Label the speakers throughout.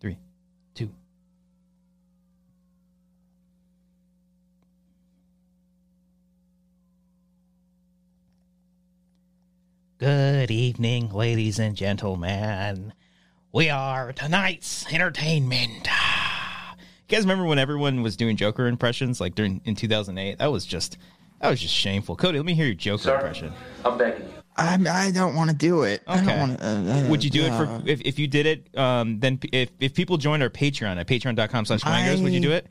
Speaker 1: Three, two. Good evening, ladies and gentlemen. We are tonight's entertainment. You guys remember when everyone was doing Joker impressions, like during in 2008? That was just, that was just shameful. Cody, let me hear your Joker impression.
Speaker 2: I'm begging you.
Speaker 3: I'm, I don't want to do it. I
Speaker 1: Okay.
Speaker 3: don't uh, want to.
Speaker 1: Would you do it for if, if you did it? Um, then p- if if people joined our Patreon at patreon.com/slash wangers, would you do it?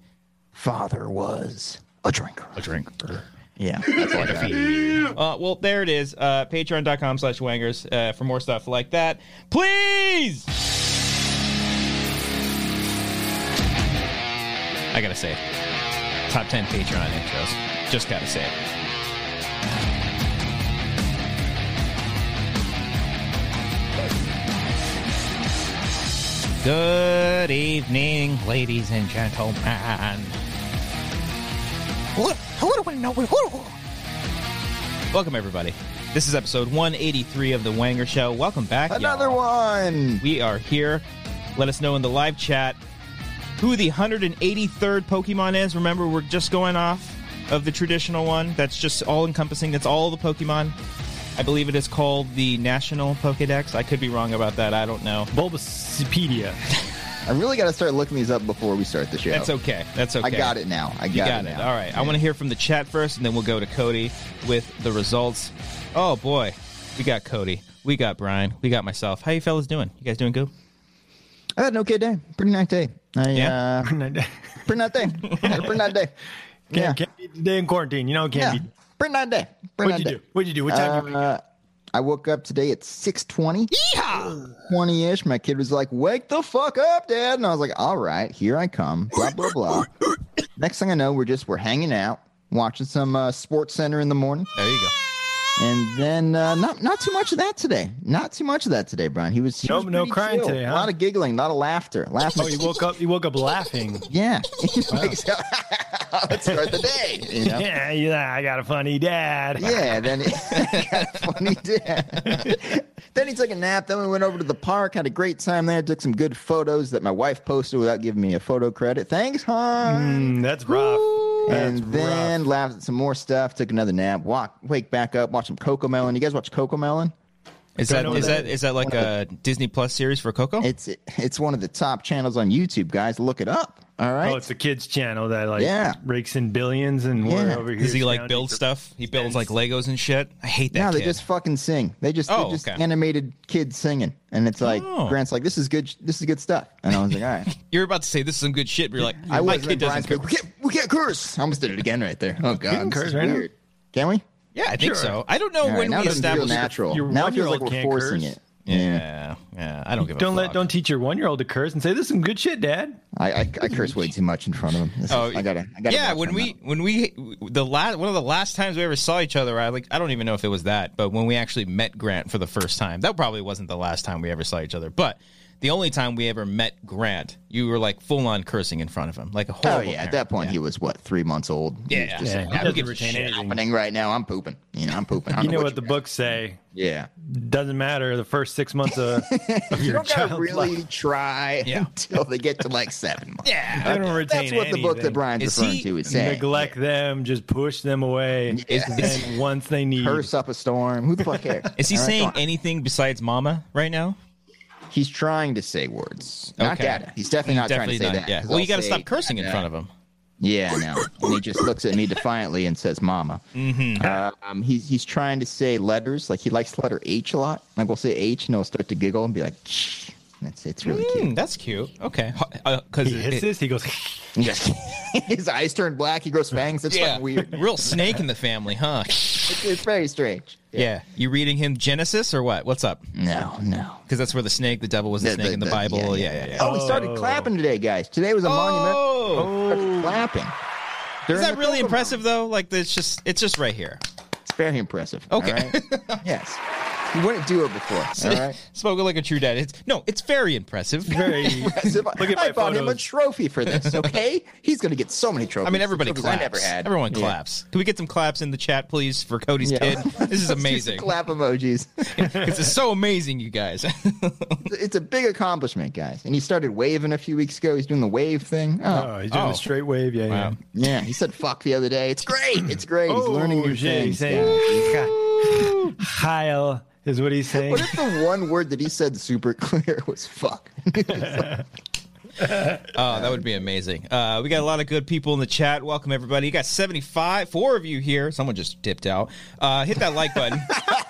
Speaker 3: Father was a drinker.
Speaker 1: A drink.
Speaker 3: Yeah.
Speaker 1: Uh, well, there it is. Uh, Patreon.com slash wangers uh, for more stuff like that. Please! I gotta say it. Top 10 Patreon intros. Just gotta say it. Good evening, ladies and gentlemen. What? What do I know? What? Welcome, everybody. This is episode 183 of The Wanger Show. Welcome back.
Speaker 3: Another
Speaker 1: y'all.
Speaker 3: one.
Speaker 1: We are here. Let us know in the live chat who the 183rd Pokemon is. Remember, we're just going off of the traditional one that's just all encompassing, that's all the Pokemon. I believe it is called the National Pokedex. I could be wrong about that. I don't know.
Speaker 4: Bulbapedia.
Speaker 3: I really got to start looking these up before we start the show.
Speaker 1: That's okay. That's okay.
Speaker 3: I got it now. I got,
Speaker 1: You got it.
Speaker 3: now.
Speaker 1: All right. I want to hear from the chat first, and then we'll go to Cody with the results. Oh boy, we got Cody, we got Brian, we got myself. How you fellas doing? You guys doing good?
Speaker 3: I had an okay day. Pretty nice day. I,
Speaker 1: Yeah?
Speaker 3: Uh, pretty nice day. Had a pretty nice day. Yeah.
Speaker 4: Can't, can't be today in quarantine. You know, it
Speaker 3: yeah.
Speaker 4: can't be.
Speaker 3: Pretty nice day. Pretty
Speaker 4: What'd
Speaker 3: nice
Speaker 4: you
Speaker 3: day.
Speaker 4: do? What'd you do? What time you wake up?
Speaker 3: Uh, I woke up today at 620. 20-ish. My kid was like, wake the fuck up, Dad. And I was like, all right, here I come. Blah, blah, blah. Next thing I know, we're just, we're hanging out, watching some uh, Sports Center in the morning.
Speaker 1: There you go.
Speaker 3: And then uh, not not too much of that today. Not too much of that today, Brian. He was he
Speaker 4: No-
Speaker 3: was
Speaker 4: no
Speaker 3: pretty
Speaker 4: crying today,
Speaker 3: A
Speaker 4: huh?
Speaker 3: lot of giggling, not a laughter. Laughter.
Speaker 4: Oh, you woke up. You woke up laughing.
Speaker 3: yeah. He's like, Let's start the day. You know?
Speaker 4: Yeah, yeah. I got a funny dad.
Speaker 3: Yeah, then he funny dad. then he took a nap. Then we went over to the park, had a great time there, took some good photos that my wife posted without giving me a photo credit. Thanks, hon.
Speaker 4: Mm, that's rough. That's
Speaker 3: and then laughed at some more stuff, took another nap, walk, wake back up, watched some Coco Melon. You guys watch Coco Melon?
Speaker 1: Is
Speaker 4: Don't
Speaker 1: that
Speaker 4: know
Speaker 1: is
Speaker 4: what
Speaker 1: that is that like a Disney Plus series for Coco?
Speaker 3: It's it's one of the top channels on YouTube, guys. Look it up. All
Speaker 4: rough.
Speaker 3: right.
Speaker 4: Oh, it's the kids' channel that like
Speaker 3: Yeah.
Speaker 4: rakes in billions, and we're
Speaker 3: Yeah.
Speaker 4: over here.
Speaker 1: Does he like
Speaker 4: scrounging
Speaker 1: build
Speaker 4: for-
Speaker 1: stuff? He builds like Legos and shit. I hate that.
Speaker 3: no, they
Speaker 1: kid.
Speaker 3: just fucking sing. They just they're
Speaker 1: Oh,
Speaker 3: just
Speaker 1: okay.
Speaker 3: animated kids singing, and it's like
Speaker 1: Oh.
Speaker 3: Grant's like, "This is good. This is good stuff." And I was like, "All right."
Speaker 1: You're about to say this is some good shit, but you're like,
Speaker 3: I
Speaker 1: my
Speaker 3: was.
Speaker 1: kid
Speaker 3: Kid
Speaker 1: doesn't.
Speaker 3: Brian's like, we
Speaker 1: cook."
Speaker 3: can't we can't curse. I almost did it again right there. Oh god, this
Speaker 4: curse
Speaker 3: is
Speaker 4: right now?
Speaker 3: weird. Can we?
Speaker 1: Yeah, I think
Speaker 4: Sure.
Speaker 1: so. I don't know
Speaker 3: All right,
Speaker 1: when
Speaker 3: now it
Speaker 1: we
Speaker 3: doesn't feel
Speaker 1: established.
Speaker 3: natural.
Speaker 4: your
Speaker 3: now it feels like
Speaker 4: one-year-old
Speaker 3: we're
Speaker 4: can't
Speaker 3: forcing
Speaker 4: curse.
Speaker 3: it.
Speaker 1: Yeah, yeah. I don't give a
Speaker 4: Don't let
Speaker 1: fuck.
Speaker 4: don't teach your one year old to curse and say this is some good shit, Dad.
Speaker 3: I, I I curse way too much in front of him. This is- I gotta. I gotta
Speaker 1: Oh, yeah,
Speaker 3: work
Speaker 1: when
Speaker 3: on
Speaker 1: we when we the last one of the last times we ever saw each other, I like I don't even know if it was that, but when we actually met Grant for the first time, that probably wasn't the last time we ever saw each other. But the only time we ever met Grant, you were like full on cursing in front of him, like a
Speaker 3: that.
Speaker 1: horrible.
Speaker 3: Oh yeah, at
Speaker 1: parent.
Speaker 3: that point he was what three months old. He was
Speaker 1: Yeah,
Speaker 3: just
Speaker 1: yeah.
Speaker 3: like,
Speaker 1: I don't
Speaker 4: doesn't
Speaker 1: give a
Speaker 4: retain
Speaker 1: shit.
Speaker 4: anything.
Speaker 3: happening right now. I'm pooping. You know, I'm pooping. I
Speaker 4: You
Speaker 3: don't
Speaker 4: know
Speaker 3: what
Speaker 4: what the books say.
Speaker 3: Yeah.
Speaker 4: Doesn't matter the first six months of, of
Speaker 3: You
Speaker 4: your
Speaker 3: don't gotta
Speaker 4: child's
Speaker 3: really
Speaker 4: life.
Speaker 3: try
Speaker 1: Yeah.
Speaker 3: until they get to like seven months.
Speaker 1: Yeah,
Speaker 4: They don't retain
Speaker 3: That's what the book that
Speaker 4: anything.
Speaker 3: Brian's
Speaker 1: Is
Speaker 3: referring
Speaker 1: he-
Speaker 3: to is saying.
Speaker 4: neglect them, just push them away.
Speaker 3: Yeah.
Speaker 4: And then once they need,
Speaker 3: Curse up a storm. Who the fuck cares?
Speaker 1: Is he
Speaker 3: All right,
Speaker 1: saying
Speaker 3: go on.
Speaker 1: anything besides "mama" right now?
Speaker 3: he's trying to say words? Not
Speaker 1: Okay.
Speaker 3: data. He's definitely not
Speaker 1: Definitely
Speaker 3: trying to say
Speaker 1: not.
Speaker 3: that.
Speaker 1: yeah.
Speaker 3: 'cause
Speaker 1: Well, you
Speaker 3: I'll
Speaker 1: got to
Speaker 3: say,
Speaker 1: stop cursing in front of him.
Speaker 3: Yeah, I know. and he just looks at me defiantly and says, "Mama." Mm-hmm. um, he's he's trying to say letters. Like he likes letter H a lot. Like we'll say H, and he'll start to giggle and be like, "Shh." It's it's really
Speaker 1: Hmm, that's cute. Okay, uh, because
Speaker 4: He hits this. He goes.
Speaker 3: cute. His eyes turn black. He grows fangs. It's
Speaker 1: yeah,
Speaker 3: fucking weird.
Speaker 1: real snake in the family, huh?
Speaker 3: It's, it's very strange.
Speaker 1: Yeah. you reading him Genesis or what? What's up?
Speaker 3: No, no.
Speaker 1: Because that's where the snake, the devil was the,
Speaker 3: The-
Speaker 1: snake
Speaker 3: the-
Speaker 1: in the,
Speaker 3: the-
Speaker 1: Bible.
Speaker 3: yeah,
Speaker 1: Yeah, yeah, yeah.
Speaker 3: Oh, we started clapping today, guys. Today was a
Speaker 1: Oh,
Speaker 3: monument. Clapping.
Speaker 1: is
Speaker 3: During
Speaker 1: that
Speaker 3: the
Speaker 1: really
Speaker 3: Pokemon.
Speaker 1: impressive though? Like it's just it's just right here.
Speaker 3: It's very impressive.
Speaker 1: Okay.
Speaker 3: all right? yes. You wouldn't do it before. All right.
Speaker 1: Spoken like a true dad. It's no, it's very impressive.
Speaker 4: Very.
Speaker 3: As if I,
Speaker 4: Look at
Speaker 3: I
Speaker 4: my
Speaker 3: bought him a
Speaker 4: photos.
Speaker 3: trophy for this. Okay, he's gonna get so many trophies.
Speaker 1: I mean, everybody
Speaker 3: Trophies
Speaker 1: claps.
Speaker 3: I never had.
Speaker 1: Everyone
Speaker 3: Yeah.
Speaker 1: claps. Can we get some claps in the chat, please, for Cody's
Speaker 3: Yeah.
Speaker 1: kid? This is
Speaker 3: Let's do some
Speaker 1: amazing.
Speaker 3: Clap emojis.
Speaker 1: This is so amazing, you guys.
Speaker 3: It's a big accomplishment, guys. And he started waving a few weeks ago. He's doing the wave thing. Oh,
Speaker 4: Oh, he's doing
Speaker 1: Oh.
Speaker 4: a straight wave. Yeah. yeah.
Speaker 1: Wow.
Speaker 3: yeah. He said "fuck" the other day. It's great. It's great. he's
Speaker 1: Oh,
Speaker 3: learning new
Speaker 4: shit,
Speaker 3: things.
Speaker 4: He's
Speaker 3: yeah.
Speaker 4: saying, Heil is what he's saying.
Speaker 3: What if the one word that he said super clear was "fuck"?
Speaker 1: Oh, that would be amazing. Uh, we got a lot of good people in the chat. Welcome everybody. You got seventy five, four of you here. Someone just dipped out. Uh, hit that like button.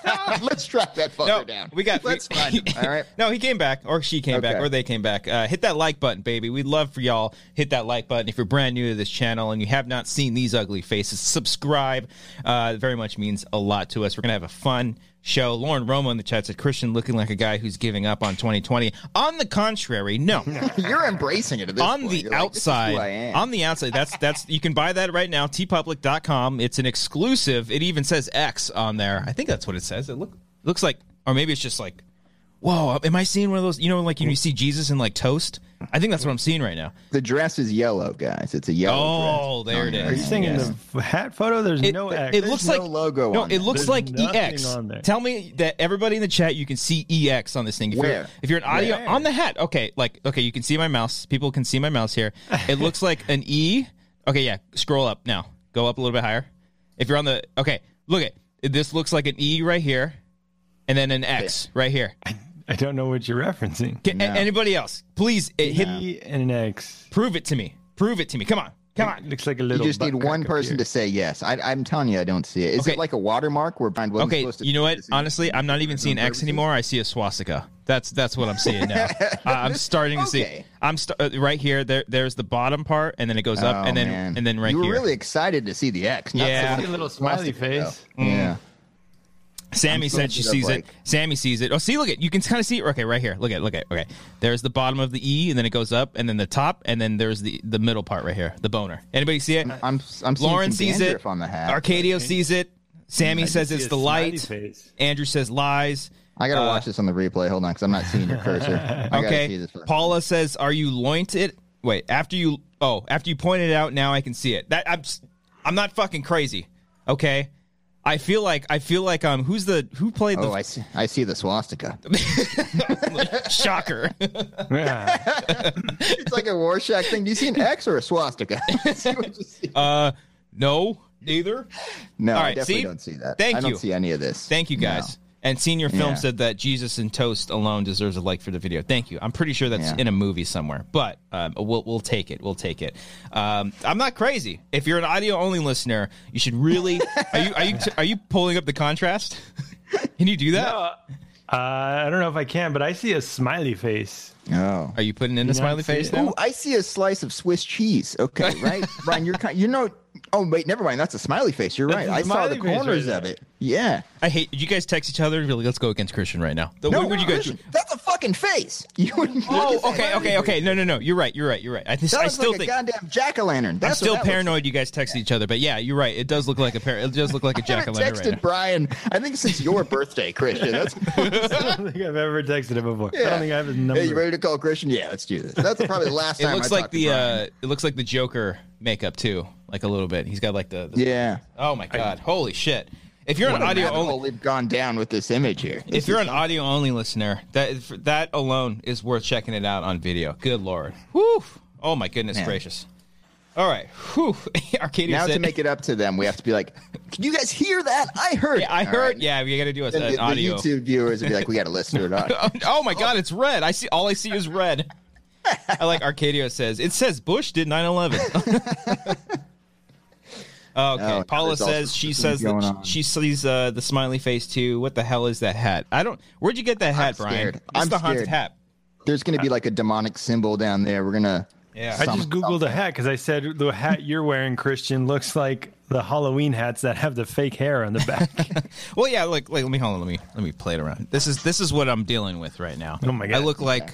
Speaker 3: "Ah, Let's track that fucker
Speaker 1: no,
Speaker 3: down.
Speaker 1: we got.
Speaker 3: Let's
Speaker 1: we-
Speaker 3: find him. All right.
Speaker 1: No, he came back, or she came back,
Speaker 3: Okay.
Speaker 1: or they came back. Uh, hit that like button, baby. We'd love for y'all hit that like button. If you're brand new to this channel and you have not seen these ugly faces, subscribe. Uh, it very much means a lot to us. We're gonna have a fun show. Lauren Romo in the chat said Christian looking like a guy who's giving up on 2020. On the contrary, no.
Speaker 3: You're embracing it at this
Speaker 1: on
Speaker 3: point.
Speaker 1: the
Speaker 3: You're like, this is who
Speaker 1: outside
Speaker 3: I am.
Speaker 1: on the outside that's that's you can buy that right now tpublic.com it's an exclusive it even says x on there i think that's what it says it look looks like or maybe it's just like whoa am i seeing one of those you know like when you see jesus in like toast i think that's what i'm seeing right now
Speaker 3: The dress is yellow, guys. It's a yellow
Speaker 1: oh there it
Speaker 4: Are you
Speaker 1: is
Speaker 4: saying
Speaker 1: Yes.
Speaker 4: in the f- hat photo there's
Speaker 1: It-
Speaker 4: no
Speaker 1: it
Speaker 4: X?
Speaker 1: looks
Speaker 3: no
Speaker 1: like
Speaker 3: logo
Speaker 1: No,
Speaker 3: on
Speaker 1: it
Speaker 3: there.
Speaker 1: looks
Speaker 4: There's
Speaker 1: like
Speaker 4: nothing
Speaker 1: EX.
Speaker 4: on there.
Speaker 1: Tell me that everybody in the chat you can see EX on this thing. If You're,
Speaker 3: Where?
Speaker 1: if you're an audio
Speaker 4: Where?
Speaker 1: on the hat, okay, like okay, you can see my mouse. People can see my mouse here. It looks like an E. Okay, yeah, scroll up now. Go up a little bit higher. If you're on the okay, look at this. Looks like an E right here, and then an X right here.
Speaker 4: I don't know what you're referencing.
Speaker 1: Can, a- Anybody else? Please it, hit,
Speaker 4: E and an X.
Speaker 1: prove it to me. Prove it to me. Come on, come on.
Speaker 4: Looks like a
Speaker 3: You
Speaker 4: little.
Speaker 3: just
Speaker 4: butt
Speaker 3: need one
Speaker 4: crack up
Speaker 3: person
Speaker 4: here.
Speaker 3: to say yes. I, I'm telling you, I don't see it. Is
Speaker 1: Okay.
Speaker 3: it like a watermark where Brian Williams?
Speaker 1: Okay,
Speaker 3: supposed to
Speaker 1: you know what?
Speaker 3: this is-
Speaker 1: Honestly, I'm not even seeing X anymore. I see a swastika. That's that's what I'm seeing now. I- I'm starting to see.
Speaker 3: Okay.
Speaker 1: I'm st- uh, right here. There, there's the bottom part, and then it goes up,
Speaker 3: Oh,
Speaker 1: and then
Speaker 3: man.
Speaker 1: and then right
Speaker 3: you were
Speaker 1: here.
Speaker 3: really excited to see the X. not
Speaker 1: Yeah. Mm.
Speaker 4: I see a little smiley face.
Speaker 3: the- yeah.
Speaker 1: Sammy
Speaker 3: I'm
Speaker 1: said she
Speaker 3: thinking of,
Speaker 1: sees it.
Speaker 3: like-
Speaker 1: Sammy sees it. Oh, see, look at you can kind of see it. Okay, right here. Look at, look at. Okay, there's the bottom of the E, and then it goes up, and then the top, and then there's the the middle part right here, the boner. Anybody see it?
Speaker 3: I'm I'm seeing
Speaker 1: Lauren
Speaker 3: some
Speaker 1: sees
Speaker 3: dandruff
Speaker 1: it.
Speaker 3: on the hat.
Speaker 1: Arcadio sees it. Sammy
Speaker 4: I
Speaker 1: says
Speaker 4: just see
Speaker 1: it's
Speaker 4: a
Speaker 1: the
Speaker 4: smiley
Speaker 1: light.
Speaker 4: face.
Speaker 1: Andrew says lies.
Speaker 3: I gotta watch this on the replay. Hold on, because I'm not seeing your cursor. I gotta see
Speaker 1: uh, Okay.
Speaker 3: this first.
Speaker 1: Paula says, "Are you loint it?" Wait, after you oh, after you point it out, now I can see it. That I'm s- I'm not fucking crazy. Okay. I feel like I feel like um who's the who played the
Speaker 3: Oh, I see. I see the swastika.
Speaker 1: shocker.
Speaker 4: Yeah.
Speaker 3: it's like a Rorschach thing. Do you see an X or a swastika? See what you see.
Speaker 1: uh no, neither.
Speaker 3: no,
Speaker 1: all
Speaker 3: I
Speaker 1: right,
Speaker 3: definitely
Speaker 1: see?
Speaker 3: don't see that.
Speaker 1: Thank
Speaker 3: I don't
Speaker 1: you.
Speaker 3: see any of this.
Speaker 1: Thank you guys. And Senior Film
Speaker 3: Yeah.
Speaker 1: said that Jesus and Toast alone deserves a like for the video. Thank you. I'm pretty sure that's
Speaker 3: Yeah.
Speaker 1: in a movie somewhere, but um, we'll we'll take it. We'll take it. Um, I'm not crazy. If you're an audio only listener, you should really are you are you are you pulling up the contrast? Can you do that?
Speaker 4: uh, I don't know if I can, but I see a smiley face.
Speaker 3: No.
Speaker 1: Are you putting in a
Speaker 4: not
Speaker 1: smiley
Speaker 4: see
Speaker 1: face
Speaker 4: it?
Speaker 1: now?
Speaker 3: Ooh, I see a slice of Swiss cheese. Okay, right, Brian, you're kind. You know. Oh wait, never mind. That's a smiley face. You're right.
Speaker 4: a
Speaker 3: I saw the
Speaker 4: smiley face right
Speaker 3: corners of
Speaker 4: there.
Speaker 3: it. Yeah.
Speaker 1: I hate. You guys text each other. Really, let's go against Christian right now. The- what would you guys?
Speaker 3: listen, That's a fucking face. You would.
Speaker 1: Oh, okay, okay, okay. No, no, no. You're right. You're right. You're right. I, just,
Speaker 3: That
Speaker 1: I
Speaker 3: looks
Speaker 1: still
Speaker 3: like
Speaker 1: think
Speaker 3: a goddamn jack o' lantern.
Speaker 1: I'm
Speaker 3: That's
Speaker 1: still
Speaker 3: what that looks
Speaker 1: paranoid. You guys texted each other, but yeah, you're right. It does look like a pair. It does look like a
Speaker 3: like. I
Speaker 1: jack o'
Speaker 3: haven't
Speaker 1: lantern.
Speaker 3: texted
Speaker 1: Right now.
Speaker 3: Brian. I think since your birthday, Christian. That's,
Speaker 4: I don't think I've ever texted him before. I
Speaker 3: Yeah.
Speaker 4: don't think I have his number.
Speaker 3: Hey, you ready to call Christian? Yeah, let's do this. That's probably the last
Speaker 1: It
Speaker 3: time.
Speaker 1: looks
Speaker 3: I
Speaker 1: like
Speaker 3: talked to
Speaker 1: the
Speaker 3: Brian.
Speaker 1: uh, it looks like the Joker makeup too, like a little bit. He's got like the, the-
Speaker 3: yeah.
Speaker 1: Oh my god! Holy shit! If you're an
Speaker 3: What a
Speaker 1: audio
Speaker 3: rabbit hole
Speaker 1: only,
Speaker 3: we've gone down with this image here. This
Speaker 1: if you're
Speaker 3: is-
Speaker 1: an audio only listener, that is- that alone is worth checking it out on video. Good lord! Whew! Oh my goodness
Speaker 3: Man.
Speaker 1: gracious! All right, whew! Arcadia
Speaker 3: now
Speaker 1: said,
Speaker 3: to make it up to them, we have to be like, "Can you guys hear that? I heard.
Speaker 1: Yeah,
Speaker 3: it."
Speaker 1: I
Speaker 3: All
Speaker 1: heard.
Speaker 3: right.
Speaker 1: Yeah, we got to do it
Speaker 3: Then the,
Speaker 1: an
Speaker 3: the
Speaker 1: audio.
Speaker 3: YouTube viewers would be like, "We got to listen to it." on-
Speaker 1: Oh, oh my god, it's red. I see all I see is red. I like Arcadio says. It says Bush did 9/11. okay.
Speaker 3: Oh, now
Speaker 1: Paula
Speaker 3: there's all
Speaker 1: says
Speaker 3: sorts
Speaker 1: she
Speaker 3: of
Speaker 1: says
Speaker 3: things going
Speaker 1: that
Speaker 3: on.
Speaker 1: she sees uh, the smiley face too. What the hell is that hat? I don't Where'd you get that hat, Brian?
Speaker 3: scared.
Speaker 1: It's
Speaker 3: I'm
Speaker 1: the haunted
Speaker 3: scared.
Speaker 1: hat.
Speaker 3: There's going to be like a demonic symbol down there. We're going to.
Speaker 1: Yeah.
Speaker 4: I just
Speaker 3: Some-
Speaker 4: googled a hat because I said the hat you're wearing, Christian, looks like the Halloween hats that have the fake hair on the back.
Speaker 1: Well, yeah. Like, like, let me hold on. Let me let me play it around. This is this is what I'm dealing with right now.
Speaker 4: Oh my God.
Speaker 1: I look like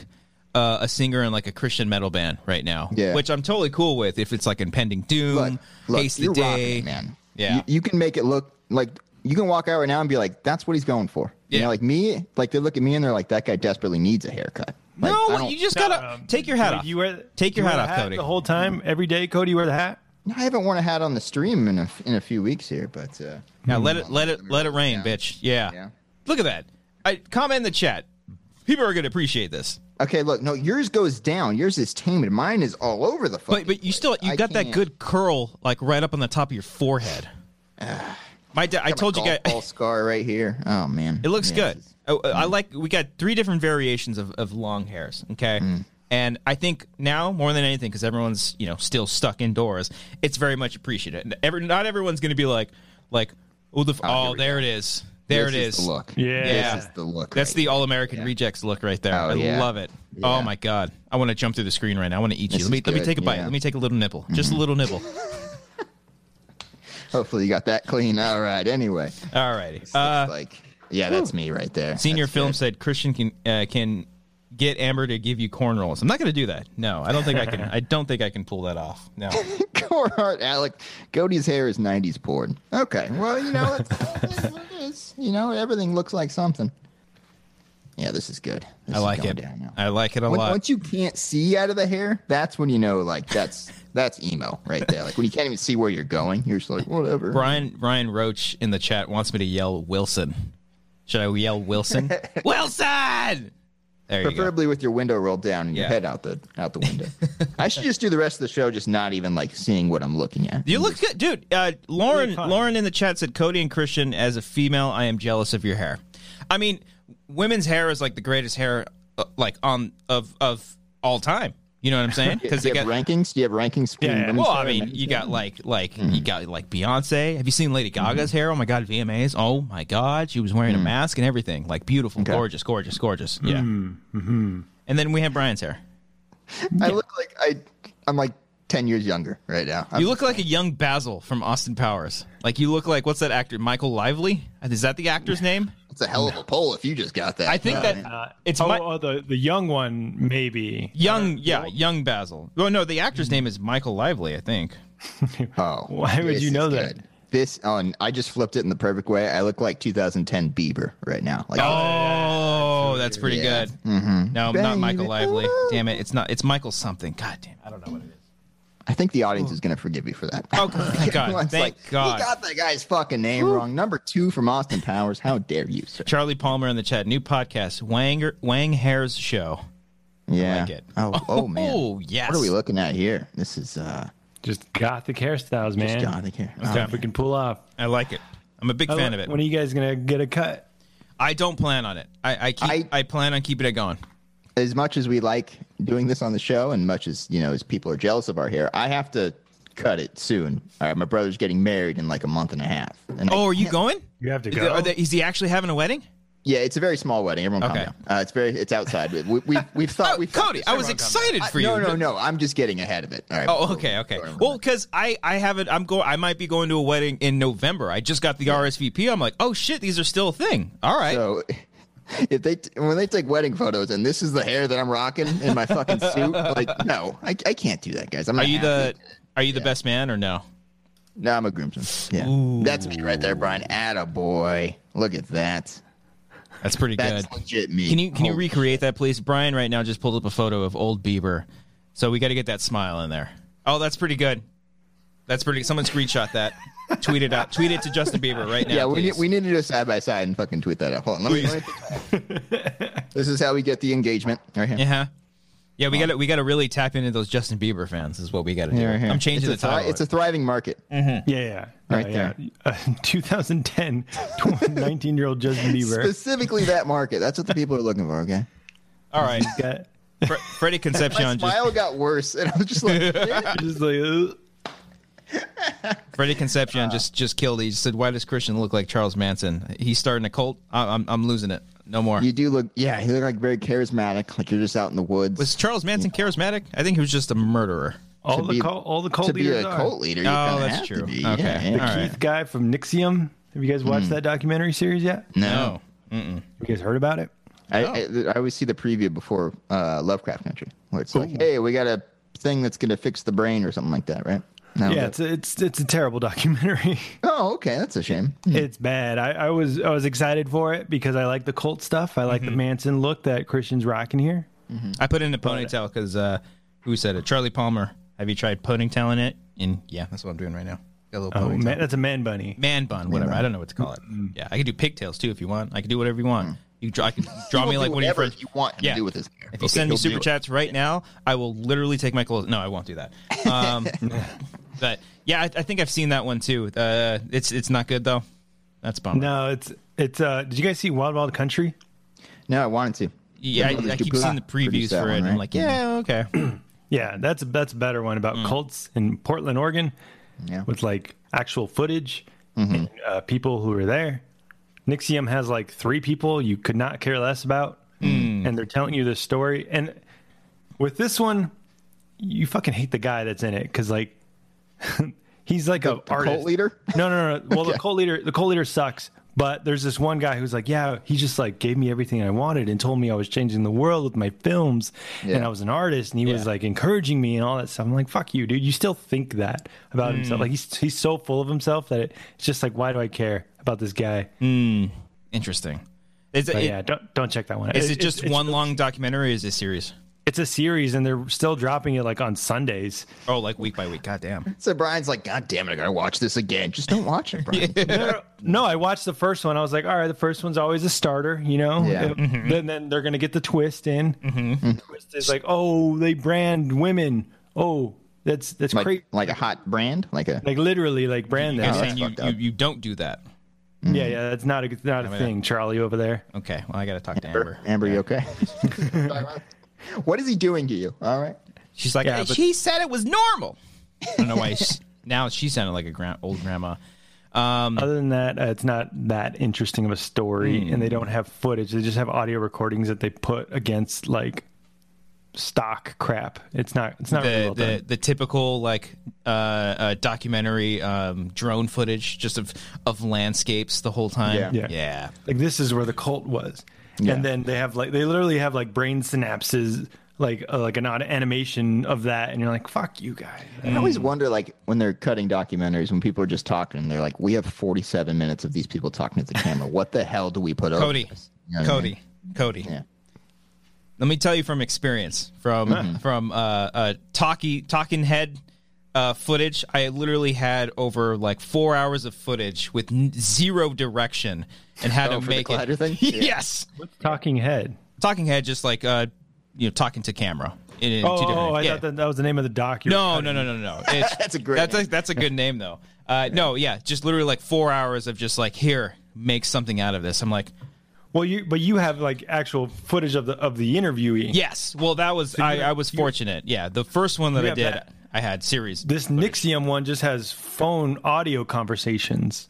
Speaker 1: uh, a singer in like a Christian metal band right now.
Speaker 3: Yeah.
Speaker 1: Which I'm totally cool with if it's like impending doom,
Speaker 3: Look, look
Speaker 1: haste the
Speaker 3: you're rocking
Speaker 1: day,
Speaker 3: it, man.
Speaker 1: Yeah.
Speaker 3: You, you can make it look like you can walk out right now and be like, that's what he's going for. You
Speaker 1: Yeah.
Speaker 3: know, like me, like they look at me and they're like, that guy desperately needs a haircut. Like, I
Speaker 1: no,
Speaker 3: don't-
Speaker 1: you just
Speaker 4: No,
Speaker 1: gotta
Speaker 4: um,
Speaker 1: take your hat
Speaker 4: Dude,
Speaker 1: off.
Speaker 4: You wear
Speaker 1: take your
Speaker 4: you
Speaker 1: hat
Speaker 4: wear
Speaker 1: off,
Speaker 4: the hat
Speaker 1: Cody.
Speaker 4: the whole time, every day, Cody. You wear the hat.
Speaker 3: I haven't worn a hat on the stream in a, in a few weeks here, but uh,
Speaker 1: Now let it let it let it rain,
Speaker 3: Yeah.
Speaker 1: bitch. Yeah.
Speaker 3: Yeah.
Speaker 1: Look at that. I comment in the chat. People are gonna appreciate this.
Speaker 3: okay, look, no, yours goes down. Yours is tamed. Mine is all over the fucking
Speaker 1: But but you still you
Speaker 3: I
Speaker 1: got that
Speaker 3: can't.
Speaker 1: good curl like right up on the top of your forehead. My dad, I
Speaker 3: a
Speaker 1: told you
Speaker 3: golf
Speaker 1: guys,
Speaker 3: ball scar right here. Oh man,
Speaker 1: it looks
Speaker 3: Yeah.
Speaker 1: good. Oh, uh, I like we got three different variations of, of long hairs. Okay,
Speaker 3: Mm.
Speaker 1: and I think now more than anything because everyone's you know still stuck indoors, it's very much appreciated. And Every not everyone's gonna be like like oh the f-
Speaker 3: Ah, here
Speaker 1: oh
Speaker 3: we go.
Speaker 1: there it is there
Speaker 3: This
Speaker 1: it
Speaker 3: is
Speaker 1: is
Speaker 3: the look.
Speaker 4: Yeah.
Speaker 3: this is the look.
Speaker 1: That's
Speaker 3: right
Speaker 1: the All American Rejects look right there.
Speaker 3: Oh,
Speaker 1: I
Speaker 3: yeah.
Speaker 1: love it.
Speaker 3: Yeah.
Speaker 1: Oh my god, I want to jump through the screen right now. I want to eat you.
Speaker 3: This
Speaker 1: Let me
Speaker 3: is
Speaker 1: let me
Speaker 3: good,
Speaker 1: take a bite.
Speaker 3: yeah. Mm-hmm.
Speaker 1: Let me take a little nibble, just a little nibble.
Speaker 3: here. Hopefully, you got that clean. All right. Anyway,
Speaker 1: All righty. Uh,
Speaker 3: Looks like yeah, that's me right there.
Speaker 1: Senior
Speaker 3: That's
Speaker 1: Film said Christian can uh, can get Amber to give you corn rolls. I'm not going to do that. No, I don't think I can. I don't think I can pull that off. No.
Speaker 3: Cornhart Alec. Cody's hair is 90s porn. Okay. Well, you know, it's, it is what it is. You know, everything looks like something. Yeah, this is good. This
Speaker 1: I
Speaker 3: is
Speaker 1: like
Speaker 3: going
Speaker 1: it.
Speaker 3: down now.
Speaker 1: I like it a
Speaker 3: When-
Speaker 1: lot.
Speaker 3: Once you can't see out of the hair, that's when you know, like, that's that's emo right there. Like, when you can't even see where you're going, you're just like, whatever.
Speaker 1: Brian Brian Roach in the chat wants me to yell Wilson. Should I yell Wilson? Wilson. There you go.
Speaker 3: Preferably with your window rolled down and your
Speaker 1: Yeah.
Speaker 3: head out the out the window. I should just do the rest of the show just not even like seeing what I'm looking at.
Speaker 1: You look good, dude. Uh, Lauren,
Speaker 4: fun.
Speaker 1: Lauren in the chat said, "Cody and Christian, as a female, I am jealous of your hair. I mean, women's hair is like the greatest hair, uh, like on of of all time. You know what I'm saying?
Speaker 3: Do you
Speaker 1: Because they got
Speaker 3: have rankings? Do you have rankings? between
Speaker 4: Yeah, yeah.
Speaker 3: women's
Speaker 1: well,
Speaker 3: hair
Speaker 1: I
Speaker 3: and
Speaker 1: mean,
Speaker 3: men's
Speaker 1: you
Speaker 3: hair?
Speaker 1: got like like you got like Beyonce. Have you seen Lady Gaga's hair? Oh my god, VMAs. Oh my god, she was wearing a mask and everything. Like beautiful, gorgeous, gorgeous, gorgeous. Yeah. And then we have Brian's hair.
Speaker 3: I look like I I'm like ten years younger right now. I'm,
Speaker 1: You look like a young Basil from Austin Powers. Like you look like what's that actor? Michael Lively? Is that the actor's name?
Speaker 3: it's a hell of a poll if you just got that.
Speaker 1: I think that
Speaker 3: uh,
Speaker 1: it's
Speaker 4: oh,
Speaker 1: my
Speaker 4: oh, the the young one maybe.
Speaker 3: uh,
Speaker 1: young, yeah, young Basil. Well, no, the actor's name is Michael Lively, I think.
Speaker 3: Oh,
Speaker 4: Why would
Speaker 3: this
Speaker 4: you
Speaker 3: is
Speaker 4: know that?
Speaker 3: good. This on I just flipped it in the perfect way. I look like 2010 Bieber right now. Like
Speaker 1: Oh, that's pretty
Speaker 3: Yeah. Mm-hmm.
Speaker 1: good. No, not Michael
Speaker 3: Baby.
Speaker 1: Lively. Damn it, it's not. It's Michael something. God damn, it. I don't know what it is.
Speaker 3: I think the audience is gonna forgive you for that.
Speaker 1: Oh, thank God.
Speaker 3: Everyone's
Speaker 1: Thank
Speaker 3: like,
Speaker 1: God.
Speaker 3: You got that guy's fucking name wrong. Number two from Austin Powers. How dare you, sir?
Speaker 1: Charlie Palmer in the chat. New podcast, Wang Wang Hair's show.
Speaker 3: Yeah.
Speaker 1: like it.
Speaker 3: Oh, oh man.
Speaker 1: Oh, yes.
Speaker 3: What are we looking at here? This is uh
Speaker 4: Just gothic hairstyles, man.
Speaker 3: just gothic here. Oh,
Speaker 4: Stuff we can pull off.
Speaker 1: I like it. I'm a big fan of it.
Speaker 4: When are you guys gonna get a cut?
Speaker 1: I don't plan on it. I I, keep, I plan on keeping it going.
Speaker 3: as much as we like doing this on the show and much as you know as people are jealous of our hair i have to cut it soon all right my brother's getting married in like a month and a half and I-
Speaker 1: Oh, are you going?
Speaker 4: You have to
Speaker 1: Is-
Speaker 4: go.
Speaker 1: are they- is he actually having a wedding?
Speaker 3: yeah it's a very small wedding everyone calm
Speaker 1: Okay.
Speaker 3: down. Uh, it's very it's outside we, we, we've, we've thought
Speaker 1: Oh,
Speaker 3: we've thought
Speaker 1: Cody,
Speaker 3: this-
Speaker 1: I was
Speaker 4: Everyone calm down.
Speaker 1: excited for you.
Speaker 3: no no no i'm just getting ahead of it all right
Speaker 1: Oh, okay, okay. Well, because I, I haven't. I'm go. I might be going to a wedding in November. I just got the RSVP. I'm like, oh shit, these are still a thing. All right.
Speaker 3: so if they t- when they take wedding photos and this is the hair that i'm rocking in my fucking suit like no i, I can't do that guys i'm
Speaker 1: are
Speaker 3: not
Speaker 1: you the
Speaker 3: happy.
Speaker 1: Are you the best man or no?
Speaker 3: no i'm a groomsman yeah that's me right there brian attaboy look at that
Speaker 1: That's pretty
Speaker 3: That's
Speaker 1: good.
Speaker 3: legit me. Oh.
Speaker 1: Can you can you
Speaker 3: Holy
Speaker 1: recreate that, please? Brian right now just pulled up a photo of old Bieber, so we got to get that smile in there. Oh, that's pretty good. That's pretty. Someone screenshot that, tweet it out, tweet it to Justin Bieber right now.
Speaker 3: Yeah, we need,
Speaker 1: please.
Speaker 3: we need to do a side by side and fucking tweet that out. Hold on, let me. let me- this is how we get the engagement right here.
Speaker 1: Yeah. Uh-huh. Yeah, we got to we got to really tap into those Justin Bieber fans. Is what we got to do.
Speaker 3: Right here.
Speaker 1: I'm changing
Speaker 3: it's
Speaker 1: the
Speaker 3: a thri-
Speaker 1: title.
Speaker 3: it's a thriving market.
Speaker 4: Yeah, yeah.
Speaker 3: Right
Speaker 4: yeah. Uh, 2010, 19 year old Justin Bieber.
Speaker 3: Specifically, that market. That's what the people are looking for. Okay.
Speaker 1: All right,
Speaker 4: Got-
Speaker 1: Fre- Freddie
Speaker 3: My
Speaker 1: Concepcion just
Speaker 3: smile got worse, and I'm just like, "Man,
Speaker 4: just like, "Ugh."
Speaker 1: Freddie Concepcion just just killed. He just said, "Why does Christian look like Charles Manson? He's starting a cult. I, I'm I'm losing it. no more.
Speaker 3: You do look, yeah, you look like very charismatic, like you're just out in the woods.
Speaker 1: Was Charles Manson charismatic? I think he was just a murderer.
Speaker 4: All
Speaker 3: To
Speaker 4: the
Speaker 3: be-
Speaker 4: cult, all the cult
Speaker 3: to be
Speaker 4: leaders
Speaker 3: a
Speaker 4: are.
Speaker 3: cult leader, you
Speaker 1: Oh,
Speaker 3: kinda
Speaker 1: that's
Speaker 3: have to
Speaker 1: true.
Speaker 3: be,
Speaker 1: Okay.
Speaker 3: yeah.
Speaker 1: All
Speaker 4: Keith
Speaker 1: right.
Speaker 4: guy from Nixium. Have you guys watched that documentary series yet?
Speaker 3: No,
Speaker 1: No.
Speaker 4: You guys heard about it?
Speaker 3: I,
Speaker 1: Oh.
Speaker 3: I, I always see the preview before uh, Lovecraft Country, where it's like, hey, we got a thing that's gonna fix the brain or something like that, right? No,
Speaker 4: Yeah, it's a, it's it's a terrible documentary.
Speaker 3: oh, okay, that's a shame.
Speaker 4: it's bad. I, I was I was excited for it because I like the cult stuff. I like the Manson look that Christian's rocking here.
Speaker 1: I put it in a ponytail because uh, who said it? Charlie Palmer. Have you tried ponytailing it? And yeah, that's what I'm doing right now. Got a little
Speaker 4: Oh,
Speaker 1: ponytail.
Speaker 4: man,
Speaker 1: man,
Speaker 4: that's a man bunny.
Speaker 1: bun, whatever. I don't know what to call it.
Speaker 3: Mm.
Speaker 1: Yeah, I can do pigtails too if you want. I can do whatever you want. You draw, I can draw
Speaker 3: He'll
Speaker 1: me
Speaker 3: do
Speaker 1: like one of your
Speaker 3: whatever
Speaker 1: friends.
Speaker 3: Mm. you want him to
Speaker 1: Yeah.
Speaker 3: do with his hair.
Speaker 1: If you send me
Speaker 3: He'll do
Speaker 1: super
Speaker 3: it.
Speaker 1: chats right now, I will literally take my clothes. No, I won't do that. Um, but yeah, I, I think I've seen that one too. Uh, it's it's not good though. That's a bummer.
Speaker 4: No, it's it's. uh Did you guys see Wild Wild Country?
Speaker 3: No, I wanted to.
Speaker 1: Yeah, I, I keep seeing the previews
Speaker 3: Produced that
Speaker 1: for it.
Speaker 3: one,
Speaker 1: and I'm
Speaker 3: right?
Speaker 1: like, yeah, okay.
Speaker 4: Yeah, that's that's a better one about cults in Portland, Oregon,
Speaker 3: Mm. Yeah. Mm-hmm.
Speaker 4: with like actual footage and uh, people who were there. Nixium has like three people you could not care less about,
Speaker 3: Mm.
Speaker 4: and they're telling you this story. And with this one, you fucking hate the guy that's in it because like he's like a
Speaker 3: the cult
Speaker 4: artist.
Speaker 3: leader?
Speaker 4: No, no, no. no. Well, the cult leader, the cult leader sucks. But there's this one guy who's like, yeah, he just like gave me everything I wanted and told me I was changing the world with my films, and
Speaker 3: Yeah.
Speaker 4: I was an artist, and he was
Speaker 1: Yeah.
Speaker 4: like encouraging me and all that stuff. I'm like, fuck you, dude. You still think that about himself?
Speaker 1: Hmm.
Speaker 4: Like he's he's so full of himself that it, it's just like, why do I care about this guy?
Speaker 1: Interesting. Is it,
Speaker 4: But yeah, don't don't check that one. out.
Speaker 1: is
Speaker 4: It-
Speaker 1: it just
Speaker 4: it's- it's-
Speaker 1: one long documentary? Or is it a series?
Speaker 4: It's a series, and they're still dropping it like on Sundays.
Speaker 1: Oh, like week by week. God damn.
Speaker 3: So Brian's like, God damn it, I gotta watch this again. Just don't watch it, Brian.
Speaker 4: No, I watched the first one. I was like, all right, the first one's always a starter, you know?
Speaker 3: Yeah. Mm-hmm.
Speaker 4: Uh,
Speaker 1: Mm-hmm.
Speaker 4: Then, then they're going to get the twist in. The twist is like, oh, they brand women. Oh, that's that's
Speaker 3: Like,
Speaker 4: crazy.
Speaker 3: like a hot brand, like a
Speaker 4: Like literally, like brand
Speaker 1: You're
Speaker 4: them.
Speaker 1: saying you,
Speaker 3: fucked
Speaker 1: you,
Speaker 3: up.
Speaker 1: you don't do that.
Speaker 4: Yeah, yeah, that's not a good- not a thing, Charlie over there.
Speaker 1: Okay. Well, I got to talk to Amber.
Speaker 3: Amber. You okay? what is he doing to you? All right.
Speaker 1: She's like,
Speaker 4: Yeah,
Speaker 1: "Hey,
Speaker 4: but-
Speaker 1: she said it was normal. I don't know why. She's, now she sounded like a gran- old grandma. Um, Mm.
Speaker 4: Other than that, uh, it's not that interesting of a story, and they don't have footage. They just have audio recordings that they put against like stock crap. It's not. It's not really
Speaker 1: the
Speaker 4: well done.
Speaker 1: the, the typical like uh, uh, documentary um, drone footage just of of landscapes the whole time.
Speaker 3: Yeah.
Speaker 4: Yeah.
Speaker 1: yeah.
Speaker 4: like this is where the cult was
Speaker 3: Yeah.
Speaker 4: and then they have like they literally have like brain synapses like uh, like an odd animation of that and you're like fuck you guys
Speaker 3: I always wonder, like, when they're cutting documentaries, when people are just talking, and they're like, "We have 47 minutes of these people talking to the camera. What the hell do we put over?"
Speaker 1: Cody,
Speaker 3: this?" You know what I
Speaker 1: Cody,
Speaker 3: mean?
Speaker 1: Cody.
Speaker 3: Yeah.
Speaker 1: Let me tell you from experience, from from uh, uh, talkie talking head uh, footage. I literally had over like four hours of footage with n- zero direction and had
Speaker 3: Oh,
Speaker 1: to
Speaker 3: for the
Speaker 1: make it.
Speaker 3: collider thing? Yeah.
Speaker 1: yes,
Speaker 4: talking head
Speaker 1: talking head, just like uh, you know, talking to camera. In, in two
Speaker 4: oh,
Speaker 1: different-
Speaker 4: oh, i
Speaker 1: yeah.
Speaker 4: thought that, that was the name of the doc you were
Speaker 1: No,
Speaker 4: cutting.
Speaker 1: no, no, no, no. It's,
Speaker 3: That's a great
Speaker 1: That's a,
Speaker 3: name.
Speaker 1: that's a good name though. Uh, No, yeah, just literally like four hours of just like here, make something out of this. I'm like,
Speaker 4: well you but you have like actual footage of the of the interviewee
Speaker 1: yes. Well, that was I, I was fortunate. Yeah, the first one that
Speaker 4: you
Speaker 1: I
Speaker 4: have
Speaker 1: did,
Speaker 4: that-
Speaker 1: I had series.
Speaker 4: this nixium one just has phone audio conversations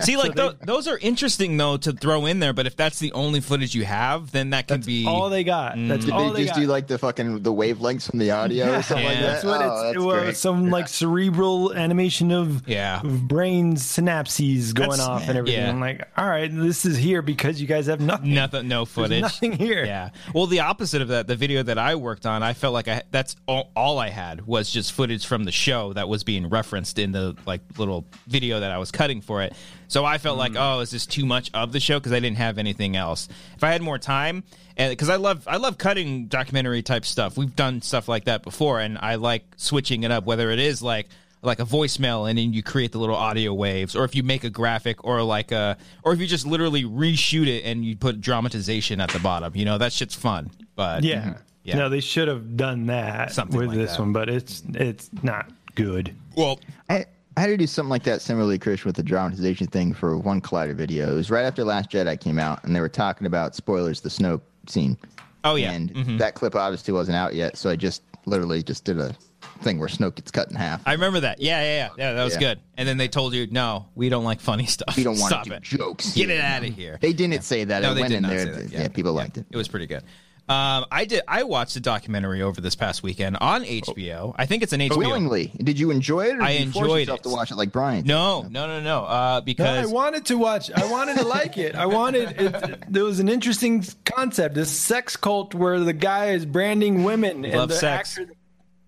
Speaker 1: See, like tho- those are interesting though to throw in there. But if that's the only footage you have, then that could be
Speaker 4: all they got that's
Speaker 3: Mm. Did
Speaker 4: all
Speaker 3: they
Speaker 4: they
Speaker 3: just
Speaker 4: got
Speaker 3: do like the fucking the wavelengths from the audio or something like
Speaker 1: Yeah.
Speaker 3: that?
Speaker 1: That's
Speaker 4: But
Speaker 3: oh,
Speaker 4: it's-
Speaker 3: that's
Speaker 4: it was
Speaker 3: great.
Speaker 4: some like cerebral animation of
Speaker 1: Yeah.
Speaker 4: of brain synapses going
Speaker 1: That's-
Speaker 4: off and everything.
Speaker 1: yeah.
Speaker 4: I'm like, all right, this is here because you guys have nothing.
Speaker 1: nothing, no footage,
Speaker 4: nothing here.
Speaker 1: Yeah. Well, the opposite of that, the video that I worked on, I felt like I that's all, all I had was just footage from the show that was being referenced in the like little video that I was cutting for it. So I felt like, oh, is this too much of the show because I didn't have anything else. If I had more time, and because I love I love cutting documentary type stuff, we've done stuff like that before, and I like switching it up. Whether it is like like a voicemail and then you create the little audio waves or if you make a graphic or like a or if you just literally reshoot it and you put dramatization at the bottom you know that shit's fun but
Speaker 4: Yeah.
Speaker 1: Mm-hmm. Yeah.
Speaker 4: No, they should have done that
Speaker 1: Something
Speaker 4: with
Speaker 1: like
Speaker 4: this
Speaker 1: that.
Speaker 4: one, but it's it's not good.
Speaker 1: well
Speaker 3: I, I had to do something like that similarly, Chris, with the dramatization thing for one Collider video. It was right after Last Jedi came out, and they were talking about spoilers, the snow scene.
Speaker 1: oh yeah
Speaker 3: And that clip obviously wasn't out yet, so I just literally just did a thing where Snoke gets cut in half.
Speaker 1: I remember that. Yeah, yeah, yeah. Yeah, that was
Speaker 3: Yeah.
Speaker 1: good. And then they told you, no, we don't like funny stuff.
Speaker 3: we don't want
Speaker 1: Stop
Speaker 3: to do
Speaker 1: it.
Speaker 3: jokes.
Speaker 1: Get
Speaker 3: here.
Speaker 1: it out of here.
Speaker 3: They didn't say that.
Speaker 1: No,
Speaker 3: it
Speaker 1: they
Speaker 3: went
Speaker 1: did
Speaker 3: in
Speaker 1: not
Speaker 3: there.
Speaker 1: say that.
Speaker 3: Yeah,
Speaker 1: Yeah.
Speaker 3: people liked it.
Speaker 1: It was pretty good. Um, I did. I watched a documentary over this past weekend on HBO. I think it's an HBO.
Speaker 3: Willingly, did you enjoy it? Or did
Speaker 1: I
Speaker 3: you force
Speaker 1: enjoyed
Speaker 3: yourself
Speaker 1: it.
Speaker 3: to watch it like Brian.
Speaker 1: No, no, no, no. Uh,
Speaker 4: I
Speaker 1: because
Speaker 4: wanted to watch. I wanted to like it. I wanted. It, there was an interesting concept. This sex cult where the guy is branding women
Speaker 1: Love
Speaker 4: and the
Speaker 1: sex.
Speaker 4: actor-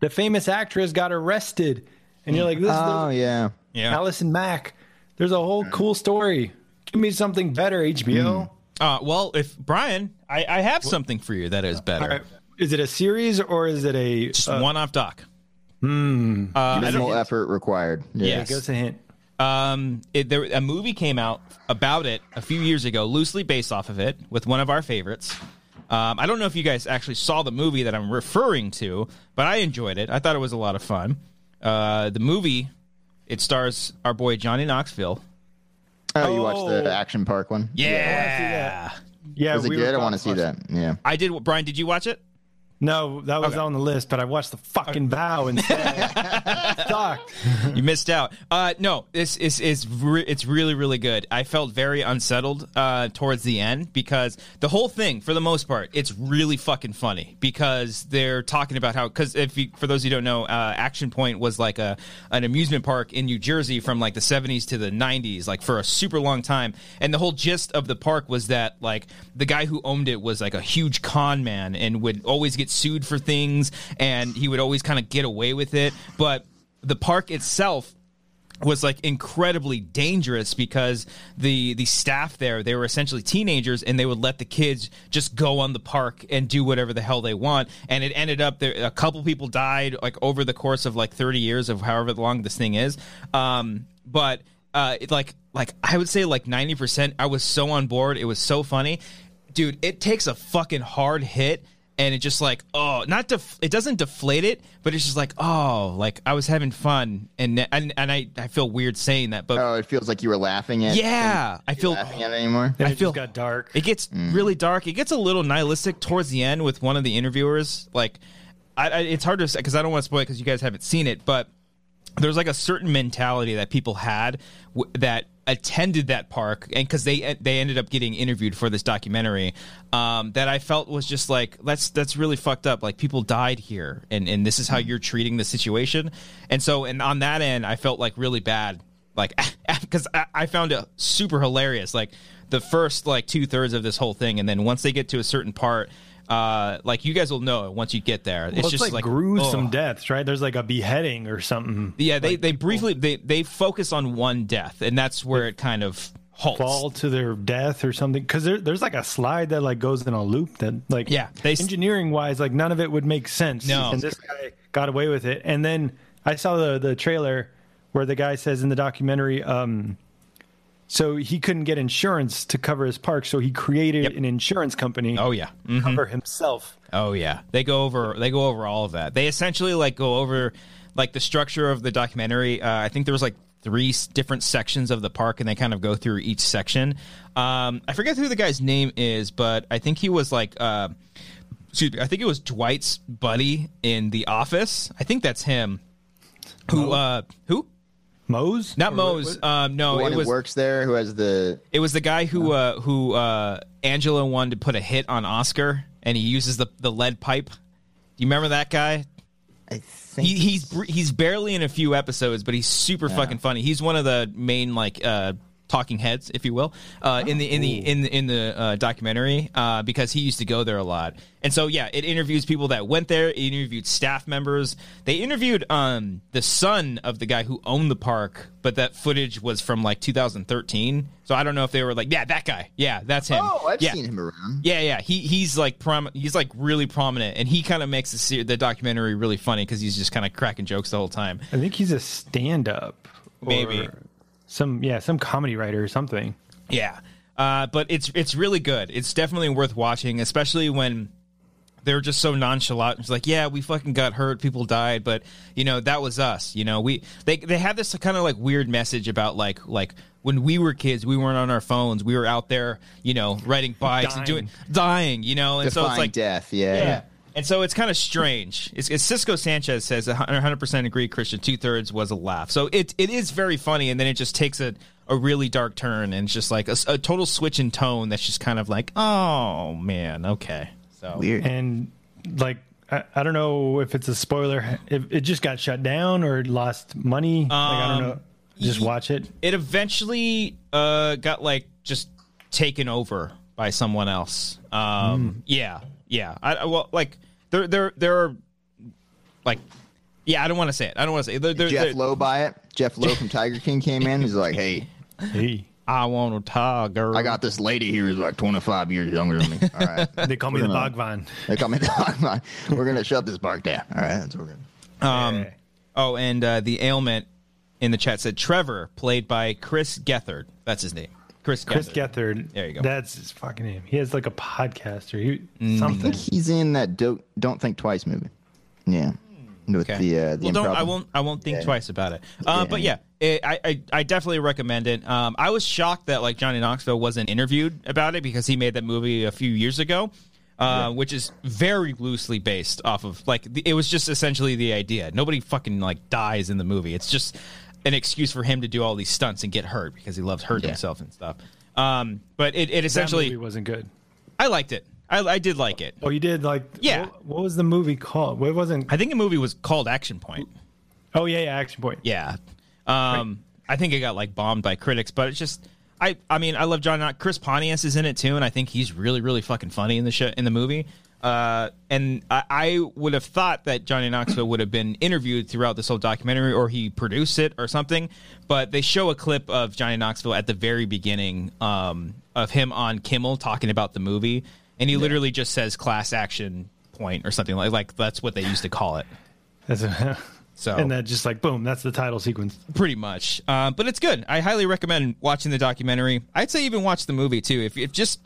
Speaker 4: the famous actress got arrested, and you're like, this
Speaker 3: Oh
Speaker 4: is
Speaker 3: yeah.
Speaker 1: yeah.
Speaker 4: Allison Mack. There's a whole cool story. Give me something better, HBO.
Speaker 1: Uh, well, if Brian, I, I have something for you that is better.
Speaker 4: All right. Uh, Is it a series or is it a?
Speaker 1: Just
Speaker 4: uh,
Speaker 1: one off doc.
Speaker 3: Minimal effort required.
Speaker 1: Yeah.
Speaker 4: Give us a hint.
Speaker 1: Um, it, there, a movie came out about it a few years ago, loosely based off of it, with one of our favorites. Um, I don't know if you guys actually saw the movie that I'm referring to, but I enjoyed it. I thought it was a lot of fun. Uh, the movie it stars our boy Johnny Knoxville.
Speaker 3: Oh, you watched the
Speaker 4: Oh.
Speaker 3: Action Park one?
Speaker 1: Yeah,
Speaker 4: Yeah,
Speaker 3: Was it
Speaker 4: we were
Speaker 3: good? I want to
Speaker 4: talking
Speaker 3: see
Speaker 4: about-
Speaker 3: that. Yeah.
Speaker 1: I did. Brian, did you watch it?
Speaker 4: No, that was on the list, but I watched the fucking vow instead. Sucked.
Speaker 1: you missed out. Uh, no, this is is re- it's really really good. I felt very unsettled uh, towards the end because the whole thing, for the most part, it's really fucking funny because they're talking about how because if you, for those who don't know, uh, Action Point was like a an amusement park in New Jersey from like the seventies to the nineties, like for a super long time. And the whole gist of the park was that like the guy who owned it was like a huge con man and would always get sued for things, and he would always kind of get away with it, but the park itself was like incredibly dangerous because the the staff there they were essentially teenagers and they would let the kids just go on the park and do whatever the hell they want and it ended up there a couple people died like over the course of like 30 years of however long this thing is um but uh it, like like i would say like 90% i was so on board it was so funny dude it takes a fucking hard hit and it just like oh not def- it doesn't deflate it but it's just like oh like i was having fun and and, and I, I feel weird saying that but
Speaker 3: Oh, it feels like you were laughing at.
Speaker 1: yeah Mm. i feel
Speaker 3: Laughing at it anymore.
Speaker 4: I
Speaker 1: feel-
Speaker 4: just got dark.
Speaker 1: it gets really dark it gets a little nihilistic towards the end with one of the interviewers like I, I it's hard to say because i don't want to spoil it because you guys haven't seen it but there's like a certain mentality that people had w- that attended that park and because they they ended up getting interviewed for this documentary um, that I felt was just like that's that's really fucked up like people died here and and this is how you're treating the situation and so and on that end I felt like really bad like because I, I found it super hilarious like the first like two thirds of this whole thing and then once they get to a certain part uh like you guys will know it once you get there it's,
Speaker 4: Well, it's
Speaker 1: just
Speaker 4: like,
Speaker 1: like oh.
Speaker 4: gruesome
Speaker 1: ugh.
Speaker 4: deaths, right? There's like a beheading or something.
Speaker 1: Yeah, they, they briefly they, they focus on one death, and that's where it kind of halts.
Speaker 4: fall to their death or something because there, there's like a slide that like goes in a loop that like
Speaker 1: Yeah, they s-
Speaker 4: engineering wise like none of it would make sense
Speaker 1: No.
Speaker 4: and this guy got away with it and then i saw the the trailer where the guy says in the documentary um so he couldn't get insurance to cover his park so he created an insurance company
Speaker 1: Oh yeah,
Speaker 4: to cover himself
Speaker 1: oh yeah. They go over they go over all of that. They essentially like go over like the structure of the documentary. Uh, I think there was like three s- different sections of the park, and they kind of go through each section. Um, I forget who the guy's name is, but I think he was like. Uh, Excuse me. I think it was Dwight's buddy in The Office. I think that's him. Who? Uh, who?
Speaker 4: Moe's?
Speaker 1: Not
Speaker 4: Or
Speaker 1: Moe's. Um, no,
Speaker 3: The
Speaker 1: it
Speaker 3: one who
Speaker 1: was
Speaker 3: works there, who has the
Speaker 1: It was the guy who uh, who uh, Angela wanted to put a hit on Oscar, and he uses the the lead pipe. You remember that guy?
Speaker 3: I
Speaker 1: He,
Speaker 3: think
Speaker 1: he's br- he's barely in a few episodes, but he's super fucking funny. He's one of the main like uh, talking heads, if you will, uh, in the in the
Speaker 3: Oh.
Speaker 1: in the, in the uh, documentary uh, because he used to go there a lot. And so yeah, it interviews people that went there. It interviewed staff members. They interviewed um, the son of the guy who owned the park, but that footage was from like 2013. So I don't know if they were like, yeah, that guy, yeah, that's him.
Speaker 3: Oh, I've
Speaker 1: yeah.
Speaker 3: seen him around.
Speaker 1: Yeah, yeah, he he's like prom- he's like really prominent, and he kind of makes the ser- the documentary really funny because he's just kind of cracking jokes the whole time.
Speaker 4: i think he's a stand-up or
Speaker 1: Maybe.
Speaker 4: some yeah some comedy writer or something
Speaker 1: Yeah, uh, but it's it's really good. It's definitely worth watching, especially when they're just so nonchalant. It's like, yeah, we fucking got hurt, people died, but you know that was us. You know, we they they have this kind of like weird message about like like when we were kids, we weren't on our phones, we were out there, you know, riding bikes and
Speaker 4: Dying.
Speaker 1: doing dying, you know, and
Speaker 3: Defying
Speaker 1: so it's like
Speaker 3: death. Yeah.
Speaker 1: Yeah. And so it's kind of strange. It's, it's Cisco Sanchez says 100% agree, Christian. Two thirds was a laugh. So it it is very funny, and then it just takes a, a really dark turn, and it's just like a, s- a total switch in tone that's just kind of like, oh man, okay. So
Speaker 3: Weird.
Speaker 4: and like I, I don't know if it's a spoiler if it just got shut down or it lost money like, i
Speaker 1: Um,
Speaker 4: don't know just watch it
Speaker 1: it eventually uh, got like just taken over by someone else.
Speaker 3: Hmm.
Speaker 1: Um, Yeah, yeah. I, I- well, like there, there, there are like, yeah. I don't want to say it. I don't want to say it. There, there, there-
Speaker 3: Jeff Lowe by it. Jeff Lowe from Tiger King came in. He's like, hey,
Speaker 4: hey
Speaker 1: I want to talk, girl.
Speaker 3: I got this lady here who's like 25 years younger than me. All right.
Speaker 4: they call me the
Speaker 3: Bruno.
Speaker 4: bogvan
Speaker 3: They call me the We're going to shut this park down. All right. That's what we're gonna...
Speaker 1: Um, Oh, and uh, the ailment in the chat said Trevor, played by Chris Gethard. That's his name. Chris.
Speaker 4: chris
Speaker 1: Gethard.
Speaker 4: gethard
Speaker 1: There you go. Mm.
Speaker 4: that's his fucking name he has like a podcast or he, something
Speaker 3: He's in that do- Don't Think Twice movie. Yeah. With
Speaker 1: Hmm. Okay.
Speaker 3: the, uh, the
Speaker 1: well, don't, I
Speaker 3: improv-
Speaker 1: won't. I won't think twice about it. Uh, But yeah, it, I, I I definitely recommend it. Um, I was shocked that like Johnny Knoxville wasn't interviewed about it because he made that movie a few years ago, uh, which is very loosely based off of like the, it was just essentially the idea. Nobody fucking like dies in the movie. It's just an excuse for him to do all these stunts and get hurt because he loves hurting himself and stuff. Um, but it, it
Speaker 4: that
Speaker 1: essentially,
Speaker 4: movie wasn't good
Speaker 1: I liked it. I, I did like it.
Speaker 4: oh you did like
Speaker 1: Yeah.
Speaker 4: what, what was the movie called what wasn't
Speaker 1: I think the movie was called Action Point.
Speaker 4: oh yeah yeah action point
Speaker 1: Yeah. Um, I think it got like bombed by critics, but it's just I I mean I love John. Knox. Chris Pontius is in it too, and I think he's really really fucking funny in the show in the movie. Uh, and I, I would have thought that Johnny Knoxville would have been interviewed throughout this whole documentary, or he produced it or something. But they show a clip of Johnny Knoxville at the very beginning um, of him on Kimmel talking about the movie, and he literally just says "class action point" or something like like that's what they used to call it.
Speaker 4: That's a-
Speaker 1: So
Speaker 4: and that just like boom that's the title sequence
Speaker 1: pretty much. Uh, but it's good. I highly recommend watching the documentary. I'd say even watch the movie too. If if just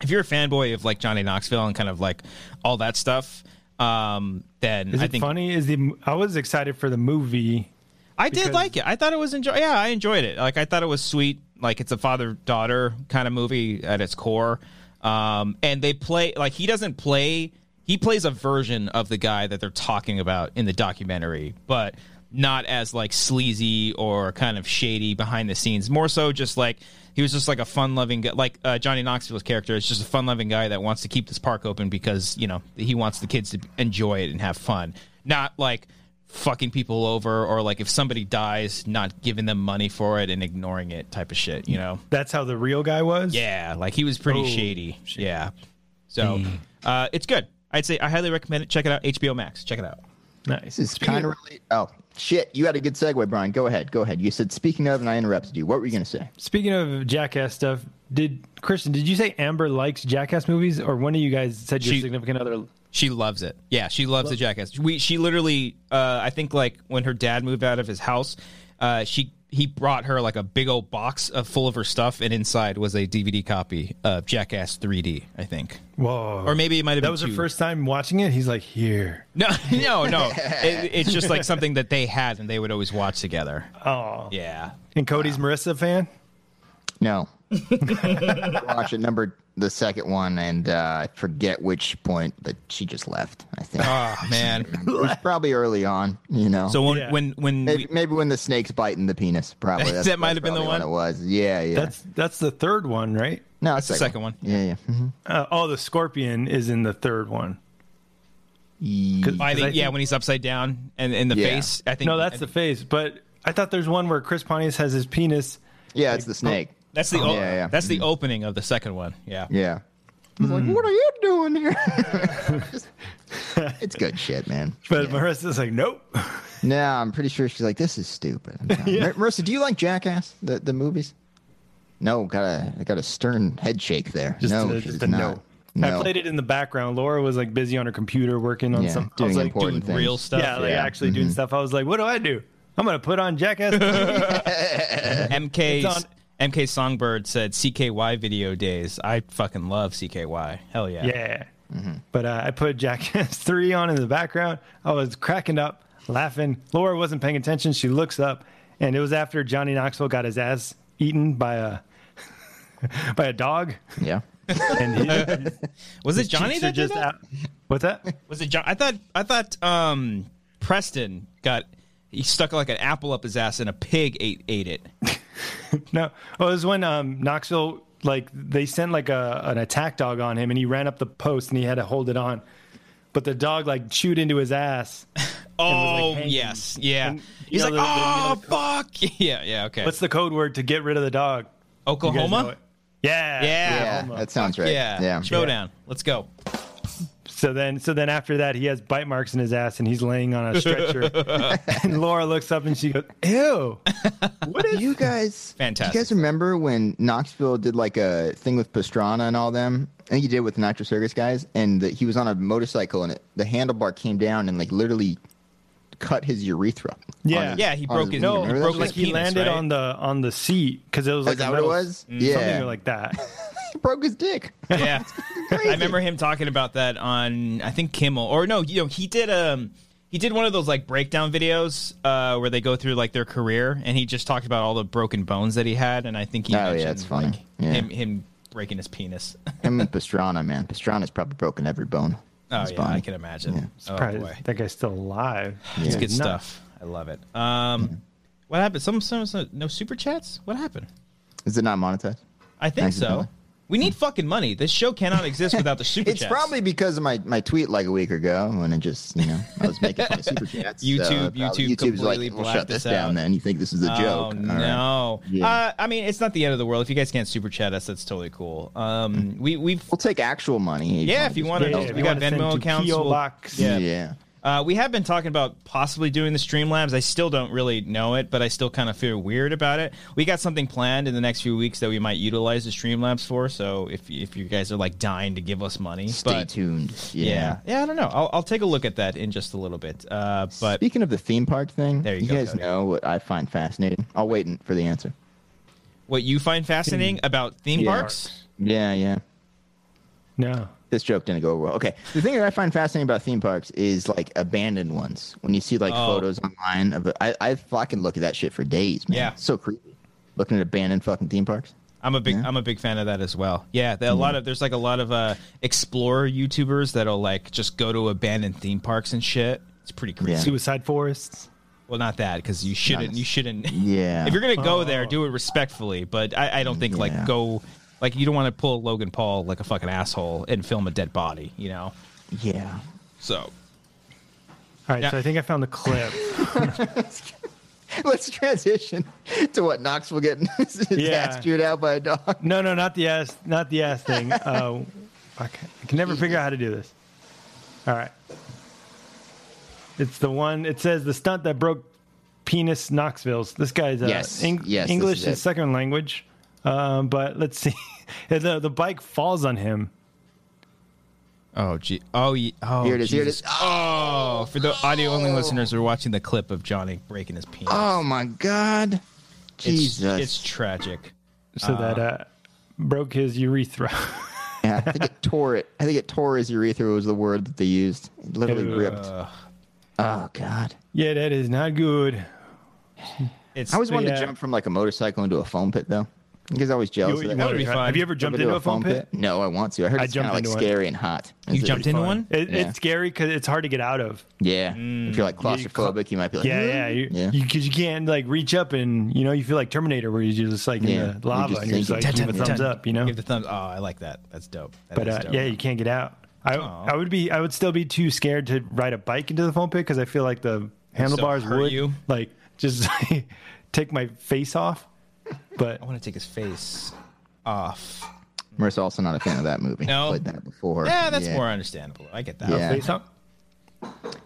Speaker 1: if you're a fanboy of like Johnny Knoxville and kind of like all that stuff, um, then
Speaker 4: is
Speaker 1: I
Speaker 4: it
Speaker 1: think
Speaker 4: funny is the i was excited for the movie
Speaker 1: I did
Speaker 4: because-
Speaker 1: like it. I thought it was enjoy. Yeah, I enjoyed it. Like I thought it was sweet. Like it's a father daughter kind of movie at its core. Um, and they play like he doesn't play. He plays a version of the guy that they're talking about in the documentary, but not as like sleazy or kind of shady behind the scenes. More so, just like he was just like a fun loving guy. Like uh, Johnny Knoxville's character is just a fun loving guy that wants to keep this park open because you know he wants the kids to enjoy it and have fun, not like fucking people over or like if somebody dies not giving them money for it and ignoring it type of shit you know
Speaker 4: that's how the real guy was
Speaker 1: yeah like he was pretty shady yeah so
Speaker 4: Mm.
Speaker 1: uh it's good i'd say i highly recommend it check it out hbo max check it out
Speaker 4: nice
Speaker 3: This is kind of related. Oh, shit. You had a good segue, Brian. Go ahead. Go ahead. You said, speaking of, and I interrupted you. What were you going to say?
Speaker 4: Speaking of jackass stuff, did Kristen, did you say Amber likes jackass movies or one of you guys said your
Speaker 1: She-
Speaker 4: significant other
Speaker 1: she loves it yeah she loves the jackass we she literally uh i think like when her dad moved out of his house uh she he brought her like a big old box of full of her stuff and inside was a dvd copy of jackass 3d i think
Speaker 4: Whoa.
Speaker 1: or maybe it might have
Speaker 4: that
Speaker 1: been
Speaker 4: was
Speaker 1: two.
Speaker 4: her first time watching it. He's like, here.
Speaker 1: No, no, no. It, it's just like something that they had and they would always watch together.
Speaker 4: Oh.
Speaker 1: Yeah.
Speaker 4: And Cody's Marissa fan?
Speaker 3: No. Watch it number the second one, and uh, I forget which point, but she just left. I think
Speaker 1: Oh man.
Speaker 3: it was probably early on. You know,
Speaker 1: So when
Speaker 4: Yeah.
Speaker 1: when when
Speaker 3: maybe,
Speaker 1: we,
Speaker 3: maybe when the snake's biting the penis, probably That's-
Speaker 1: That might
Speaker 3: that's
Speaker 1: have been the
Speaker 3: probably when
Speaker 1: one?
Speaker 3: It was, yeah, yeah.
Speaker 4: That's that's the third one, right?
Speaker 3: no,
Speaker 1: that's the second one.
Speaker 3: Yeah, yeah. Mhm.
Speaker 4: Uh, oh, the scorpion is in the third one.
Speaker 1: I
Speaker 3: Ye-
Speaker 1: think,
Speaker 4: I
Speaker 1: yeah
Speaker 4: think-
Speaker 1: when he's upside down and in the
Speaker 3: Yeah.
Speaker 1: face. I think
Speaker 4: No, that's the phase. But I thought there's one where Chris Pontius has his penis.
Speaker 3: yeah, it's the snake.
Speaker 1: that's the o-
Speaker 3: Oh, yeah, yeah.
Speaker 1: that's the opening of the second one. Yeah.
Speaker 3: Yeah. Mm. He's like, what are you doing here? Just- it's good shit, man.
Speaker 4: But Marissa's like, nope.
Speaker 3: No, I'm pretty sure she's like, this is stupid. I'm sorry. Mar- Marissa, do you like Jackass the the movies? No, got a I got a stern head shake there.
Speaker 4: Just
Speaker 3: no,
Speaker 4: a,
Speaker 3: she
Speaker 4: just
Speaker 3: does
Speaker 4: a no.
Speaker 3: not. no.
Speaker 4: I played it in the background. Laura was like busy on her computer working on
Speaker 3: Yeah,
Speaker 4: something. I
Speaker 3: doing
Speaker 4: was like,
Speaker 1: Doing
Speaker 3: important things.
Speaker 1: real stuff.
Speaker 4: yeah, like
Speaker 3: Yeah.
Speaker 4: actually doing stuff. I was like, what do I do? I'm gonna put on Jackass.
Speaker 1: MK
Speaker 4: It's on-
Speaker 1: MK Songbird said CKY video days. I fucking love CKY. Hell yeah.
Speaker 4: yeah, but uh, I put Jackass three on in the background. I was cracking up, laughing. Laura wasn't paying attention. She looks up, and it was after Johnny Knoxville got his ass eaten by a by a dog.
Speaker 3: Yeah.
Speaker 4: and his,
Speaker 1: Was it Johnny
Speaker 4: cheeks are
Speaker 1: that did
Speaker 4: just
Speaker 1: that?
Speaker 4: out. What's that?
Speaker 1: Was it John? I thought I thought um, Preston got he stuck like an apple up his ass and a pig ate ate it.
Speaker 4: No. Well, it was when um, Knoxville like they sent like a an attack dog on him, and he ran up the post and he had to hold it on, but the dog like chewed into his ass. was,
Speaker 1: Oh
Speaker 4: like, hanging.
Speaker 1: yes, yeah.
Speaker 4: And,
Speaker 1: He's
Speaker 4: you
Speaker 1: like,
Speaker 4: know,
Speaker 1: oh
Speaker 4: the- the-
Speaker 1: fuck, yeah, yeah, okay.
Speaker 4: What's the code word to get rid of the dog? You guys know
Speaker 1: Oklahoma?
Speaker 4: it. Yeah.
Speaker 1: Yeah.
Speaker 3: Yeah, that sounds right.
Speaker 1: Yeah,
Speaker 3: yeah.
Speaker 1: Showdown. Let's go.
Speaker 4: So then, so then after that, he has bite marks in his ass, and he's laying on a stretcher. and Laura looks up and she goes, "Ew, what is?"
Speaker 3: You guys,
Speaker 1: Fantastic.
Speaker 3: Do you guys remember when Knoxville did like a thing with Pastrana and all them? I think he did with the Nitro Circus guys, and the, he was on a motorcycle, and it, the handlebar came down and like literally cut his urethra. on
Speaker 4: Yeah.
Speaker 3: his-
Speaker 1: Yeah, he
Speaker 3: on
Speaker 1: broke his-
Speaker 3: knee.
Speaker 4: No,
Speaker 1: Remember
Speaker 3: Remember
Speaker 1: broke
Speaker 3: that
Speaker 4: like
Speaker 1: his
Speaker 3: shit?
Speaker 4: he
Speaker 1: penis,
Speaker 4: landed
Speaker 1: right?
Speaker 4: on the on the seat because it was like
Speaker 3: Is
Speaker 4: a
Speaker 3: that what it
Speaker 4: metal-
Speaker 3: was?
Speaker 4: something
Speaker 3: Yeah,
Speaker 4: like that.
Speaker 1: Oh,
Speaker 3: he broke his dick.
Speaker 1: Yeah. I remember him talking about that on I think Kimmel or no, you know, he did um he did one of those like breakdown videos uh where they go through like their career and he just talked about all the broken bones that he had and I think he
Speaker 3: Oh, yeah,
Speaker 1: mentioned
Speaker 3: it's funny.
Speaker 1: like,
Speaker 3: Yeah.
Speaker 1: him him breaking his penis.
Speaker 3: Him and Pastrana, man. Pastrana's probably broken every bone. in
Speaker 1: Oh
Speaker 3: his
Speaker 1: yeah,
Speaker 3: body.
Speaker 1: I can imagine. Oh
Speaker 4: Surprised
Speaker 1: boy.
Speaker 4: that guy's still alive.
Speaker 1: It's good
Speaker 4: Nuts.
Speaker 1: stuff. I love it. Um what happened? Some, some some no super chats? What happened?
Speaker 3: Is it not monetized?
Speaker 1: I think
Speaker 3: Thank you,
Speaker 1: so.
Speaker 3: Billy.
Speaker 1: We need fucking money. This show cannot exist without the super
Speaker 3: It's
Speaker 1: chats.
Speaker 3: probably because of my, my tweet like a week ago when it just you know I was making fun of super chats. so
Speaker 1: YouTube-
Speaker 3: probably-
Speaker 1: YouTube
Speaker 3: YouTube's like,
Speaker 1: completely
Speaker 3: we'll
Speaker 1: blacked
Speaker 3: shut this
Speaker 1: us out."
Speaker 3: down. Then you think this is a joke?
Speaker 1: Oh
Speaker 3: All right.
Speaker 1: no!
Speaker 3: Yeah.
Speaker 1: Uh, I mean, it's not the end of the world. If you guys can't super chat us, that's totally cool. Um, we we've
Speaker 3: We'll take actual money.
Speaker 1: yeah, if you want to,
Speaker 4: Yeah,
Speaker 1: we
Speaker 4: you
Speaker 1: got
Speaker 4: wanna send
Speaker 1: Venmo
Speaker 4: to
Speaker 1: accounts.
Speaker 4: PO
Speaker 1: we'll-
Speaker 4: Box.
Speaker 1: yeah.
Speaker 3: Yeah. yeah.
Speaker 1: Uh, we have been talking about possibly doing the Streamlabs. I still don't really know it, but I still kind of feel weird about it. We got something planned in the next few weeks that we might utilize the Streamlabs for. So if if you guys are like dying to give us money,
Speaker 3: Stay
Speaker 1: but
Speaker 3: tuned. Yeah.
Speaker 1: yeah, yeah, I don't know. I'll, I'll take a look at that in just a little bit. Uh, but
Speaker 3: Speaking of the theme park thing,
Speaker 1: There you
Speaker 3: you
Speaker 1: go,
Speaker 3: guys
Speaker 1: Cody.
Speaker 3: know what I find fascinating. I'll wait in- for the answer.
Speaker 1: what you find fascinating about theme
Speaker 3: Yeah.
Speaker 1: parks?
Speaker 3: Yeah, yeah.
Speaker 4: No.
Speaker 3: This joke didn't go well. Okay. The thing that I find fascinating about theme parks is like abandoned ones. When you see like
Speaker 1: Oh.
Speaker 3: photos online of, I, I fucking look at that shit for days, man.
Speaker 1: Yeah.
Speaker 3: It's so creepy. Looking at abandoned fucking theme parks.
Speaker 1: I'm a big I'm a big fan of that as well. Yeah, there, a lot of there's like a lot of uh explorer YouTubers that'll like just go to abandoned theme parks and shit. It's pretty crazy.
Speaker 3: Yeah.
Speaker 4: Suicide forests.
Speaker 1: Well, not that because you shouldn't
Speaker 3: Nice.
Speaker 1: you shouldn't.
Speaker 3: Yeah.
Speaker 1: if you're gonna go there, do it respectfully. But I, I don't think like
Speaker 3: Yeah.
Speaker 1: go like you don't want to pull Logan Paul like a fucking asshole and film a dead body. You know.
Speaker 3: yeah.
Speaker 1: So
Speaker 4: All right,
Speaker 1: Yeah.
Speaker 4: so I think I found the clip.
Speaker 3: Let's transition to what Knox will get his
Speaker 4: Yeah.
Speaker 3: ass chewed out by a dog.
Speaker 4: no, no, not the ass, not the ass thing. Uh, I, can, I can never figure out how to do this. All right, it's the one. It says the stunt that broke penis Knoxville's. This guy's uh,
Speaker 3: Yes,
Speaker 4: Eng-
Speaker 3: yes, this
Speaker 4: English
Speaker 3: is
Speaker 4: is,
Speaker 3: it.
Speaker 4: second language. Um, but let's see. the the bike falls on him.
Speaker 1: oh gee oh ye- oh
Speaker 3: Here it is, here it
Speaker 1: Jesus.
Speaker 3: is.
Speaker 1: Oh, for the audio only listeners, we're watching the clip of Johnny breaking his penis.
Speaker 3: Oh my God.
Speaker 1: It's-
Speaker 3: Jesus.
Speaker 1: it's tragic.
Speaker 4: so that
Speaker 3: Ah.
Speaker 4: uh, broke his urethra.
Speaker 3: Yeah, I think it tore it. I think it tore his urethra was the word that they used. It literally ripped. Oh god.
Speaker 4: yeah, that is not good.
Speaker 1: It's
Speaker 3: I always wanted
Speaker 4: yeah.
Speaker 3: to jump from like a motorcycle into a foam pit though. You guys always
Speaker 4: You-
Speaker 3: jealous
Speaker 4: you
Speaker 3: of that.
Speaker 4: wanna
Speaker 1: would be
Speaker 4: try-
Speaker 1: fun.
Speaker 4: Have you ever
Speaker 3: Jump
Speaker 4: jumped into a foam pit?
Speaker 3: No, I want to. I heard
Speaker 4: I
Speaker 3: it's kind of
Speaker 4: jumped
Speaker 3: like
Speaker 4: into one.
Speaker 3: scary and hot.
Speaker 1: you
Speaker 3: Is it-
Speaker 1: jumped into one.
Speaker 4: It,
Speaker 3: Yeah.
Speaker 4: It's scary because it's hard to get out of.
Speaker 3: Yeah. If you're like claustrophobic, you might be like,
Speaker 4: Mm.
Speaker 3: "Hmm."
Speaker 4: Yeah, yeah, you,
Speaker 3: Yeah.
Speaker 4: You, cause you can't like reach up and you know you feel like Terminator where you just like
Speaker 3: Yeah,
Speaker 4: in
Speaker 3: you
Speaker 4: the lava
Speaker 3: just
Speaker 4: and you're just
Speaker 3: think
Speaker 4: like
Speaker 3: it-
Speaker 4: give a thumbs up, you know.
Speaker 1: Give the thumbs. Oh, I like that. That's dope. That
Speaker 4: But
Speaker 1: is
Speaker 4: uh,
Speaker 1: dope.
Speaker 4: yeah, you can't get out. I I would be I would still be too scared to ride a bike into the foam pit because I feel like the handlebars
Speaker 1: hurt
Speaker 4: would
Speaker 1: you.
Speaker 4: like just take my face off. But
Speaker 1: I want to take his face off.
Speaker 3: Marissa also not a fan of that movie.
Speaker 1: No.
Speaker 3: Played that before.
Speaker 1: Yeah, that's more understandable. I get that.
Speaker 3: Yeah.
Speaker 4: face off.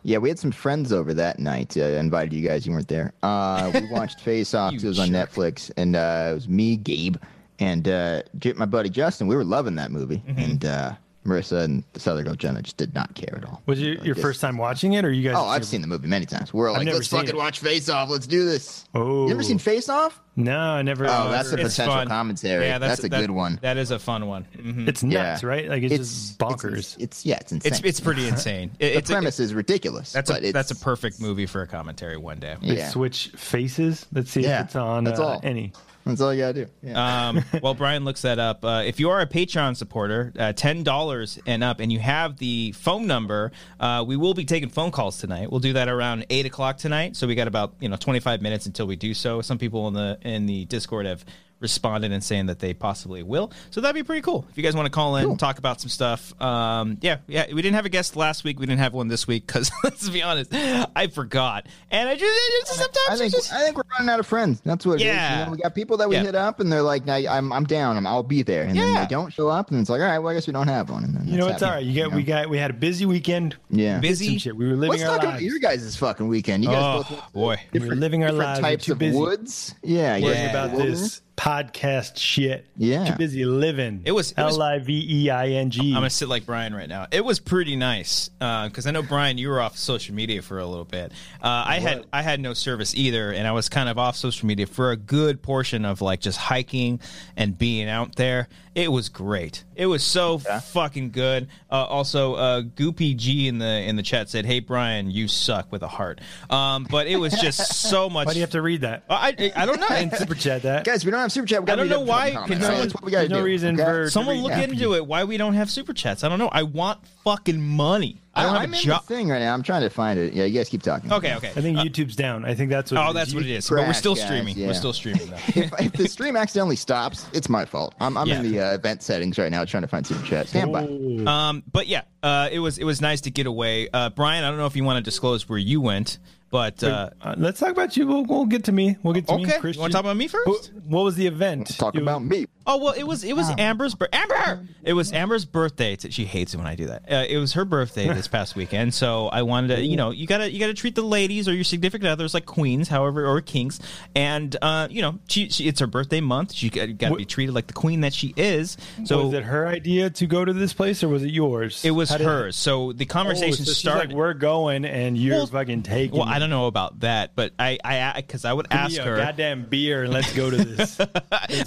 Speaker 3: Yeah, we had some friends over that night. Uh, invited you guys. You weren't there. Uh, we watched Face Off.
Speaker 1: You
Speaker 3: it was on
Speaker 1: jerk.
Speaker 3: Netflix, and uh, it was me, Gabe, and uh, J- my buddy Justin. We were loving that movie,
Speaker 4: Mm-hmm.
Speaker 3: and uh, Marissa and this other girl Jenna just did not care at all.
Speaker 4: Was it your first time watching it, or you guys?
Speaker 3: Oh, I've seen the movie many times. We're all like,
Speaker 4: never
Speaker 3: let's
Speaker 4: seen
Speaker 3: fucking
Speaker 4: it.
Speaker 3: watch Face Off. Let's do this.
Speaker 4: Oh.
Speaker 3: you ever seen Face Off?
Speaker 4: No, I never.
Speaker 3: Oh, that's a
Speaker 1: It's
Speaker 3: potential
Speaker 1: fun.
Speaker 3: commentary.
Speaker 1: Yeah,
Speaker 3: that's, a
Speaker 1: that-
Speaker 3: good one.
Speaker 1: That is a fun one. Mhm.
Speaker 4: it's nuts,
Speaker 3: yeah.
Speaker 4: right? Like it's, just bonkers.
Speaker 3: It's, it's- yeah, it's insane.
Speaker 1: It's it's pretty insane. It-
Speaker 3: the
Speaker 1: it's a-
Speaker 3: premise is ridiculous.
Speaker 1: that's
Speaker 3: but
Speaker 1: a
Speaker 3: it's,
Speaker 1: that's a perfect movie for a commentary one day.
Speaker 4: they
Speaker 3: yeah.
Speaker 4: switch faces. Let's see
Speaker 3: Yeah,
Speaker 4: if it's on
Speaker 3: that's
Speaker 4: uh,
Speaker 3: all.
Speaker 4: any.
Speaker 3: That's all you gotta do. Yeah.
Speaker 1: Um, while Brian looks that up, uh, if you are a Patreon supporter, uh, $10 and up, and you have the phone number, uh, we will be taking phone calls tonight. We'll do that around 8 o'clock tonight. So we got about, you know, 25 minutes until we do so. Some people in the in the Discord have responded and saying that they possibly will. So that'd be pretty cool. If you guys want to call in, talk about some stuff. Um, yeah, yeah. We didn't have a guest last week. We didn't have one this week because, let's be honest, I forgot. And I just, I just sometimes
Speaker 3: I
Speaker 1: you
Speaker 3: think
Speaker 1: just-
Speaker 3: I think we're running out of friends. That's what it is.
Speaker 1: Yeah.
Speaker 3: You know, we got people that we
Speaker 1: Yeah.
Speaker 3: hit up, and they're like, "Now I'm I'm down. I'm, I'll be there." And then
Speaker 1: Yeah.
Speaker 3: they don't show up, and it's like, "All right, well, I guess we don't have one." And then
Speaker 4: You know,
Speaker 3: that's
Speaker 4: it's all right.
Speaker 3: happening,
Speaker 4: You got, we got, we had a busy weekend.
Speaker 3: know? yeah.
Speaker 4: Did some
Speaker 1: busy.
Speaker 4: shit. We were living
Speaker 3: What's
Speaker 4: our
Speaker 3: talking about
Speaker 4: lives.
Speaker 3: your guys' fucking weekend? You guys
Speaker 1: Oh,
Speaker 3: both went to
Speaker 1: boy.
Speaker 4: We were living our
Speaker 3: different
Speaker 4: lives. We were
Speaker 3: types
Speaker 4: too
Speaker 3: of
Speaker 4: busy.
Speaker 3: woods. Yeah, you guys
Speaker 1: Yeah.
Speaker 3: went to
Speaker 4: about
Speaker 3: the wilderness?
Speaker 4: this podcast shit.
Speaker 3: Yeah.
Speaker 4: Too busy living.
Speaker 1: It was- it was-
Speaker 4: L I V E I N G.
Speaker 1: I'm gonna sit like Brian right now. It was pretty nice because I know Brian, you were off social media for a little bit. Uh, I had I had no service either, and I was kind of off social media for a good portion of like just hiking and being out there. It was great. It was so fucking good. Uh, also, uh, Goopy G in the in the chat said, "Hey Brian, you suck" with a heart. Um, but it was just so much.
Speaker 4: Why do you have to read that?
Speaker 1: I I don't know.
Speaker 4: Super chat that.
Speaker 3: Guys, we don't have super chat. We gotta
Speaker 1: don't
Speaker 3: read
Speaker 1: know
Speaker 3: up
Speaker 1: why,
Speaker 3: some
Speaker 1: can
Speaker 3: comments.
Speaker 1: someone-
Speaker 3: That's what we gotta
Speaker 4: there's no
Speaker 3: do,
Speaker 4: reason
Speaker 3: okay?
Speaker 4: for-
Speaker 1: Someone look
Speaker 4: Every-
Speaker 1: into it. Why we don't have super chats? I don't know. I want fucking money. I don't
Speaker 3: I'm
Speaker 1: have a
Speaker 3: in
Speaker 1: job.
Speaker 3: the thing right now. I'm trying to find it. Yeah, you guys keep talking.
Speaker 1: Okay, okay.
Speaker 4: I think YouTube's down. I think that's what.
Speaker 1: uh, Oh, that's what it is. but we're
Speaker 3: Crash,
Speaker 1: still
Speaker 3: guys,
Speaker 1: streaming.
Speaker 3: yeah.
Speaker 1: We're still streaming though.
Speaker 3: If, if the stream accidentally stops, it's my fault. I'm, I'm in
Speaker 1: Yeah.
Speaker 3: the uh, event settings right now, trying to find super chat. Stand by.
Speaker 4: Oh,
Speaker 1: um, but yeah, uh, it was it was nice to get away. Uh, Brian, I don't know if you want to disclose where you went, but uh,
Speaker 4: Uh, let's talk about you. We'll, we'll get to me. We'll get to me.
Speaker 1: okay, you
Speaker 4: Christian.
Speaker 1: want to talk about me first?
Speaker 4: Wh- What was the event?
Speaker 3: Talk
Speaker 4: It was-
Speaker 3: about me.
Speaker 1: Oh well, it was it was Amber's bir- Amber. It was Amber's birthday. T- She hates it when I do that. Uh, it was her birthday this past weekend, so I wanted to, you know, you gotta you gotta treat the ladies or your significant others like queens, however, or kings, and uh, you know, she, she it's her birthday month. She got to
Speaker 4: What-
Speaker 1: be treated like the queen that she is. So
Speaker 4: was it her idea to go to this place or was it yours?
Speaker 1: it was
Speaker 4: How did-
Speaker 1: hers. So the
Speaker 4: Oh, so
Speaker 1: conversation
Speaker 4: she's
Speaker 1: started.
Speaker 4: Like, we're going, and you're
Speaker 1: Well-
Speaker 4: fucking taking.
Speaker 1: Well, I don't know about that, but I, I, because I, would
Speaker 4: me
Speaker 1: ask
Speaker 4: a
Speaker 1: her.
Speaker 4: Goddamn beer, and let's go to this.
Speaker 1: I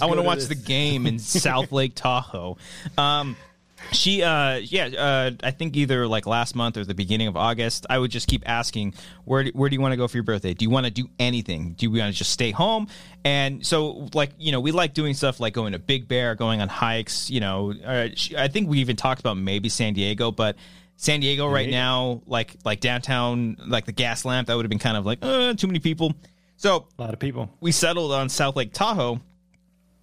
Speaker 1: want
Speaker 4: go
Speaker 1: to
Speaker 4: to
Speaker 1: watch
Speaker 4: this.
Speaker 1: the game in South Lake Tahoe. Um, she, uh, yeah, uh, I think either like last month or the beginning of August, I would just keep asking, where do, where do you want to go for your birthday? Do you want to do anything? Do you want to just stay home? And so, like, you know, we like doing stuff like going to Big Bear, going on hikes. You know, uh, she, I think we even talked about maybe San Diego, but. San Diego right now, like like downtown, like the gas lamp, that would have been kind of like uh, too many people. So
Speaker 4: a lot of people.
Speaker 1: we settled on South Lake Tahoe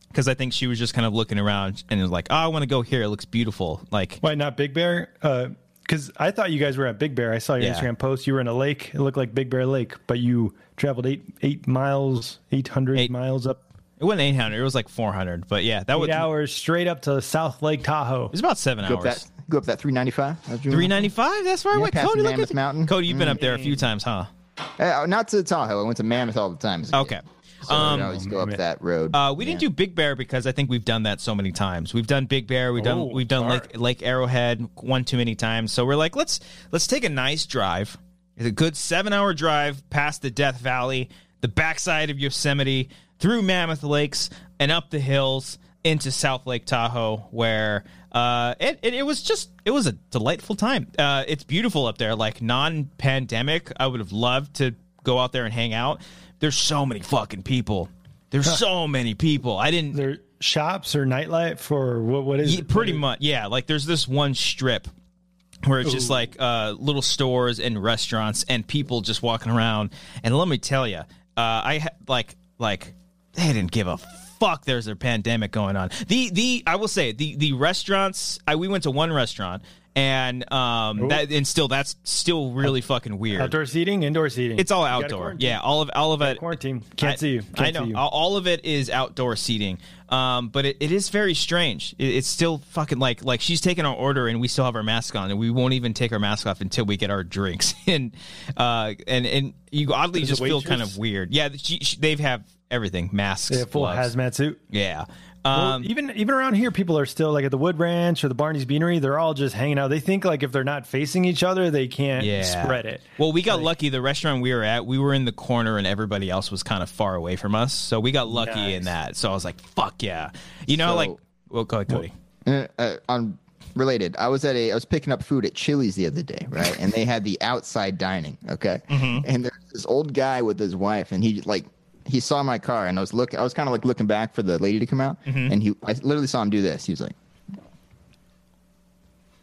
Speaker 1: because I think she was just kind of looking around and was like, "Oh, I want to go here. It looks beautiful." Like,
Speaker 4: Why not Big Bear? Because I thought you guys were at Big Bear. I saw your
Speaker 1: Yeah.
Speaker 4: Instagram post. You were in a lake. It looked like Big Bear Lake, but you traveled eight eight miles, eight hundred
Speaker 1: Eight. Oh,
Speaker 4: miles up,
Speaker 1: it wasn't eight hundred; it was like four hundred. But yeah, that
Speaker 4: eight
Speaker 1: was it
Speaker 4: hours straight up to South Lake Tahoe.
Speaker 1: was about seven
Speaker 3: Go up that.
Speaker 1: hours.
Speaker 3: Go up that 395.
Speaker 1: Three ninety five. That's where I
Speaker 3: Yeah,
Speaker 1: went.
Speaker 3: past
Speaker 1: Cody, look
Speaker 3: Mammoth
Speaker 1: at-
Speaker 3: Mountain.
Speaker 1: Cody, you've been up there
Speaker 4: Mm.
Speaker 1: a few times, huh?
Speaker 3: Uh, not to Tahoe. I went to Mammoth all the time. as a kid.
Speaker 1: Okay.
Speaker 3: So
Speaker 1: Um,
Speaker 3: I always go up that road.
Speaker 1: Uh, we didn't do Big Bear because I think we've done that so many times. We've done Big Bear, we've done
Speaker 4: Oh,
Speaker 1: we've done
Speaker 4: alright.
Speaker 1: Lake Lake Arrowhead one too many times. So we're like, let's let's take a nice drive. It's a good seven hour drive past the Death Valley, the backside of Yosemite, through Mammoth Lakes, and up the hills into South Lake Tahoe, where uh, it, it it was just it was a delightful time. Uh, it's beautiful up there, like non pandemic. I would have loved to go out there and hang out. There's so many fucking people. There's so many people. I didn't.
Speaker 4: There shops or nightlife or what? What is
Speaker 1: Yeah,
Speaker 4: it?
Speaker 1: pretty much, yeah. Like there's this one strip where it's just like uh, little stores and restaurants and people just walking around. And let me tell you, uh, I ha- like like they didn't give a fuck. There's a pandemic going on. The the I will say the the restaurants. I we went to one restaurant and um that and still that's still really fucking weird.
Speaker 4: Outdoor seating, indoor seating.
Speaker 1: It's all
Speaker 4: You gotta
Speaker 1: outdoor.
Speaker 4: quarantine.
Speaker 1: Yeah, all of all of it.
Speaker 4: quarantine. Can't
Speaker 1: I-
Speaker 4: see you. Can't
Speaker 1: I know.
Speaker 4: see you.
Speaker 1: All- All of it is outdoor seating. Um, but it, it is very strange. It, it's still fucking like like she's taking our order and we still have our mask on and we won't even take our mask off until we get our drinks and uh and and you oddly
Speaker 4: There's a
Speaker 1: just feel kind
Speaker 4: waitress?
Speaker 1: of weird. Yeah, she, she, they have everything masks,
Speaker 4: They have full
Speaker 1: gloves.
Speaker 4: hazmat suit.
Speaker 1: Yeah.
Speaker 4: Well,
Speaker 1: Um,
Speaker 4: even even around here, people are still like at the Wood Ranch or the Barney's Beanery. They're all just hanging out. They think like if they're not facing each other, they can't
Speaker 1: yeah.
Speaker 4: spread it.
Speaker 1: Well, we got lucky. The restaurant we were at, we were in the corner, and everybody else was kind of far away from us. So we got lucky in that. So I was like, "Fuck yeah!" You know,
Speaker 3: So-
Speaker 1: like, well, go ahead, Cody.
Speaker 3: uh, uh, on related i was at a i was picking up food at chili's the other day right
Speaker 1: Mm-hmm.
Speaker 3: and they had the outside dining okay and there's this old guy with his wife and he like he saw my car and I was look I was kind of like looking back for the lady to come out
Speaker 1: Mm-hmm.
Speaker 3: and he I literally saw him do this. He was like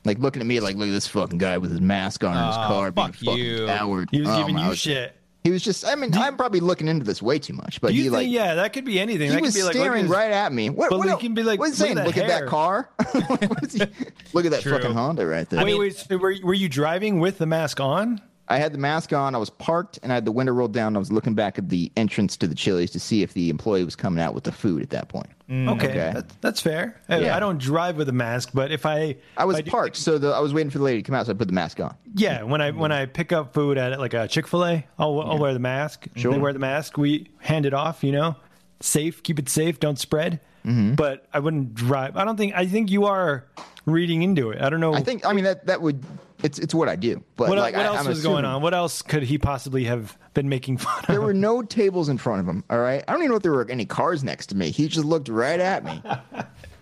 Speaker 3: like looking at me like look at this fucking guy with his mask on in his car being
Speaker 1: Ah, fuck
Speaker 3: fucking
Speaker 1: you.
Speaker 3: coward.
Speaker 4: He was
Speaker 3: Oh,
Speaker 4: giving
Speaker 3: man, I
Speaker 4: you
Speaker 3: was-
Speaker 4: shit.
Speaker 3: He was just I mean I'm probably looking into this way too much, but
Speaker 4: Do you
Speaker 3: he
Speaker 4: think,
Speaker 3: like
Speaker 4: yeah, that could be anything.
Speaker 3: he
Speaker 4: that
Speaker 3: was
Speaker 4: could be like, look at
Speaker 3: staring
Speaker 4: this-
Speaker 3: right at me. What,
Speaker 4: But
Speaker 3: what
Speaker 4: he
Speaker 3: el-
Speaker 4: can be like,
Speaker 3: what's he saying?
Speaker 4: look at
Speaker 3: Look
Speaker 4: that
Speaker 3: at that
Speaker 4: hair."
Speaker 3: car. What is he- look at that
Speaker 1: True.
Speaker 3: fucking Honda right there. I,
Speaker 4: Wait, wait. So were, were you driving with the mask on?
Speaker 3: had the mask on. I was parked, and I had the window rolled down. and I was looking back at the entrance to the Chili's to see if the employee was coming out with the food at that point.
Speaker 4: okay,
Speaker 3: Mm, okay.
Speaker 4: That, that's fair. I-
Speaker 3: Yeah.
Speaker 4: I don't drive with a mask, but if I,
Speaker 3: I was
Speaker 4: if do-
Speaker 3: parked, so the, I was waiting for the lady to come out, so I put the mask on.
Speaker 4: yeah, when I when I pick up food at like a Chick Fil A, I'll, I'll wear the mask. They wear the mask. We hand it off. You know, safe. Keep it safe. Don't spread.
Speaker 3: Mm-hmm.
Speaker 4: But I wouldn't drive. I don't think. I think you are reading into it. I don't know.
Speaker 3: I think. I mean, that that would. It's it's what I do. But
Speaker 4: what, el-
Speaker 3: like,
Speaker 4: what
Speaker 3: I,
Speaker 4: else
Speaker 3: I'm
Speaker 4: was
Speaker 3: assuming-
Speaker 4: going on? What else could he possibly have been making fun
Speaker 3: There
Speaker 4: of?
Speaker 3: were no tables in front of him. All right. I don't even know if there were any cars next to me. He just looked right at me,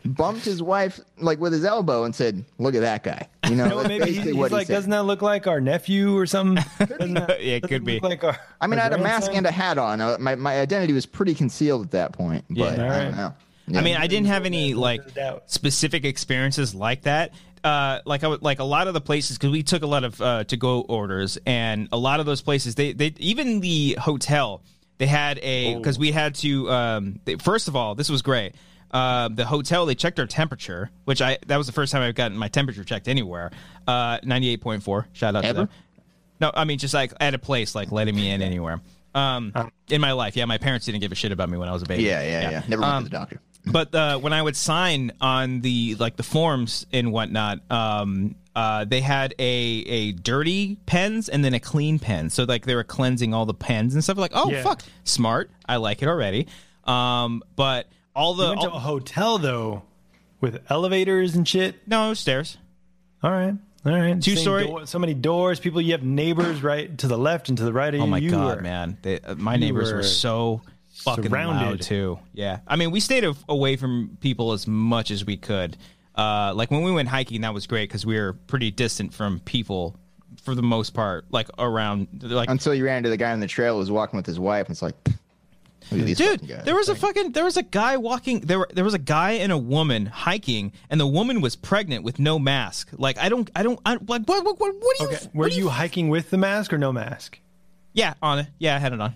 Speaker 3: bumped his wife like with his elbow, and said, "Look at that guy." You know,
Speaker 4: Well,
Speaker 3: that's
Speaker 4: maybe he-
Speaker 3: basically
Speaker 4: he's
Speaker 3: what he
Speaker 4: like,
Speaker 3: said.
Speaker 4: doesn't that look like our nephew or something?
Speaker 1: yeah, it could be.
Speaker 4: Like our,
Speaker 3: I mean,
Speaker 4: our
Speaker 3: I had a mask
Speaker 4: grandson?
Speaker 3: and a hat on. Uh, my my identity was pretty concealed at that point. But
Speaker 4: all
Speaker 3: I
Speaker 4: right.
Speaker 3: don't know.
Speaker 1: I mean, I didn't have any like
Speaker 4: without a doubt.
Speaker 1: specific experiences like that. Uh, like I would, like a lot of the places because we took a lot of uh, to go orders, and a lot of those places they they even the hotel they had a because we had to um, they, first of all this was great. Uh, the hotel they checked our temperature, which I that was the first time I've gotten my temperature checked anywhere. Uh, ninety eight point four. Shout out to
Speaker 3: Ever?
Speaker 1: them. No, I mean just like at a place like letting me in anywhere. Um, in my life, yeah, my parents didn't give a shit about me when I was a baby.
Speaker 3: yeah, yeah, yeah. Never went to the doctor.
Speaker 1: But uh, when I would sign on the like the forms and whatnot, um, uh, they had a a dirty pens and then a clean pen. So like they were cleansing all the pens and stuff. Like oh
Speaker 4: Yeah.
Speaker 1: fuck, smart. I like it already. Um, but all the
Speaker 4: We went to
Speaker 1: all-
Speaker 4: a hotel though, with elevators and shit.
Speaker 1: no stairs.
Speaker 4: All right, all right. Two
Speaker 1: Two-story-
Speaker 4: so many doors. People, you have neighbors right to the left and to the right of you.
Speaker 1: Oh my
Speaker 4: You
Speaker 1: god,
Speaker 4: are-
Speaker 1: man! They, uh, my neighbors were,
Speaker 4: were
Speaker 1: so fucking loud
Speaker 4: surrounded.
Speaker 1: too. Yeah, I mean, we stayed a- away from people as much as we could. Uh, like when we went hiking, that was great because we were pretty distant from people for the most part. Like around, like
Speaker 3: Until you ran into the guy on the trail who was walking with his wife, and it's like, look at these
Speaker 1: dude,
Speaker 3: fucking guys.
Speaker 1: there was a fucking there was a guy walking there. Were, there was a guy and a woman hiking, and the woman was pregnant with no mask. Like I don't, I don't, I, like what, what, what, what do you?
Speaker 4: Okay.
Speaker 1: what
Speaker 4: Were
Speaker 1: do
Speaker 4: you hiking with the mask or no mask?
Speaker 1: Yeah, on it. Yeah, I had it on.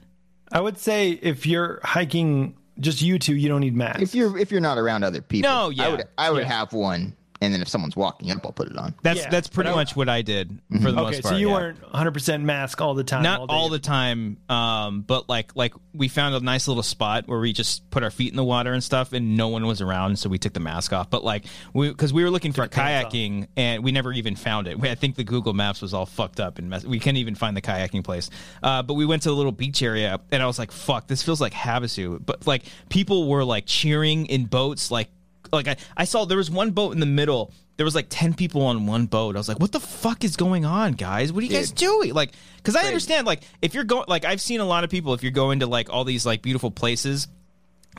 Speaker 4: I would say if you're hiking just you two, you don't need masks.
Speaker 3: if you're if you're not around other people,
Speaker 1: No, yeah.
Speaker 3: I would I would have one, and then if someone's walking up, I'll put it on.
Speaker 1: That's
Speaker 4: Yeah,
Speaker 1: that's pretty
Speaker 4: but I-
Speaker 1: much what I did for the
Speaker 4: okay,
Speaker 1: most part.
Speaker 4: so you
Speaker 1: yeah.
Speaker 4: weren't 100 percent mask all the time.
Speaker 1: not
Speaker 4: day.
Speaker 1: all the time um but like like we found a nice little spot where we just put our feet in the water and stuff and no one was around so we took the mask off but like we because we were looking for kayaking and we never even found it We- i think the google maps was all fucked up and mess- we couldn't even find the kayaking place uh but we went to a little beach area and i was like fuck this feels like havasu but like people were like cheering in boats like like I, I saw there was one boat in the middle there was like 10 people on one boat i was like what the fuck is going on guys what are you guys doing like because i understand like if you're going like i've seen a lot of people if you're going to like all these like beautiful places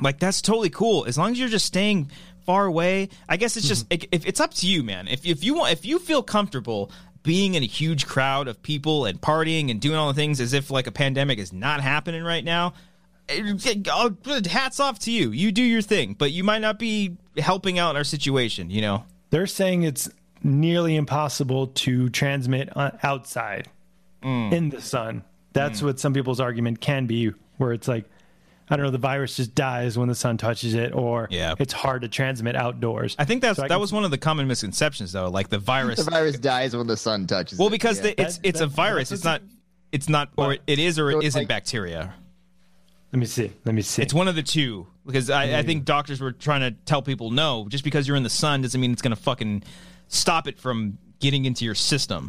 Speaker 1: like that's totally cool as long as you're just staying far away i guess it's just
Speaker 4: Mm-hmm.
Speaker 1: it, if it's up to you man if, if you want if you feel comfortable being in a huge crowd of people and partying and doing all the things as if like a pandemic is not happening right now it- oh, hats off to you you do your thing but you might not be helping out our situation you know
Speaker 4: They're saying it's nearly impossible to transmit on- outside
Speaker 1: Mm.
Speaker 4: in the sun. That's what some people's argument can be, where it's like, I don't know, the virus just dies when the sun touches it, or
Speaker 1: Yeah.
Speaker 4: it's hard to transmit outdoors.
Speaker 1: i think that's
Speaker 4: So I
Speaker 1: that
Speaker 4: can-
Speaker 1: was one of the common misconceptions though like the virus
Speaker 3: The virus dies when the sun touches.
Speaker 1: well
Speaker 3: it.
Speaker 1: because the, it's
Speaker 4: That-
Speaker 1: it's a
Speaker 4: that-
Speaker 1: virus it's not it's not or it is or
Speaker 3: So
Speaker 1: it
Speaker 3: it's
Speaker 1: isn't
Speaker 3: like-
Speaker 1: bacteria
Speaker 4: Let me see. Let me see.
Speaker 1: It's one of the two because I, I think doctors were trying to tell people no, just because you're in the sun doesn't mean it's going to fucking stop it from getting into your system.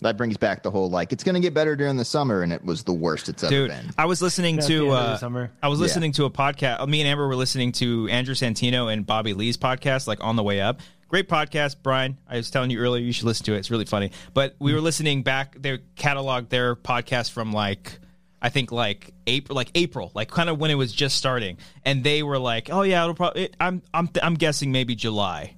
Speaker 3: that brings back the whole like it's going to get better during the summer, and it was the worst it's ever
Speaker 1: Dude,
Speaker 3: been.
Speaker 1: I was listening
Speaker 4: At the
Speaker 1: to
Speaker 4: end of the
Speaker 1: uh,
Speaker 4: summer.
Speaker 1: I was listening to a podcast. uh, Me and Amber were listening to Andrew Santino and Bobby Lee's podcast, like on the way up. Great podcast, Brian. I was telling you earlier you should listen to it. It's really funny. But we were listening back. They cataloged their podcast from like I think like April, like April, like kind of when it was just starting, and they were like, "Oh yeah, it'll probably." It, I'm I'm I'm guessing maybe July.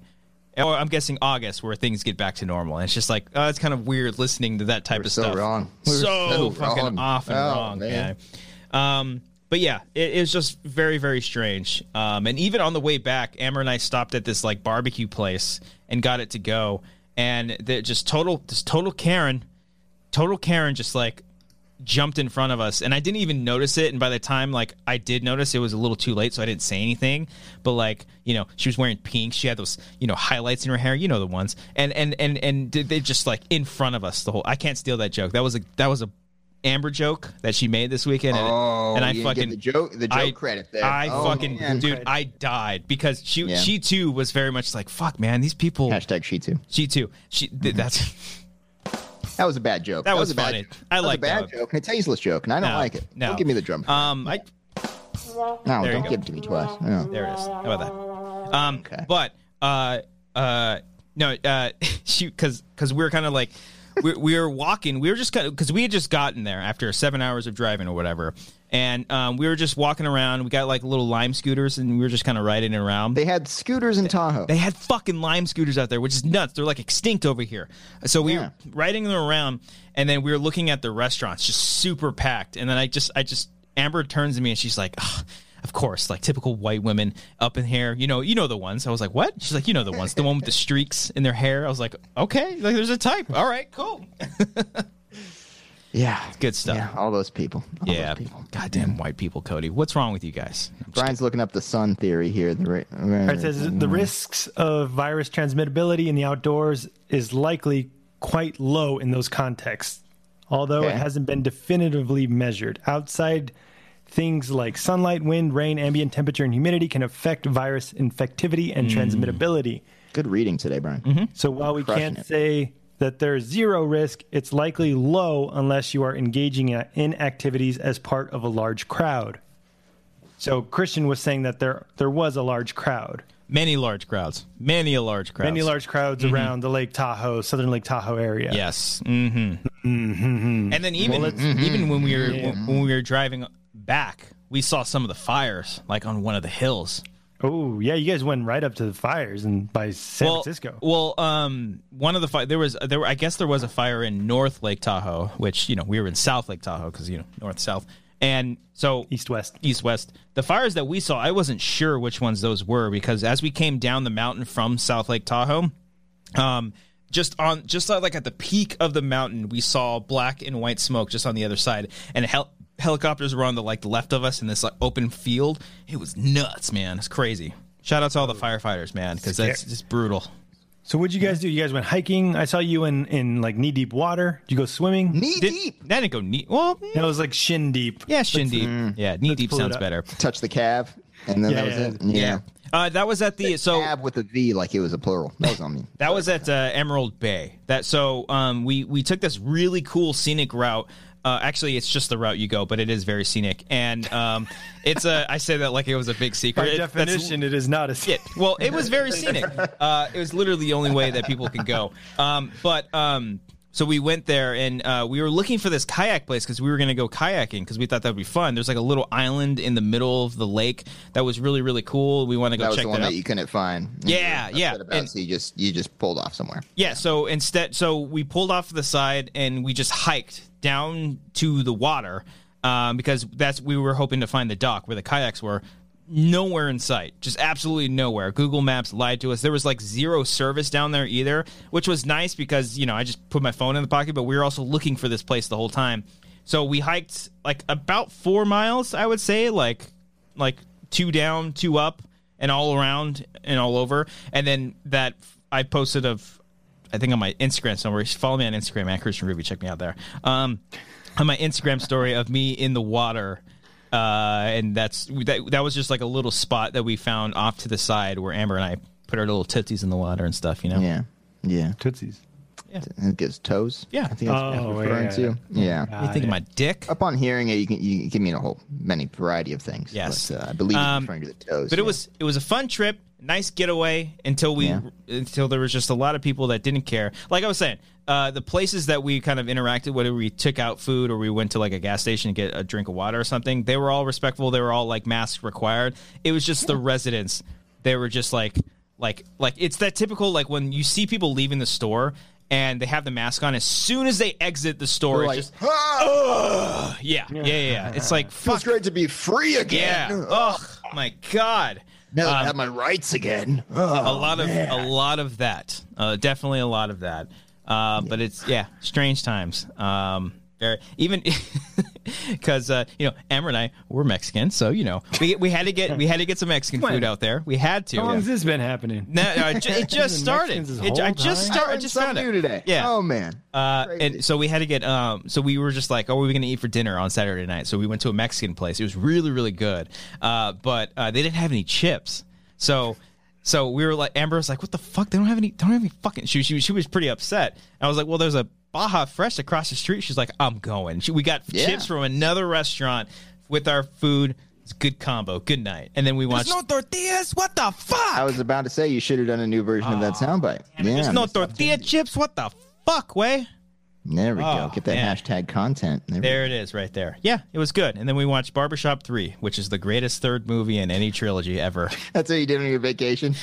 Speaker 1: Or I'm guessing August, where things get back to normal. And it's just like, oh, it's kind of weird listening to that type of
Speaker 3: so
Speaker 1: stuff.
Speaker 3: wrong. We were
Speaker 1: So,
Speaker 3: so
Speaker 1: fucking
Speaker 3: wrong.
Speaker 1: off and
Speaker 3: Oh,
Speaker 1: wrong,
Speaker 3: man.
Speaker 1: man. Um, but yeah, it, it was just very, very strange. Um, and even on the way back, Amber and I stopped at this like barbecue place and got it to go. And the, just total, just total Karen, total Karen, just like jumped in front of us, and I didn't even notice it. And by the time like I did notice, it was a little too late, so I didn't say anything. But like you know, she was wearing pink. She had those you know highlights in her hair. You know the ones. And and and and did they just like in front of us the whole? I can't steal that joke. That was a that was a Amber joke that she made this weekend. And,
Speaker 3: Oh,
Speaker 1: and I
Speaker 3: you didn't
Speaker 1: fucking
Speaker 3: get the joke, the joke
Speaker 1: I-
Speaker 3: credit there.
Speaker 1: I
Speaker 3: Oh,
Speaker 1: fucking
Speaker 3: man.
Speaker 1: dude, I died because she
Speaker 3: Yeah.
Speaker 1: she too was very much like fuck man, these people.
Speaker 3: Hashtag she too.
Speaker 1: She too. She th- that's
Speaker 3: That was a bad joke.
Speaker 1: That was
Speaker 3: a bad,
Speaker 1: funny.
Speaker 3: joke.
Speaker 1: I
Speaker 3: that was a
Speaker 1: like that
Speaker 3: bad
Speaker 1: one.
Speaker 3: joke, and a tasteless joke, and I don't
Speaker 1: No,
Speaker 3: like it.
Speaker 1: no.
Speaker 3: Don't give me the drum.
Speaker 1: um I
Speaker 3: no,
Speaker 1: there you
Speaker 3: don't
Speaker 1: go.
Speaker 3: give it to me twice. No.
Speaker 1: there it is. How about that? Um
Speaker 3: Oh. Okay.
Speaker 1: but uh uh no uh shoot cuz cuz we were kind of like we, we were walking. We were just kind because we had just gotten there after seven hours of driving or whatever, and um, we were just walking around. We got like little lime scooters, and we were just kind of riding around.
Speaker 3: They had scooters in Tahoe.
Speaker 1: They had fucking lime scooters out there, which is nuts. They're like extinct over here. So we
Speaker 3: Yeah.
Speaker 1: were riding them around, and then we were looking at the restaurants, just super packed. And then I just, I just, Amber turns to me and she's like, "Ugh, "Of course, like typical white women up in here. You know, you know the ones." I was like, "What?" She's like, "You know the ones, the one with the streaks in their hair." I was like, "Okay, like there's a type. All right, cool,
Speaker 3: yeah,
Speaker 1: good stuff."
Speaker 3: yeah, all those people. All
Speaker 1: Yeah.
Speaker 3: those people.
Speaker 1: goddamn white people, Cody. What's wrong with you guys?
Speaker 3: Brian's looking up the sun theory here. The ra-
Speaker 4: It says
Speaker 3: Mm-hmm.
Speaker 4: the risks of virus transmittability in the outdoors is likely quite low in those contexts, although
Speaker 3: Okay.
Speaker 4: it hasn't been definitively measured. Outside, things like sunlight, wind, rain, ambient temperature, and humidity can affect virus infectivity
Speaker 3: Mm.
Speaker 4: and transmittability.
Speaker 3: Good reading today, Brian.
Speaker 1: Mm-hmm.
Speaker 4: So while we
Speaker 3: Crushing
Speaker 4: can't
Speaker 3: it.
Speaker 4: say that there's zero risk, it's likely low unless you are engaging in- in activities as part of a large crowd. So Christian was saying that there there was a large crowd.
Speaker 1: Many large crowds. Many a large crowds. Mm-hmm.
Speaker 4: Many large crowds around the Lake Tahoe, Southern Lake Tahoe area.
Speaker 1: Yes. Mm-hmm. And then even even when we were when, when we were driving back, we saw some of the fires like on one of the hills.
Speaker 4: Oh, yeah. You guys went right up to the fires and by San
Speaker 1: well,
Speaker 4: Francisco.
Speaker 1: Well, um, one of the fi- there was there were, I guess there was a fire in North Lake Tahoe, which you know we were in South Lake Tahoe because you know north south, and so
Speaker 4: East west.
Speaker 1: east west. The fires that we saw, I wasn't sure which ones those were because as we came down the mountain from South Lake Tahoe, um, just on just uh, like at the peak of the mountain, we saw black and white smoke just on the other side, and hel- helicopters were on the like the left of us in this like open field. It was nuts, man. It's crazy. Shout out to all the firefighters, man, because that's just brutal.
Speaker 4: So what'd you guys do? You guys went hiking. I saw you in, in like knee deep water. Did you go swimming?
Speaker 3: Knee
Speaker 1: Did,
Speaker 3: deep.
Speaker 1: that didn't go knee. Well, mm,
Speaker 4: No, it was like shin deep.
Speaker 1: yeah, shin deep. yeah, knee deep
Speaker 4: pull it
Speaker 1: sounds
Speaker 4: up.
Speaker 1: better.
Speaker 3: Touch the calf, and then
Speaker 4: Yeah, yeah.
Speaker 3: that was it. Yeah.
Speaker 1: Uh, that was at the so
Speaker 3: Cab with a V, like it was a plural. That was on me.
Speaker 1: That was at uh, Emerald Bay. That so um, we we took this really cool scenic route. Uh, actually, it's just the route you go, but it is very scenic, and um, it's a. I say that like it was a big secret.
Speaker 4: By
Speaker 1: It- that's-
Speaker 4: definition, it is not a
Speaker 1: it. Well, it was very scenic. Uh, it was literally the only way that people can go. Um, but um, so we went there and uh, we were looking for this kayak place because we were going to go kayaking because we thought that would be fun. There's like a little island in the middle of the lake that was really really cool. We want to go
Speaker 3: That was
Speaker 1: check
Speaker 3: the one
Speaker 1: that out.
Speaker 3: that you couldn't find. and
Speaker 1: Yeah,
Speaker 3: you were
Speaker 1: yeah,
Speaker 3: upset About,
Speaker 1: and-
Speaker 3: so you just you just pulled off somewhere.
Speaker 1: Yeah, so instead so we pulled off to the side and we just hiked down to the water um, because that's we were hoping to find the dock where the kayaks were. Nowhere in sight, just absolutely nowhere. Google Maps lied to us. There was like zero service down there either, which was nice because you know I just put my phone in the pocket, but we were also looking for this place the whole time. So we hiked like about four miles, I would say, like like two down, two up, and all around and all over. And then that I posted of, I think on my Instagram somewhere. Follow me on Instagram at Christian Ruby. Check me out there. Um, on my Instagram story of me in the water. Uh, and that's that, that was just like a little spot that we found off to the side where Amber and I put our little tootsies in the water and stuff, you know?
Speaker 3: Yeah, yeah.
Speaker 4: Tootsies.
Speaker 3: And it gives toes.
Speaker 1: Yeah.
Speaker 3: I think that's what
Speaker 4: Oh,
Speaker 3: it's referring
Speaker 4: yeah.
Speaker 3: to. Yeah.
Speaker 1: What do you think of my dick?
Speaker 3: Upon hearing it, you can you can mean a whole many variety of things.
Speaker 1: Yes.
Speaker 3: but, uh, I believe it's
Speaker 1: Um,
Speaker 3: referring to the toes.
Speaker 1: But
Speaker 3: yeah.
Speaker 1: it was it was a fun trip, nice getaway until we
Speaker 3: Yeah.
Speaker 1: until there was just a lot of people that didn't care. Like I was saying, uh, the places that we kind of interacted, whether we took out food or we went to like a gas station to get a drink of water or something, they were all respectful. They were all like masks required. It was just the residents. They were just like like like it's that typical like when you see people leaving the store and they have the mask on. As soon as they exit the store,
Speaker 3: We're
Speaker 1: it's
Speaker 3: like,
Speaker 1: just
Speaker 3: ah,
Speaker 1: yeah, yeah, yeah. yeah. It's like fuck
Speaker 3: feels great to be free
Speaker 1: yeah. Um,
Speaker 3: again. Ugh,
Speaker 1: Oh my god.
Speaker 3: now that I have my rights again.
Speaker 1: a lot of a lot of that. Uh, definitely a lot of that. Uh, But it's yeah, strange times. Um, very, even because uh, you know Amber and I were Mexican, so you know we we had to get we had to get some Mexican food out there. We had to.
Speaker 4: How long has this been hapning?
Speaker 1: No, no, it ju- it just
Speaker 4: Been
Speaker 1: started.
Speaker 4: Mexicans this
Speaker 1: It, I
Speaker 4: whole
Speaker 1: just
Speaker 4: time?
Speaker 1: started. I
Speaker 3: Learned
Speaker 1: just
Speaker 3: something
Speaker 1: found
Speaker 3: new
Speaker 1: it
Speaker 3: today.
Speaker 1: Yeah.
Speaker 3: Oh man.
Speaker 1: Uh,
Speaker 3: Crazy.
Speaker 1: and so we had to get um so we were just like oh what are we gonna eat for dinner on saturday night so we went to a mexican place it was really really good uh but uh, they didn't have any chips so so we were like amber was like what the fuck they don't have any don't have any fucking she, she, she was pretty upset i was like well there's a baja fresh across the street she's like i'm going she, we got
Speaker 3: Yeah.
Speaker 1: chips from another restaurant with our food it's a good combo good night and then we watched
Speaker 2: no tortillas. What the fuck?
Speaker 3: I was about to say you should have done a new version of that
Speaker 1: Oh,
Speaker 3: soundbite. Yeah,
Speaker 1: there's no
Speaker 3: missed
Speaker 1: tortilla chips what the fuck way
Speaker 3: There we
Speaker 1: Oh,
Speaker 3: go. Get that
Speaker 1: man.
Speaker 3: hashtag content. There we
Speaker 1: There it is, right there. Yeah, it was good. And then we watched Barbershop 3, which is the greatest third movie in any trilogy ever.
Speaker 3: That's what you did on your vacation.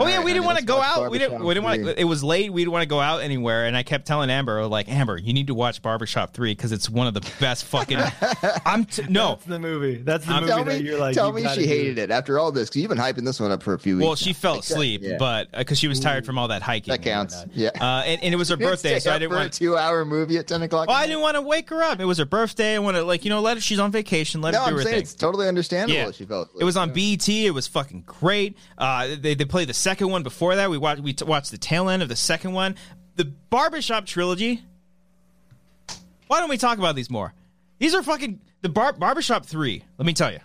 Speaker 1: Oh
Speaker 3: All
Speaker 1: yeah,
Speaker 3: right,
Speaker 1: we
Speaker 3: honey,
Speaker 1: didn't want to
Speaker 3: let's
Speaker 1: go
Speaker 3: watch
Speaker 1: out. We didn't.
Speaker 3: Barbershop
Speaker 1: We didn't want.
Speaker 3: 3.
Speaker 1: It was late. We didn't want to go out anywhere. And I kept telling Amber, like, Amber, you need to watch Barbershop 3 because it's one of the best fucking. I'm t- no.
Speaker 4: That's the movie. That's the
Speaker 1: Um,
Speaker 4: movie
Speaker 3: Tell
Speaker 4: that
Speaker 3: me,
Speaker 4: you're like.
Speaker 3: tell
Speaker 4: you
Speaker 3: me
Speaker 4: gotta
Speaker 3: she
Speaker 4: do.
Speaker 3: hated it after all this because you've been hyping this one up for a few weeks.
Speaker 1: Well, she
Speaker 3: now.
Speaker 1: fell asleep,
Speaker 3: yeah.
Speaker 1: but because she was tired from all that hiking,
Speaker 3: That counts,
Speaker 1: and
Speaker 3: yeah.
Speaker 1: whatnot. uh, and, and it was her
Speaker 3: You
Speaker 1: birthday,
Speaker 3: stay
Speaker 1: so I
Speaker 3: up
Speaker 1: didn't
Speaker 3: for
Speaker 1: want.
Speaker 3: a two-hour movie at ten o'clock.
Speaker 1: Well,
Speaker 3: at
Speaker 1: I
Speaker 3: night?
Speaker 1: didn't want to wake her up. It was her birthday. I want to like you know let her. She's on vacation. Let
Speaker 3: No,
Speaker 1: her do
Speaker 3: I'm
Speaker 1: her
Speaker 3: saying
Speaker 1: thing.
Speaker 3: it's totally understandable.
Speaker 1: Yeah.
Speaker 3: if She felt
Speaker 1: It was on BET. It was fucking great. Uh, they they played the second one before that. We watched we t- watched the tail end of the second one. The Barbershop trilogy. Why don't we talk about these more? These are fucking the bar- Barbershop three. Let me tell you,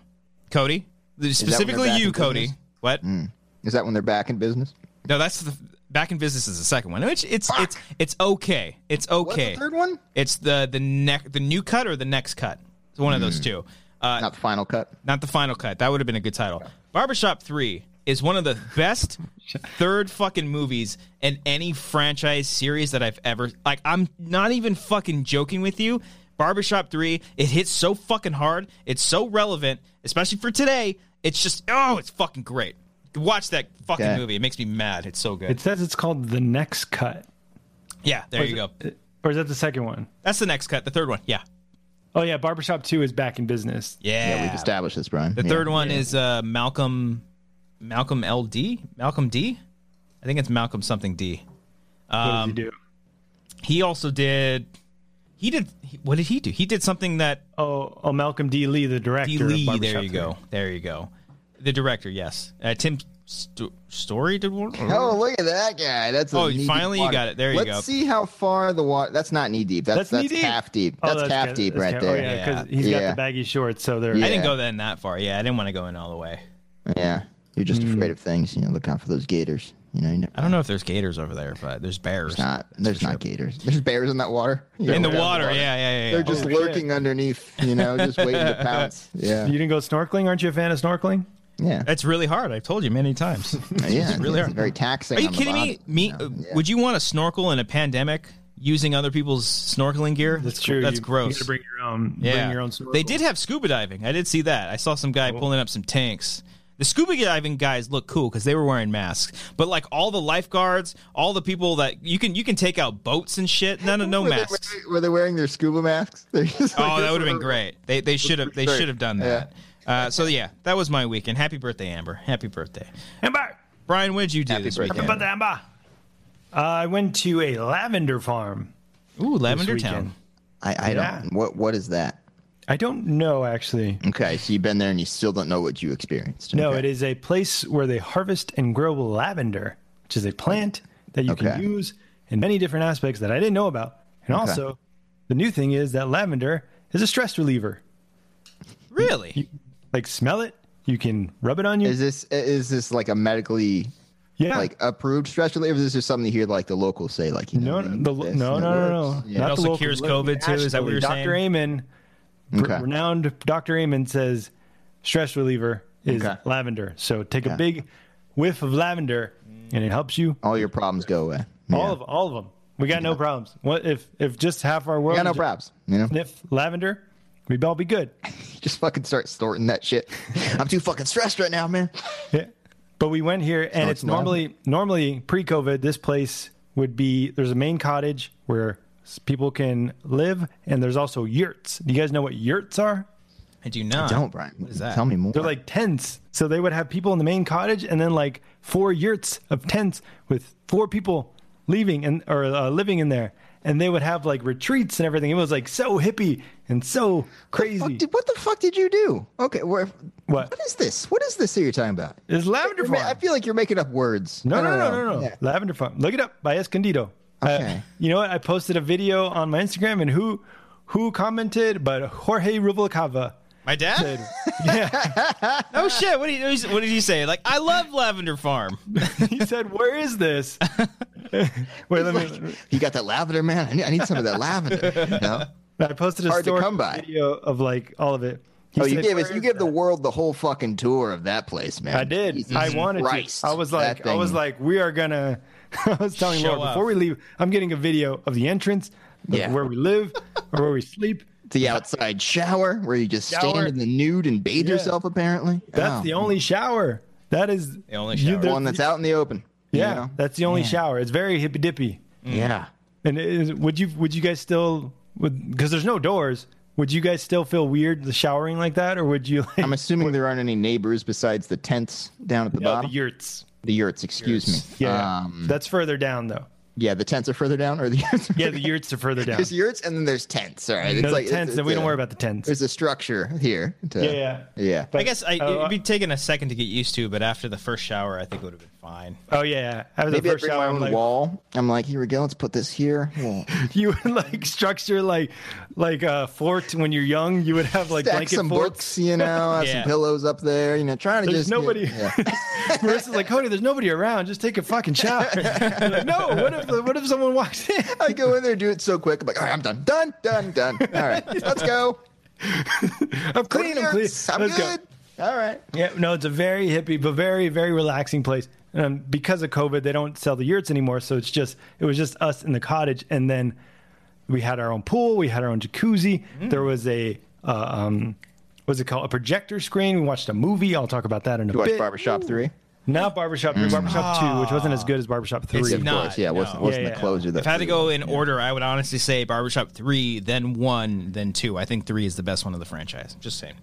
Speaker 1: Cody. Specifically
Speaker 3: back
Speaker 1: you,
Speaker 3: in
Speaker 1: Cody.
Speaker 3: business? Hmm.
Speaker 1: What?
Speaker 3: Is that when they're back in business?
Speaker 1: No, that's the back in business is the second one. Which it's it's it's okay. It's
Speaker 3: What's
Speaker 1: okay.
Speaker 3: the third one?
Speaker 1: It's the the neck the new cut or the next cut. It's one of those two. Uh,
Speaker 3: Hmm. Not Final Cut.
Speaker 1: not the final cut. That would have been a good title. Barbershop 3 is one of the best third fucking movies in any franchise series that I've ever like I'm not even fucking joking with you. Barbershop 3, it hits so fucking hard. It's so relevant, especially for today. It's just oh, it's fucking great. Watch that fucking
Speaker 3: Okay.
Speaker 1: movie. It makes me mad. It's so good.
Speaker 4: It says it's called the next cut,
Speaker 1: yeah, there you go.
Speaker 4: or is that the second one?
Speaker 1: That's the next cut, the third one. Yeah.
Speaker 4: Oh yeah, Barbershop Two is back in business.
Speaker 1: Yeah.
Speaker 3: Yeah, we've established this, Brian.
Speaker 1: The third one is uh, Malcolm, Malcolm LD, Malcolm D. I think it's Malcolm something D.
Speaker 4: What does
Speaker 1: Um,
Speaker 4: he do?
Speaker 1: He also did. He did. he- What did he do? He did something that
Speaker 4: Oh, oh, Malcolm D. Lee, the director.
Speaker 1: D.
Speaker 4: of
Speaker 1: Lee. There
Speaker 4: Barbershop
Speaker 1: you
Speaker 4: Three.
Speaker 1: go. There you go. The director, yes. Uh, Tim Sto- Story did one.
Speaker 3: Oh, look at that guy! That's a
Speaker 1: Oh,
Speaker 3: knee-deep
Speaker 1: finally you
Speaker 3: water.
Speaker 1: got it. There you
Speaker 3: Let's
Speaker 1: go.
Speaker 3: see how far the water. That's not knee deep. That's
Speaker 4: That's,
Speaker 3: that's,
Speaker 4: knee deep.
Speaker 3: half deep.
Speaker 4: Oh,
Speaker 3: That's, half
Speaker 4: good.
Speaker 3: deep
Speaker 4: That's
Speaker 3: right
Speaker 4: half-
Speaker 3: there.
Speaker 4: Oh, yeah, because
Speaker 3: yeah.
Speaker 4: he's got the baggy shorts, so they're
Speaker 1: I didn't
Speaker 3: yeah.
Speaker 1: go then that far. Yeah, I didn't want to go in all the way.
Speaker 3: Yeah. You're just afraid of things. You know, look out for those gators. You know, you never,
Speaker 1: I don't know if there's gators over there, but there's bears
Speaker 3: not there's not gators. There's bears in that water.
Speaker 1: in the water. Yeah, yeah, yeah.
Speaker 3: They're
Speaker 1: yeah.
Speaker 3: just
Speaker 4: Oh, shit.
Speaker 3: lurking underneath, you know, just waiting to pounce. Yeah.
Speaker 4: You didn't go snorkeling? Aren't you a fan of snorkeling?
Speaker 3: Yeah.
Speaker 1: That's really hard. I've told you many times.
Speaker 3: yeah. It's
Speaker 1: really
Speaker 3: it's
Speaker 1: hard.
Speaker 3: very taxing.
Speaker 1: Are you
Speaker 3: on the
Speaker 1: kidding me?
Speaker 3: body,
Speaker 1: Me? uh,
Speaker 3: you know? Yeah.
Speaker 1: Would you want to snorkel in a pandemic using other people's snorkeling gear?
Speaker 4: That's true.
Speaker 1: That's
Speaker 4: You- You
Speaker 1: gross.
Speaker 4: gotta bring your own.
Speaker 1: yeah.
Speaker 4: Bring your own snorkel.
Speaker 1: they did have scuba diving. I did see that. I saw some guy pulling up some tanks. The scuba diving guys look cool because they were wearing masks. But like all the lifeguards, all the people that you can you can take out boats and shit. None of no
Speaker 3: were they
Speaker 1: masks.
Speaker 3: wearing- were they wearing their scuba masks? They're just like-
Speaker 1: Oh, that would have been great. They they should have they
Speaker 3: great.
Speaker 1: should have done that. Uh, so yeah, that was my weekend. Happy birthday, Amber. Happy birthday,
Speaker 4: Amber!
Speaker 1: Brian. What did you do
Speaker 3: Happy
Speaker 1: this
Speaker 3: birthday.
Speaker 4: About
Speaker 1: weekend?
Speaker 4: the Amber! Uh, I went to a lavender farm.
Speaker 1: Ooh, Lavender
Speaker 4: weekend.
Speaker 1: Town.
Speaker 3: I, I
Speaker 4: Yeah.
Speaker 3: don't. What What is that?
Speaker 4: I don't know, actually.
Speaker 3: Okay, so you've been there and you still don't know what you experienced.
Speaker 4: No,
Speaker 3: okay.
Speaker 4: it is a place where they harvest and grow lavender, which is a plant that you
Speaker 3: Okay.
Speaker 4: can use in many different aspects that I didn't know about. And also, the new thing is that lavender is a stress reliever.
Speaker 1: Really?
Speaker 4: Like, smell it, you can rub it on you.
Speaker 3: Is this is this like a medically
Speaker 4: yeah.
Speaker 3: like approved stress relief? Or is this just something you hear like the locals say? Like you
Speaker 4: No,
Speaker 3: know,
Speaker 4: no,
Speaker 3: you
Speaker 4: the,
Speaker 3: need
Speaker 4: no,
Speaker 3: this
Speaker 4: no, no,
Speaker 3: and it
Speaker 4: no.
Speaker 3: works. Yeah.
Speaker 4: Not
Speaker 1: also
Speaker 4: the local-
Speaker 1: cures
Speaker 4: local-
Speaker 1: COVID, too, is that what you're
Speaker 4: Dr. Amen, pr-
Speaker 3: Okay.
Speaker 4: renowned Dr. Amen says stress reliever is
Speaker 3: Okay.
Speaker 4: lavender. So take
Speaker 3: Yeah. Mm.
Speaker 4: a big whiff of lavender, and it helps you.
Speaker 3: All your problems go away.
Speaker 4: All of all of them. We got no problems. What if if just half our world
Speaker 3: got no
Speaker 4: just
Speaker 3: props. You know,
Speaker 4: sniff lavender? We'd all be good.
Speaker 3: just fucking start snorting that shit. I'm too fucking stressed right now, man.
Speaker 4: Yeah. But we went here, and it's
Speaker 3: lavender.
Speaker 4: normally normally pre-COVID. This place would be there's a main cottage where s- people can live, and there's also yurts. Do you guys know what yurts are?
Speaker 1: I do not.
Speaker 3: Don't, Brian.
Speaker 1: is that?
Speaker 3: Tell me more.
Speaker 4: They're like tents. So they would have people in the main cottage and then like four yurts of tents with four people leaving and or uh, living in there. And they would have like retreats and everything. It was like so hippie and so
Speaker 3: Fuck
Speaker 4: crazy.
Speaker 3: did- what the fuck did you do? Okay, where,
Speaker 4: What?
Speaker 3: What is this? What is this that you're talking about?
Speaker 4: It's lavender
Speaker 3: You're ma-
Speaker 4: farm.
Speaker 3: I feel like you're making up words. I
Speaker 4: no, no,
Speaker 3: don't know.
Speaker 4: no, no, no, no.
Speaker 3: Oh, Yeah.
Speaker 4: Lavender farm. Look it up by Escondido. Uh,
Speaker 3: Okay.
Speaker 4: you know what? I posted a video on my Instagram and who who commented? But Jorge Rubalcava
Speaker 1: My dad?
Speaker 4: said,
Speaker 1: Oh shit! What did, he, what did he say? Like, I love Lavender Farm.
Speaker 4: he said, "Where is this?" Wait, let me.
Speaker 3: Like, you got that lavender, man. I need, I need some of that lavender. You know?
Speaker 4: I posted a
Speaker 3: Hard to
Speaker 4: story
Speaker 3: come by.
Speaker 4: video of like all of it. He
Speaker 3: Oh, you
Speaker 4: said,
Speaker 3: gave us,
Speaker 4: "Where
Speaker 3: you
Speaker 4: is
Speaker 3: gave the
Speaker 4: that?"
Speaker 3: world the whole fucking tour of that place, man.
Speaker 4: I did.
Speaker 3: Jesus
Speaker 4: I wanted
Speaker 3: Christ.
Speaker 4: to. I was
Speaker 3: That
Speaker 4: like, I was
Speaker 3: thing-
Speaker 4: like, we are gonna. I was telling
Speaker 1: Show
Speaker 4: Laura
Speaker 1: up.
Speaker 4: before we leave, I'm getting a video of the entrance, of
Speaker 3: Yeah.
Speaker 4: where we live, or where we sleep.
Speaker 3: the outside shower where you just
Speaker 4: Shower.
Speaker 3: stand in the nude and bathe
Speaker 4: Yeah.
Speaker 3: yourself. Apparently,
Speaker 4: That's
Speaker 3: Oh.
Speaker 4: the only shower. That is the
Speaker 1: only shower.
Speaker 3: The one that's out in the open. you
Speaker 4: yeah,
Speaker 3: know?
Speaker 4: that's the only shower. It's very hippy dippy.
Speaker 3: yeah.
Speaker 4: And it is, would you would you guys still would because there's no doors? Would you guys still feel weird the showering like that, or would you? Like,
Speaker 3: I'm assuming there aren't any neighbors besides the tents down at the
Speaker 4: no, Oh, the
Speaker 3: bottom.
Speaker 4: yurts.
Speaker 3: the yurts, excuse me.
Speaker 4: Yeah,
Speaker 3: Um,
Speaker 4: that's further down though.
Speaker 3: yeah, the tents are further down, or the yurts. are
Speaker 4: Yeah,
Speaker 3: further
Speaker 4: the yurts are further down.
Speaker 3: There's yurts and then there's tents. All right, it's
Speaker 4: No, the
Speaker 3: like it's-
Speaker 4: tents, and
Speaker 3: it's
Speaker 4: we don't
Speaker 3: a-
Speaker 4: worry about the tents.
Speaker 3: There's a structure here. to-
Speaker 4: Yeah, yeah.
Speaker 3: yeah.
Speaker 4: But-
Speaker 1: I guess I,
Speaker 4: Oh,
Speaker 1: it'd be taking a second to get used to, but after the first shower, I think it would have been fine.
Speaker 4: Oh yeah, after
Speaker 3: Maybe
Speaker 4: the
Speaker 3: I
Speaker 4: first
Speaker 3: bring my
Speaker 4: shower, I'm
Speaker 3: own
Speaker 4: like,
Speaker 3: wall. I'm like, here we go. Let's put this here. We'll
Speaker 4: you would like structure like like uh fort when you're young. You would have like
Speaker 3: stack
Speaker 4: blanket
Speaker 3: some
Speaker 4: forts.
Speaker 3: books, you know, have
Speaker 1: Yeah.
Speaker 3: some pillows up there. You know, trying to
Speaker 4: There's
Speaker 3: just get-
Speaker 4: nobody.
Speaker 3: yeah.
Speaker 4: Marissa's like Cody. There's nobody around. Just take a fucking shower. You're like, no. What if what if someone walks in?
Speaker 3: I go in there, do it so quick. I'm like, all right, I'm done, done, done, done. All right, let's go.
Speaker 4: I'm clean. I'm clean.
Speaker 3: I'm
Speaker 4: Let's go.
Speaker 3: good. All right.
Speaker 4: Yeah, no, it's a very hippie but very very relaxing place. Um, because of COVID, they don't sell the yurts anymore, so it's just it was just us in the cottage, and then we had our own pool, we had our own jacuzzi.
Speaker 3: Mm.
Speaker 4: There was a uh, um, what's it called? A projector screen. We watched a movie. I'll talk about that in a
Speaker 3: You watch
Speaker 4: bit.
Speaker 3: Barbershop Mm. Three?
Speaker 4: Not Barbershop Three, Barbershop Two, which wasn't as good as Barbershop Three.
Speaker 1: It's
Speaker 3: of
Speaker 1: not,
Speaker 3: course. Yeah, it wasn't,
Speaker 1: no.
Speaker 3: wasn't
Speaker 4: Yeah,
Speaker 3: the
Speaker 4: yeah.
Speaker 3: closer. That
Speaker 1: If I had to go in order, I would honestly say Barbershop 3, then 1, then 2. I think 3 is the best one of the franchise. Just saying.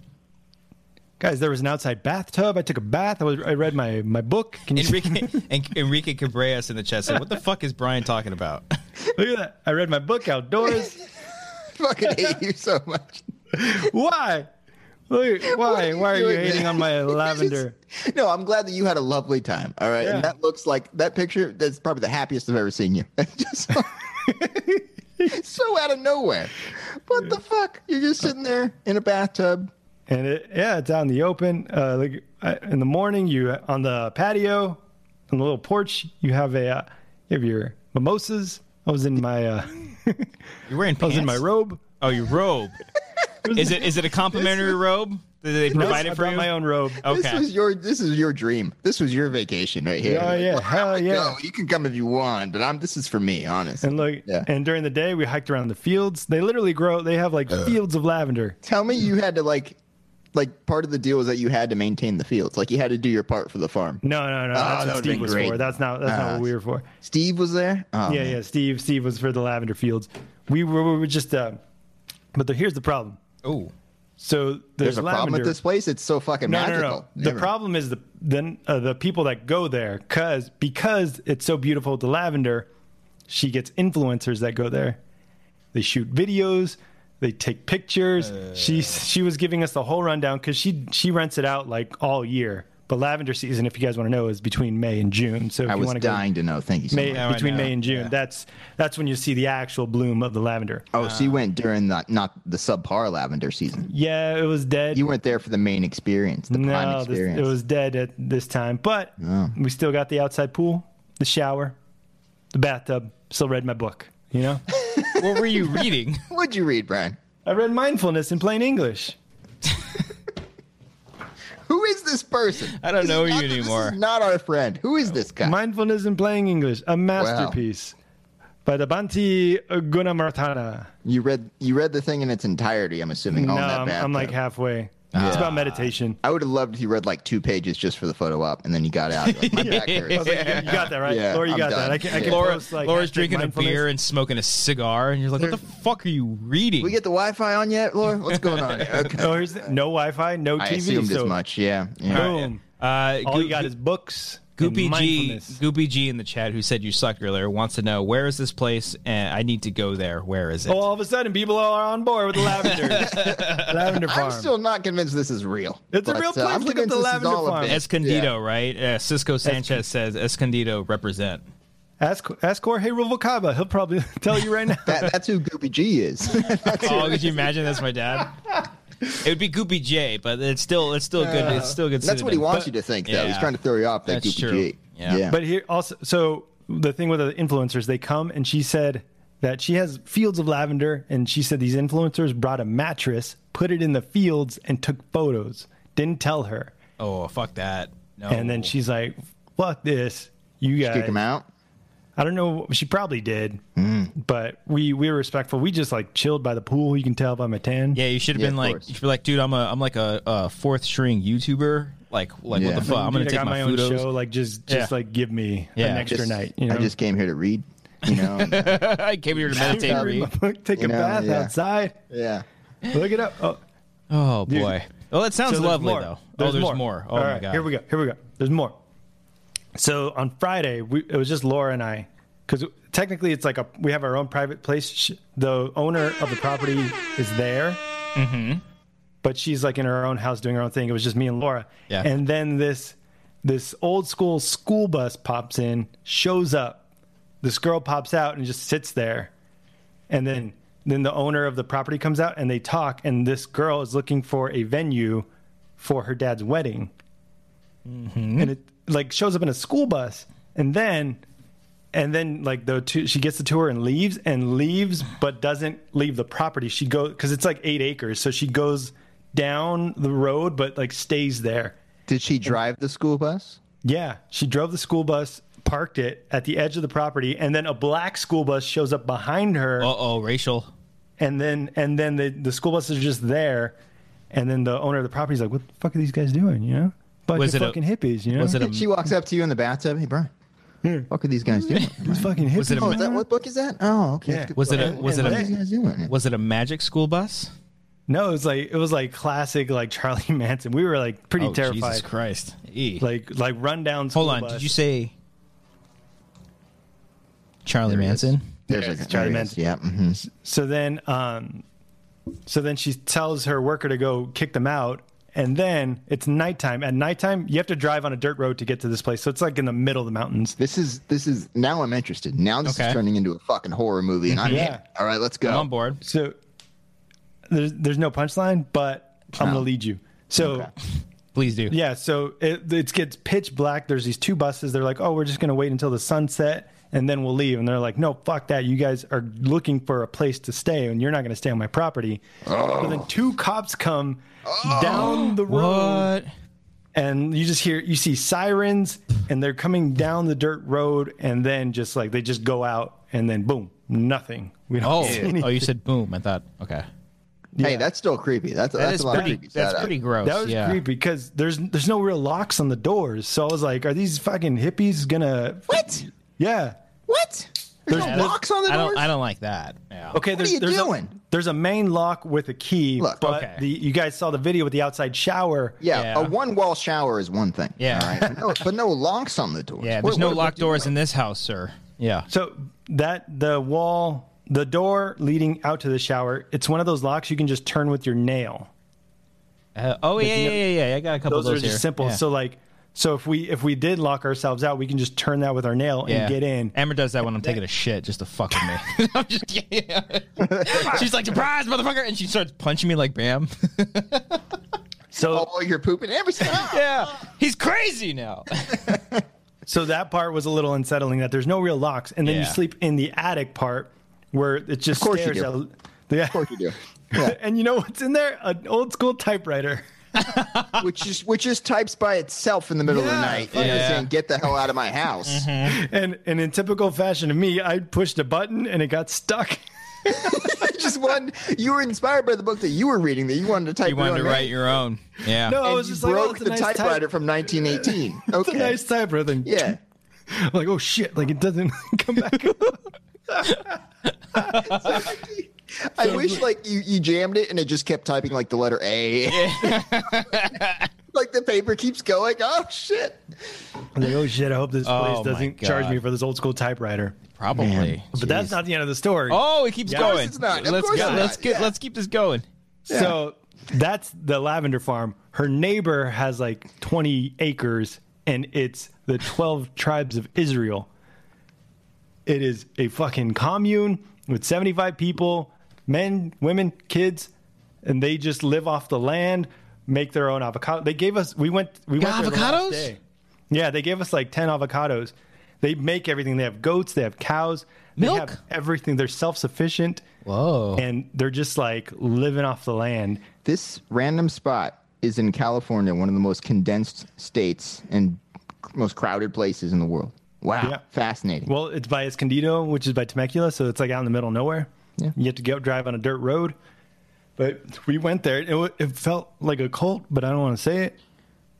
Speaker 4: Guys, there was an outside bathtub. I took a bath. I was I read my my book. Can you
Speaker 1: Enrique, en- Enrique Cabreas in the chat said, What the fuck is Brian talking about?
Speaker 4: look at that? I read my book outdoors.
Speaker 3: fucking hate you so much.
Speaker 4: Why? Look, why?
Speaker 3: you
Speaker 4: Why are you
Speaker 3: doing there?
Speaker 4: hating on my
Speaker 3: You
Speaker 4: lavender?
Speaker 3: just- no, I'm glad that you had a lovely time. All right, and
Speaker 4: Yeah.
Speaker 3: that looks like that picture. That's probably the happiest I've ever seen you. just so out of nowhere. What the fuck? You're just sitting there in a bathtub.
Speaker 4: and it, yeah, it's out in the open. Uh, like uh, in the morning, you on the patio, on the little porch, you have a uh, you have your mimosas. I was in my uh,
Speaker 1: You're wearing
Speaker 4: I
Speaker 1: pants.
Speaker 4: was in my robe.
Speaker 1: Oh, your robe. is it is it a complimentary robe that they provided
Speaker 4: I
Speaker 1: for
Speaker 4: brought
Speaker 1: you? Oh.
Speaker 4: my own robe.
Speaker 3: This
Speaker 1: Okay.
Speaker 3: was your this is your dream. This was your vacation right here.
Speaker 4: Oh, yeah. Hell,
Speaker 3: Go.
Speaker 4: yeah.
Speaker 3: You can come if you want, but I'm this is for me, honest.
Speaker 4: And look,
Speaker 3: Yeah.
Speaker 4: and during the day, we hiked around the fields. They literally grow. They have like fields of lavender.
Speaker 3: Tell me you had to like like part of the deal was that you had to maintain the fields. Like you had to do your part for the farm.
Speaker 4: No, no, no.
Speaker 3: Ah, that would've
Speaker 4: that's what
Speaker 3: been
Speaker 4: Steve was
Speaker 3: great.
Speaker 4: for. That's not. That's not
Speaker 3: Ah.
Speaker 4: what we were for.
Speaker 3: Steve was there? Oh,
Speaker 4: yeah,
Speaker 3: man.
Speaker 4: yeah. Steve, Steve was for the lavender fields. We were, we were just. Uh, but the, here's the problem.
Speaker 1: Oh.
Speaker 4: So there's,
Speaker 3: There's a
Speaker 4: lavender.
Speaker 3: problem with this place. It's so fucking
Speaker 4: No, no,
Speaker 3: magical.
Speaker 4: no. The
Speaker 3: Never-
Speaker 4: problem is the then uh, the people that go there because because it's so beautiful to lavender, she gets influencers that go there. They shoot videos, they take pictures.
Speaker 3: Uh.
Speaker 4: she she was giving us the whole rundown because she she rents it out like all year. But lavender season, if you guys want to know, is between May and June. So if
Speaker 3: I
Speaker 4: you
Speaker 3: was
Speaker 4: want to
Speaker 3: dying to know. Thank you so
Speaker 4: go May,
Speaker 3: much.
Speaker 1: Oh, I
Speaker 4: between
Speaker 1: know.
Speaker 4: May and June, that's that's when you see the actual bloom of the lavender.
Speaker 3: Oh, so you went during the not the subpar lavender season.
Speaker 4: Yeah, it was dead.
Speaker 3: You went there for the main experience, the prime
Speaker 4: No, this,
Speaker 3: experience. Oh.
Speaker 4: it was dead at this time, but we still got the outside pool, the shower, the bathtub. Still read my book. You know,
Speaker 1: What were you reading?
Speaker 3: What'd you read, Brian?
Speaker 4: I read mindfulness in plain English.
Speaker 3: Who is this person?
Speaker 1: I don't
Speaker 3: This is
Speaker 1: know you
Speaker 3: not- this is
Speaker 1: anymore.
Speaker 3: not our friend. Who is this guy?
Speaker 4: Mindfulness in plain English, a masterpiece by the Banti Gunamartana.
Speaker 3: You read you read the thing in its entirety. I'm assuming.
Speaker 4: No,
Speaker 3: on that
Speaker 4: I'm, I'm
Speaker 3: bathtub. Ah.
Speaker 4: like halfway. It's about meditation.
Speaker 3: I would have loved if you read like two pages just for the photo op, and then you got out. You're Like, My back hurts.
Speaker 4: I was like, you got that right,
Speaker 3: Yeah,
Speaker 4: Laura. You
Speaker 3: I'm
Speaker 4: got
Speaker 3: done.
Speaker 4: that. I can. I can
Speaker 3: Yeah.
Speaker 1: Laura,
Speaker 4: post, like,
Speaker 1: Laura's
Speaker 4: hashtag
Speaker 1: drinking a
Speaker 4: mindfulness.
Speaker 1: beer and smoking a cigar, and you're like, "What the fuck are you reading?"
Speaker 3: Hmm. we get the Wi-Fi on yet, Laura? What's going on? Here? Okay.
Speaker 4: No, here's the- no Wi-Fi, no TV.
Speaker 3: I assumed
Speaker 4: so
Speaker 3: as much. Yeah. yeah.
Speaker 4: Boom.
Speaker 1: uh,
Speaker 4: All
Speaker 1: Goo-
Speaker 4: you got is books. and
Speaker 1: Goopy G,
Speaker 4: mindfulness.
Speaker 1: Goopy G in the chat, who said you sucked earlier, wants to know where is this place, and I need to go there. Where is it?
Speaker 4: Oh, all of a sudden, people are on board with the lavender. lavender farm.
Speaker 3: I'm still not convinced this is real.
Speaker 4: It's a
Speaker 3: But,
Speaker 4: real
Speaker 3: uh,
Speaker 4: place.
Speaker 3: I'm
Speaker 4: Look at
Speaker 3: convinced
Speaker 4: the
Speaker 3: this is
Speaker 4: lavender
Speaker 3: all a
Speaker 4: farm.
Speaker 3: bit.
Speaker 1: Escondido, right? Uh, Cisco Sanchez says Escondido represent.
Speaker 4: ask ask Jorge Rubalcaba. He'll probably tell you right now.
Speaker 3: That, that's who Goopy G is. That's
Speaker 1: Oh, could you imagine that's my dad? It would be Goopy J, but it's still it's still good. It's still good.
Speaker 3: Uh, That's what he
Speaker 1: pseudonym.
Speaker 3: wants
Speaker 1: But-
Speaker 3: you to think, though. He's
Speaker 1: yeah.
Speaker 3: trying to throw you off that
Speaker 1: That's
Speaker 3: Goopy
Speaker 1: true.
Speaker 3: G.
Speaker 1: Yeah.
Speaker 4: But here also, so the thing with the influencers, they come and she said that she has fields of lavender, and she said these influencers brought a mattress, put it in the fields, and took photos. Didn't tell her,
Speaker 1: Oh, fuck that. No.
Speaker 4: and then she's like, "Fuck this, you guys."
Speaker 3: kick Oh. him out. Hmm.
Speaker 4: I don't know. She probably did, but we we were respectful. We just like chilled by the pool. You can tell by my tan.
Speaker 1: Yeah, you should have
Speaker 3: Yeah,
Speaker 1: been
Speaker 3: of
Speaker 1: like,
Speaker 3: course.
Speaker 1: you should be like, dude, I'm a, I'm like a, a fourth string YouTuber. Like, like
Speaker 3: Yeah.
Speaker 1: what the fuck? I'm
Speaker 4: Dude,
Speaker 1: gonna
Speaker 4: I
Speaker 1: take
Speaker 4: got
Speaker 1: my,
Speaker 4: my, own
Speaker 1: photos.
Speaker 4: show. Like just just
Speaker 1: Yeah.
Speaker 4: like give me
Speaker 1: Yeah.
Speaker 4: an extra
Speaker 3: Just-
Speaker 4: night. You know,
Speaker 3: I just came here to read. You know. and-
Speaker 1: I came here to meditate.
Speaker 4: Read my
Speaker 1: Reed.
Speaker 4: book, take
Speaker 3: You
Speaker 4: a
Speaker 3: know,
Speaker 4: bath
Speaker 3: yeah.
Speaker 4: outside.
Speaker 3: yeah.
Speaker 4: Look it up. Oh,
Speaker 1: Oh boy. Well, that sounds
Speaker 4: so there's
Speaker 1: lovely
Speaker 4: more.
Speaker 1: though. oh, there's more. Oh
Speaker 4: All
Speaker 1: my
Speaker 4: right,
Speaker 1: god.
Speaker 4: Here we go. Here we go. There's more. So on Friday, we, it was just Laura and I, because technically it's like a we have our own private place. Sh the owner of the property is there, but she's like in her own house doing her own thing. It was just me and Laura.
Speaker 1: Yeah.
Speaker 4: And then this this old school school bus pops in, shows up. This girl pops out and just sits there and then then the owner of the property comes out and they talk and this girl is looking for a venue for her dad's wedding and it like shows up in a school bus and then and then like the two, she gets the tour and leaves and leaves but doesn't leave the property she goes because it's like eight acres so she goes down the road but like stays there
Speaker 3: Did she drive the school bus?
Speaker 4: yeah, she drove the school bus, parked it at the edge of the property, and then a black school bus shows up behind her,
Speaker 1: Uh oh, racial.
Speaker 4: and then and then the, the school buses are just there, and then the owner of the property's like, "What the fuck are these guys doing?" You know, bunch
Speaker 1: Was
Speaker 4: of
Speaker 1: it a-
Speaker 4: fucking hippies. You know,
Speaker 1: Was it
Speaker 3: She
Speaker 1: a
Speaker 3: walks up to you in the bathtub. Hey, Brian. What are these guys doing?
Speaker 4: these fucking hippies?
Speaker 1: it a-
Speaker 3: Oh, is that what book is that? Oh, okay.
Speaker 4: Yeah.
Speaker 1: was it a was it
Speaker 3: what are these
Speaker 1: a
Speaker 3: guys doing?
Speaker 1: was it a magic school bus?
Speaker 4: no, it was like it was like classic like Charlie Manson. We were like pretty
Speaker 1: oh,
Speaker 4: terrified,
Speaker 1: Jesus Christ. E.
Speaker 4: like like rundown. School
Speaker 1: Hold on.
Speaker 4: bus.
Speaker 1: Did you say Charlie
Speaker 3: There it is.
Speaker 1: Manson?
Speaker 3: There's like
Speaker 4: Charlie
Speaker 3: there it is.
Speaker 4: Manson.
Speaker 3: Yeah. mhm.
Speaker 4: So then, um, so then she tells her worker to go kick them out. And then it's nighttime. At nighttime, you have to drive on a dirt road to get to this place. So it's like in the middle of the mountains.
Speaker 3: This is this is now I'm interested. Now this
Speaker 1: Okay.
Speaker 3: is turning into a fucking horror movie, and I'm
Speaker 4: Yeah.
Speaker 3: in. All right, let's go.
Speaker 1: I'm on board.
Speaker 4: So there's there's no punchline, but I'm gonna lead you. So
Speaker 1: Please do.
Speaker 4: yeah, so it, it gets pitch black. There's these two buses. They're like, oh, we're just gonna wait until the sunset and then we'll leave. And they're like, no, fuck that. You guys are looking for a place to stay, and you're not gonna stay on my property. So then two cops come down the road.
Speaker 1: What?
Speaker 4: and you just hear you see sirens and they're coming down the dirt road and then just like they just go out and then boom nothing we don't
Speaker 1: Oh,
Speaker 4: see anything.
Speaker 1: oh! You said boom. I thought okay.
Speaker 3: Hey, that's still creepy. That's
Speaker 1: That
Speaker 3: that's
Speaker 1: is
Speaker 3: a lot of
Speaker 1: pretty.
Speaker 3: creepy
Speaker 1: That's
Speaker 3: setup.
Speaker 1: pretty gross.
Speaker 4: that was
Speaker 1: yeah.
Speaker 4: creepy because there's there's no real locks on the doors so i was like are these fucking hippies gonna
Speaker 3: What?
Speaker 4: yeah
Speaker 3: What? There's,
Speaker 4: There's-
Speaker 3: no locks on the
Speaker 1: I
Speaker 3: doors.
Speaker 1: don't. I don't like that. Yeah.
Speaker 4: okay
Speaker 3: are
Speaker 4: there's,
Speaker 3: you
Speaker 4: there's a
Speaker 3: doing?
Speaker 4: there's a main lock with a key
Speaker 3: Look,
Speaker 4: but
Speaker 1: okay.
Speaker 4: the you guys saw the video with the outside shower
Speaker 3: yeah,
Speaker 1: Yeah.
Speaker 3: a one wall shower is one thing.
Speaker 1: Yeah.
Speaker 3: all right? But no, but no locks on the doors.
Speaker 1: Yeah.
Speaker 3: What-
Speaker 1: There's no
Speaker 3: what-
Speaker 1: locked doors in this house, sir. Yeah.
Speaker 4: So that the wall, the door leading out to the shower, it's one of those locks you can just turn with your nail.
Speaker 1: Uh, oh yeah, yeah, yeah, yeah. I got a couple
Speaker 4: Those,
Speaker 1: of
Speaker 4: are
Speaker 1: those
Speaker 4: just
Speaker 1: here.
Speaker 4: simple.
Speaker 1: Yeah.
Speaker 4: So like, so if we if we did lock ourselves out, we can just turn that with our nail
Speaker 1: yeah.
Speaker 4: and get in.
Speaker 1: Amber does that when I'm taking a shit just to fuck with me. I'm just kidding. She's like, surprise, motherfucker. And she starts punching me like, bam.
Speaker 4: So
Speaker 3: Oh, you're pooping every time.
Speaker 1: yeah. He's crazy now.
Speaker 4: so that part was a little unsettling that there's no real locks, and then you
Speaker 1: Yeah.
Speaker 4: sleep in the attic part where it's just
Speaker 3: Of course you
Speaker 4: stairs.
Speaker 3: do.
Speaker 4: that- yeah.
Speaker 3: Of course you do. Yeah.
Speaker 4: And you know what's in there? An old school typewriter.
Speaker 3: which is which is types by itself in the middle of the
Speaker 4: Yeah,
Speaker 3: night. You know,
Speaker 1: yeah. Mm-hmm.
Speaker 3: saying get the hell out of my house.
Speaker 4: And and in typical fashion of me, I pushed a button and it got stuck.
Speaker 3: just one. You were inspired by the book that you were reading that you wanted to type.
Speaker 1: You wanted
Speaker 3: your
Speaker 1: to
Speaker 3: own
Speaker 1: write
Speaker 3: name,
Speaker 1: your own. Yeah.
Speaker 4: No, I
Speaker 3: and
Speaker 4: was
Speaker 3: you
Speaker 4: just like, oh,
Speaker 3: broke
Speaker 4: it's a
Speaker 3: the
Speaker 4: nice type-
Speaker 3: typewriter from 1918.
Speaker 4: It's
Speaker 3: Okay.
Speaker 4: a nice typewriter. Thing.
Speaker 3: yeah.
Speaker 4: Like, oh shit! Like it doesn't come back.
Speaker 3: I wish like you, you jammed it and it just kept typing like the letter A. like the paper keeps going. Oh shit.
Speaker 4: I'm like, oh shit! I hope this place
Speaker 1: Oh, my
Speaker 4: doesn't charge
Speaker 1: God.
Speaker 4: me for this old school typewriter.
Speaker 1: Probably.
Speaker 4: But that's not the end of the story.
Speaker 1: Oh, it keeps
Speaker 4: Yeah. Of course
Speaker 1: going.
Speaker 3: it's not. Of
Speaker 1: Let's
Speaker 3: course
Speaker 1: go.
Speaker 3: it's
Speaker 1: Let's
Speaker 3: not.
Speaker 1: get.
Speaker 3: Yeah.
Speaker 1: Let's keep this going.
Speaker 4: So that's the lavender farm. Her neighbor has like 20 acres, and it's the 12 tribes of Israel. It is a fucking commune with 75 people men, women, kids, and they just live off the land, make their own avocado. They gave us, we went, we went
Speaker 1: Got
Speaker 4: there the last
Speaker 1: avocados?
Speaker 4: day. Yeah, they gave us like 10 avocados. They make everything. They have goats, they have cows, they
Speaker 1: Milk?
Speaker 4: have everything. They're self sufficient
Speaker 1: Whoa.
Speaker 4: and they're just like living off the land.
Speaker 3: This random spot is in California, one of the most condensed states and most crowded places in the world. Wow.
Speaker 4: Yeah.
Speaker 3: Fascinating.
Speaker 4: Well, it's by Escondido, which is by Temecula, so it's like out in the middle of nowhere.
Speaker 3: Yeah.
Speaker 4: You have to go drive on a dirt road. But we went there. It, wa- it felt like a cult, but I don't want to say it.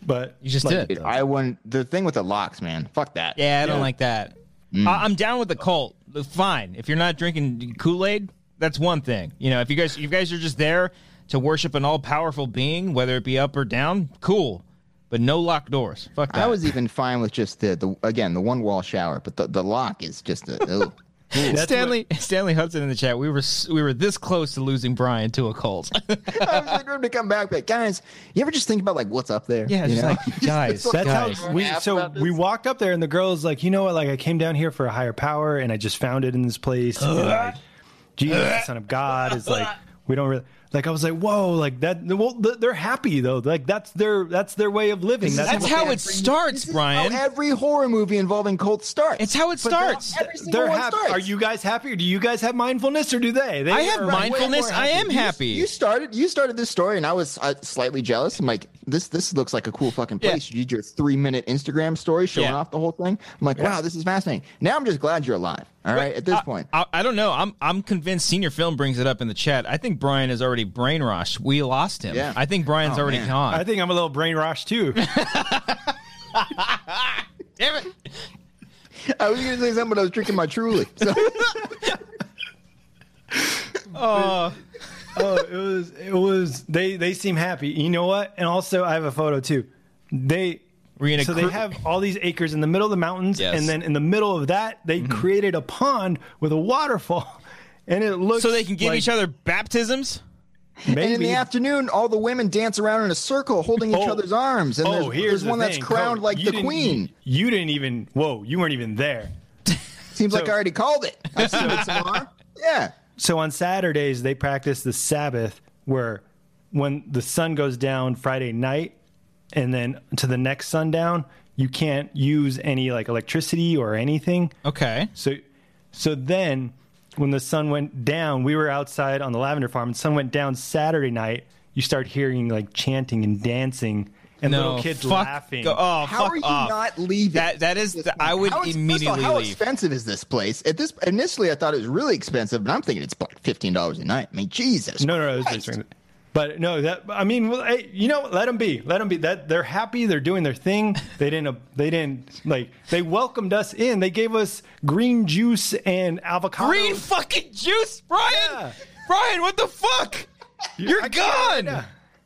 Speaker 4: But
Speaker 1: You just
Speaker 4: like,
Speaker 1: did.
Speaker 3: Dude, I won the thing with the locks, man. Fuck that.
Speaker 1: Yeah, I don't like that.
Speaker 3: Mm.
Speaker 1: I, I'm down with the cult. Fine, if you're not drinking Kool Aid, that's one thing. You know, if you guys, you guys are just there to worship an all powerful being, whether it be up or down, cool. But no locked doors. Fuck that.
Speaker 3: I was even fine with just the, the again the one wall shower, but the, the lock is just a oh.
Speaker 4: that's
Speaker 1: Stanley Stanley Hudson in the chat. We were s- we were this close to losing Brian to a cult.
Speaker 3: I was waiting for him to come back, but guys, you ever just think about like what's up there?
Speaker 1: yeah,
Speaker 3: you
Speaker 1: just
Speaker 3: know?
Speaker 1: like guys,
Speaker 4: That's
Speaker 1: guys.
Speaker 4: how we.
Speaker 3: Ask
Speaker 4: So
Speaker 3: about this?
Speaker 4: we walked up there, and the girl's like, you know what? Like, I came down here for a higher power, and I just found it in this place. and, like, Jesus, the Son of God, is like, we don't really. Like, I was like, whoa, like that. Well, th- they're happy though. Like, that's their that's their way of living.
Speaker 1: That's how it starts,
Speaker 3: how
Speaker 1: Brian.
Speaker 3: every horror movie involving cults starts.
Speaker 1: It's how it starts.
Speaker 3: every single
Speaker 4: They're
Speaker 3: one
Speaker 4: happy.
Speaker 3: starts.
Speaker 4: Are you guys happy, or do you guys have mindfulness, or do they? they
Speaker 1: I have
Speaker 4: are way more
Speaker 1: mindfulness. I
Speaker 4: happy.
Speaker 1: am happy.
Speaker 3: You started. You started this story, and I was uh, slightly jealous. I'm like, this this looks like a cool fucking
Speaker 1: Yeah.
Speaker 3: place. You did your three minute Instagram story showing
Speaker 1: Yeah.
Speaker 3: off the whole thing. I'm like, wow, this is fascinating. Now I'm just glad you're alive. All right, at this
Speaker 4: uh,
Speaker 1: I-
Speaker 3: point,
Speaker 1: I, I don't know. I'm I'm convinced. Senior film brings it up in the chat. I think Brian is already brainwashed. We lost him.
Speaker 3: Yeah.
Speaker 1: I think Brian's
Speaker 3: Oh,
Speaker 1: already
Speaker 3: man.
Speaker 1: gone.
Speaker 4: I think I'm a little brainwashed too.
Speaker 1: Damn it!
Speaker 3: I was gonna say something, but I was drinking my Truly. So,
Speaker 1: Oh,
Speaker 4: oh, it was it was they they seem happy. You know what? And also I have a photo too. They
Speaker 1: Were you in a
Speaker 4: so
Speaker 1: cru-
Speaker 4: they have all these acres in the middle of the mountains,
Speaker 1: Yes. Mm-hmm.
Speaker 4: and then in the middle of that they created a pond with a waterfall, and it looks
Speaker 1: so they can give
Speaker 4: like
Speaker 1: each other baptisms.
Speaker 4: Maybe.
Speaker 3: and in the afternoon, all the women dance around in a circle, holding each
Speaker 4: Oh.
Speaker 3: other's arms. And
Speaker 4: oh,
Speaker 3: there's,
Speaker 4: here's
Speaker 3: there's
Speaker 4: the
Speaker 3: one that's
Speaker 4: thing,
Speaker 3: crowned
Speaker 4: Cody.
Speaker 3: like
Speaker 4: You
Speaker 3: the
Speaker 4: didn't- e-
Speaker 3: queen.
Speaker 4: You didn't even. Whoa, you weren't even there.
Speaker 3: Seems like I already called it. I've seen it tomorrow. Yeah.
Speaker 4: so on Saturdays they practice the Sabbath, where when the sun goes down Friday night, and then to the next sundown, you can't use any like electricity or anything.
Speaker 1: Okay.
Speaker 4: So, so then when the sun went down, we were outside on the lavender farm, and sun went down Saturday night. You start hearing like chanting and dancing, and
Speaker 1: No
Speaker 4: little kids
Speaker 1: fuck,
Speaker 4: laughing.
Speaker 1: Go, oh,
Speaker 3: How
Speaker 1: fuck
Speaker 3: are you
Speaker 1: off.
Speaker 3: not leaving?
Speaker 1: That that is.
Speaker 3: This
Speaker 1: The, I
Speaker 3: point?
Speaker 1: would
Speaker 3: How ex- first of all,
Speaker 1: immediately
Speaker 3: How
Speaker 1: leave.
Speaker 3: expensive is this place? At this initially, I thought it was really expensive, but I'm thinking it's like fifteen dollars a night. I mean, Jesus.
Speaker 4: No, no, no. It was
Speaker 3: Christ.
Speaker 4: pretty strange. But no, that I mean, well, hey, you know, let them be, let them be. That they're happy, they're doing their thing. They didn't, they didn't like. They welcomed us in. They gave us green juice and avocado.
Speaker 1: Green fucking juice, Brian.
Speaker 4: Yeah.
Speaker 1: Brian, what the fuck? You're gone.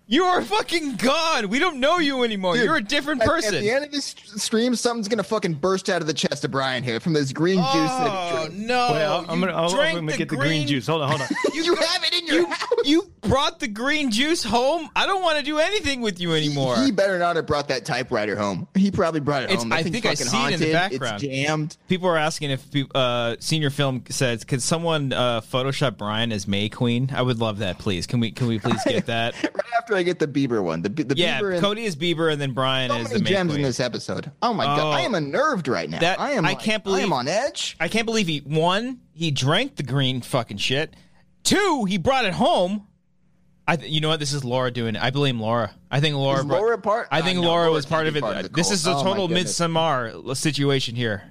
Speaker 1: You are fucking gone. We don't know you anymore.
Speaker 3: Dude,
Speaker 1: You're a different
Speaker 3: at-
Speaker 1: person.
Speaker 3: At the end of this st- stream, something's gonna fucking burst out of the chest of Brian here from this green juice. That
Speaker 1: oh
Speaker 3: he drank.
Speaker 1: no!
Speaker 4: Wait, I'll- I'm
Speaker 1: You
Speaker 4: gonna, I'll, I'm
Speaker 1: drank
Speaker 4: gonna get the green juice. Hold on, hold on.
Speaker 3: You, have it in your
Speaker 1: you,
Speaker 3: house.
Speaker 1: you brought the green juice home. I don't want to do anything with you anymore.
Speaker 3: He better not have brought that typewriter home. He probably brought it
Speaker 1: It's-
Speaker 3: home.
Speaker 1: I
Speaker 3: That thing's
Speaker 1: think I
Speaker 3: fucking
Speaker 1: see it in the
Speaker 3: haunted.
Speaker 1: background.
Speaker 3: It's jammed.
Speaker 1: People are asking if pe- uh, senior film says, "Could someone uh, Photoshop Brian as May Queen?" I would love that, please. Can we? Can we please get that?
Speaker 3: Right after I get the Bieber one, the, B- the
Speaker 1: yeah,
Speaker 3: Bieber and
Speaker 1: Cody is Bieber, and then Brian
Speaker 3: so
Speaker 1: is
Speaker 3: many
Speaker 1: the May
Speaker 3: gems
Speaker 1: Queen.
Speaker 3: in this episode. Oh my god, I
Speaker 1: Oh.
Speaker 3: am unnerved right now.
Speaker 1: That-
Speaker 3: I am.
Speaker 1: I
Speaker 3: like-
Speaker 1: can't
Speaker 3: I
Speaker 1: believe-
Speaker 3: am on edge.
Speaker 1: I can't believe he one he drank the green fucking shit. Two, he brought it home. I th- you know what? This is Laura doing it. I blame Laura. I think Laura.
Speaker 3: Is
Speaker 1: brought-
Speaker 3: Laura part-
Speaker 1: I think
Speaker 3: I know,
Speaker 1: Laura
Speaker 3: Laura
Speaker 1: was
Speaker 3: can't
Speaker 1: part
Speaker 3: be
Speaker 1: of it.
Speaker 3: part of the
Speaker 1: this
Speaker 3: cult.
Speaker 1: is a
Speaker 3: Oh my
Speaker 1: total
Speaker 3: goodness.
Speaker 1: Midsommar situation here.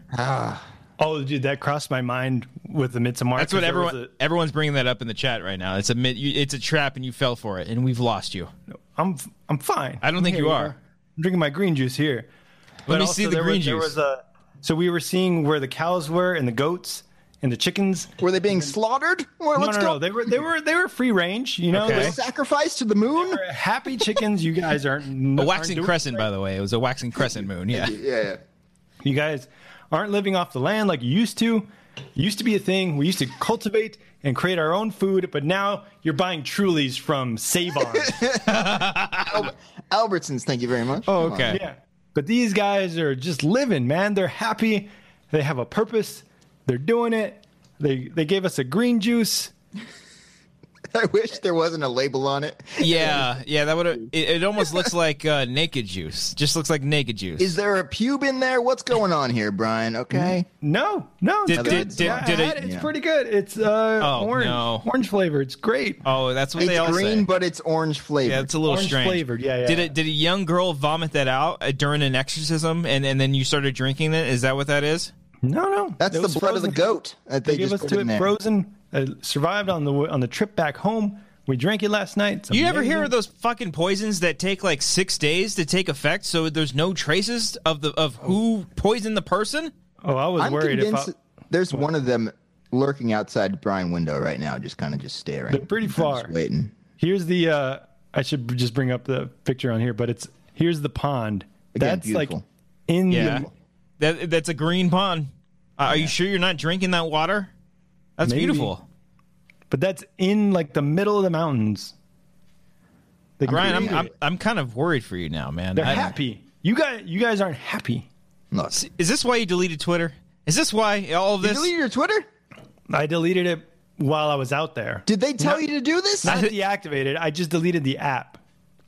Speaker 4: Oh, dude, that crossed my mind with the Midsommar.
Speaker 1: That's what
Speaker 4: 'cause there was
Speaker 1: everyone everyone's bringing that up in the chat right now. It's a mid, you, it's a trap, and you fell for it, and we've lost you.
Speaker 4: a- I'm I'm fine.
Speaker 1: I don't think you are.
Speaker 4: I'm drinking my green juice here.
Speaker 1: Let me see the
Speaker 4: there
Speaker 1: green
Speaker 4: was, There
Speaker 1: juice.
Speaker 4: was a, so we were seeing where the cows were and the goats and the chickens.
Speaker 3: Were they being slaughtered? Well,
Speaker 4: No,
Speaker 3: let's
Speaker 4: no,
Speaker 3: go.
Speaker 4: no. They were they were they were free range. You know,
Speaker 1: Okay.
Speaker 4: They
Speaker 3: Sacrifice to the moon?
Speaker 4: were happy chickens. You guys aren't
Speaker 1: a waxing crescent, by the way. It was a waxing crescent moon. Yeah.
Speaker 3: Yeah.
Speaker 4: You guys aren't living off the land like you used to. It used to be a thing. We used to cultivate and create our own food, but now you're buying Trulies from Save On.
Speaker 3: Albertsons, thank you very much.
Speaker 1: Oh,
Speaker 3: Come on.
Speaker 1: okay.
Speaker 4: Yeah. But these guys are just living, man. They're happy. They have a purpose. They're doing it. They they gave us a green juice.
Speaker 3: I wish there wasn't a label on it.
Speaker 1: Yeah, yeah, that would have. It, it almost looks like uh, naked juice. Just looks like naked juice.
Speaker 3: Is there a pube in there? What's going on here, Brian? Okay.
Speaker 4: No, no.
Speaker 1: Did-
Speaker 3: did-
Speaker 4: it's good.
Speaker 3: did-
Speaker 4: I
Speaker 1: did
Speaker 4: had
Speaker 1: it-
Speaker 4: it. It's
Speaker 3: Yeah.
Speaker 4: pretty good. It's uh,
Speaker 1: Oh,
Speaker 4: orange,
Speaker 1: no.
Speaker 4: orange flavor. It's great.
Speaker 1: oh, that's what they all
Speaker 3: It's green,
Speaker 1: say.
Speaker 3: but it's orange
Speaker 1: yeah,
Speaker 3: flavored.
Speaker 1: it's a little
Speaker 4: orange
Speaker 1: strange.
Speaker 4: flavored. Yeah, yeah.
Speaker 1: Did it? Did a young girl vomit that out uh, during an exorcism, and and then you started drinking it? Is that what that is?
Speaker 4: No, no.
Speaker 3: That's
Speaker 4: It
Speaker 3: the
Speaker 4: was
Speaker 3: blood of the
Speaker 4: frozen.
Speaker 3: goat that they,
Speaker 4: They gave
Speaker 3: just
Speaker 4: us
Speaker 3: put
Speaker 4: to
Speaker 3: in
Speaker 4: it
Speaker 3: there.
Speaker 4: frozen. Uh, survived on the w- on the trip back home. We drank it last night. It's
Speaker 1: You ever hear
Speaker 4: amazing.
Speaker 1: of those fucking poisons that take like six days to take effect, so there's no traces of the of who poisoned the person?
Speaker 4: Oh, I was
Speaker 3: I'm
Speaker 4: worried. If I,
Speaker 3: convinced there's one of them lurking outside Brian window right now, just kind of just staring.
Speaker 4: They're pretty
Speaker 3: I'm just
Speaker 4: far.
Speaker 3: waiting.
Speaker 4: Here's the uh I should b- just bring up the picture on here, but it's here's the pond.
Speaker 3: Again,
Speaker 4: That's like
Speaker 3: beautiful.
Speaker 4: in
Speaker 1: Yeah,
Speaker 4: the
Speaker 1: that that's a green pond. Uh, Are you sure you're not drinking that water? That's
Speaker 4: Maybe.
Speaker 1: beautiful,
Speaker 4: but that's in like the middle of the mountains. The
Speaker 1: Brian.
Speaker 4: green-
Speaker 1: I'm, I'm I'm kind of worried for you now, man.
Speaker 4: they're
Speaker 1: I-
Speaker 4: happy. You guys you guys aren't happy.
Speaker 3: Look,
Speaker 1: Is this why you deleted Twitter? Is this why all of
Speaker 3: you
Speaker 1: this?
Speaker 3: deleted your Twitter?
Speaker 4: I deleted it while I was out there.
Speaker 3: Did they tell you to do this?
Speaker 4: Not deactivated. I just deleted the app.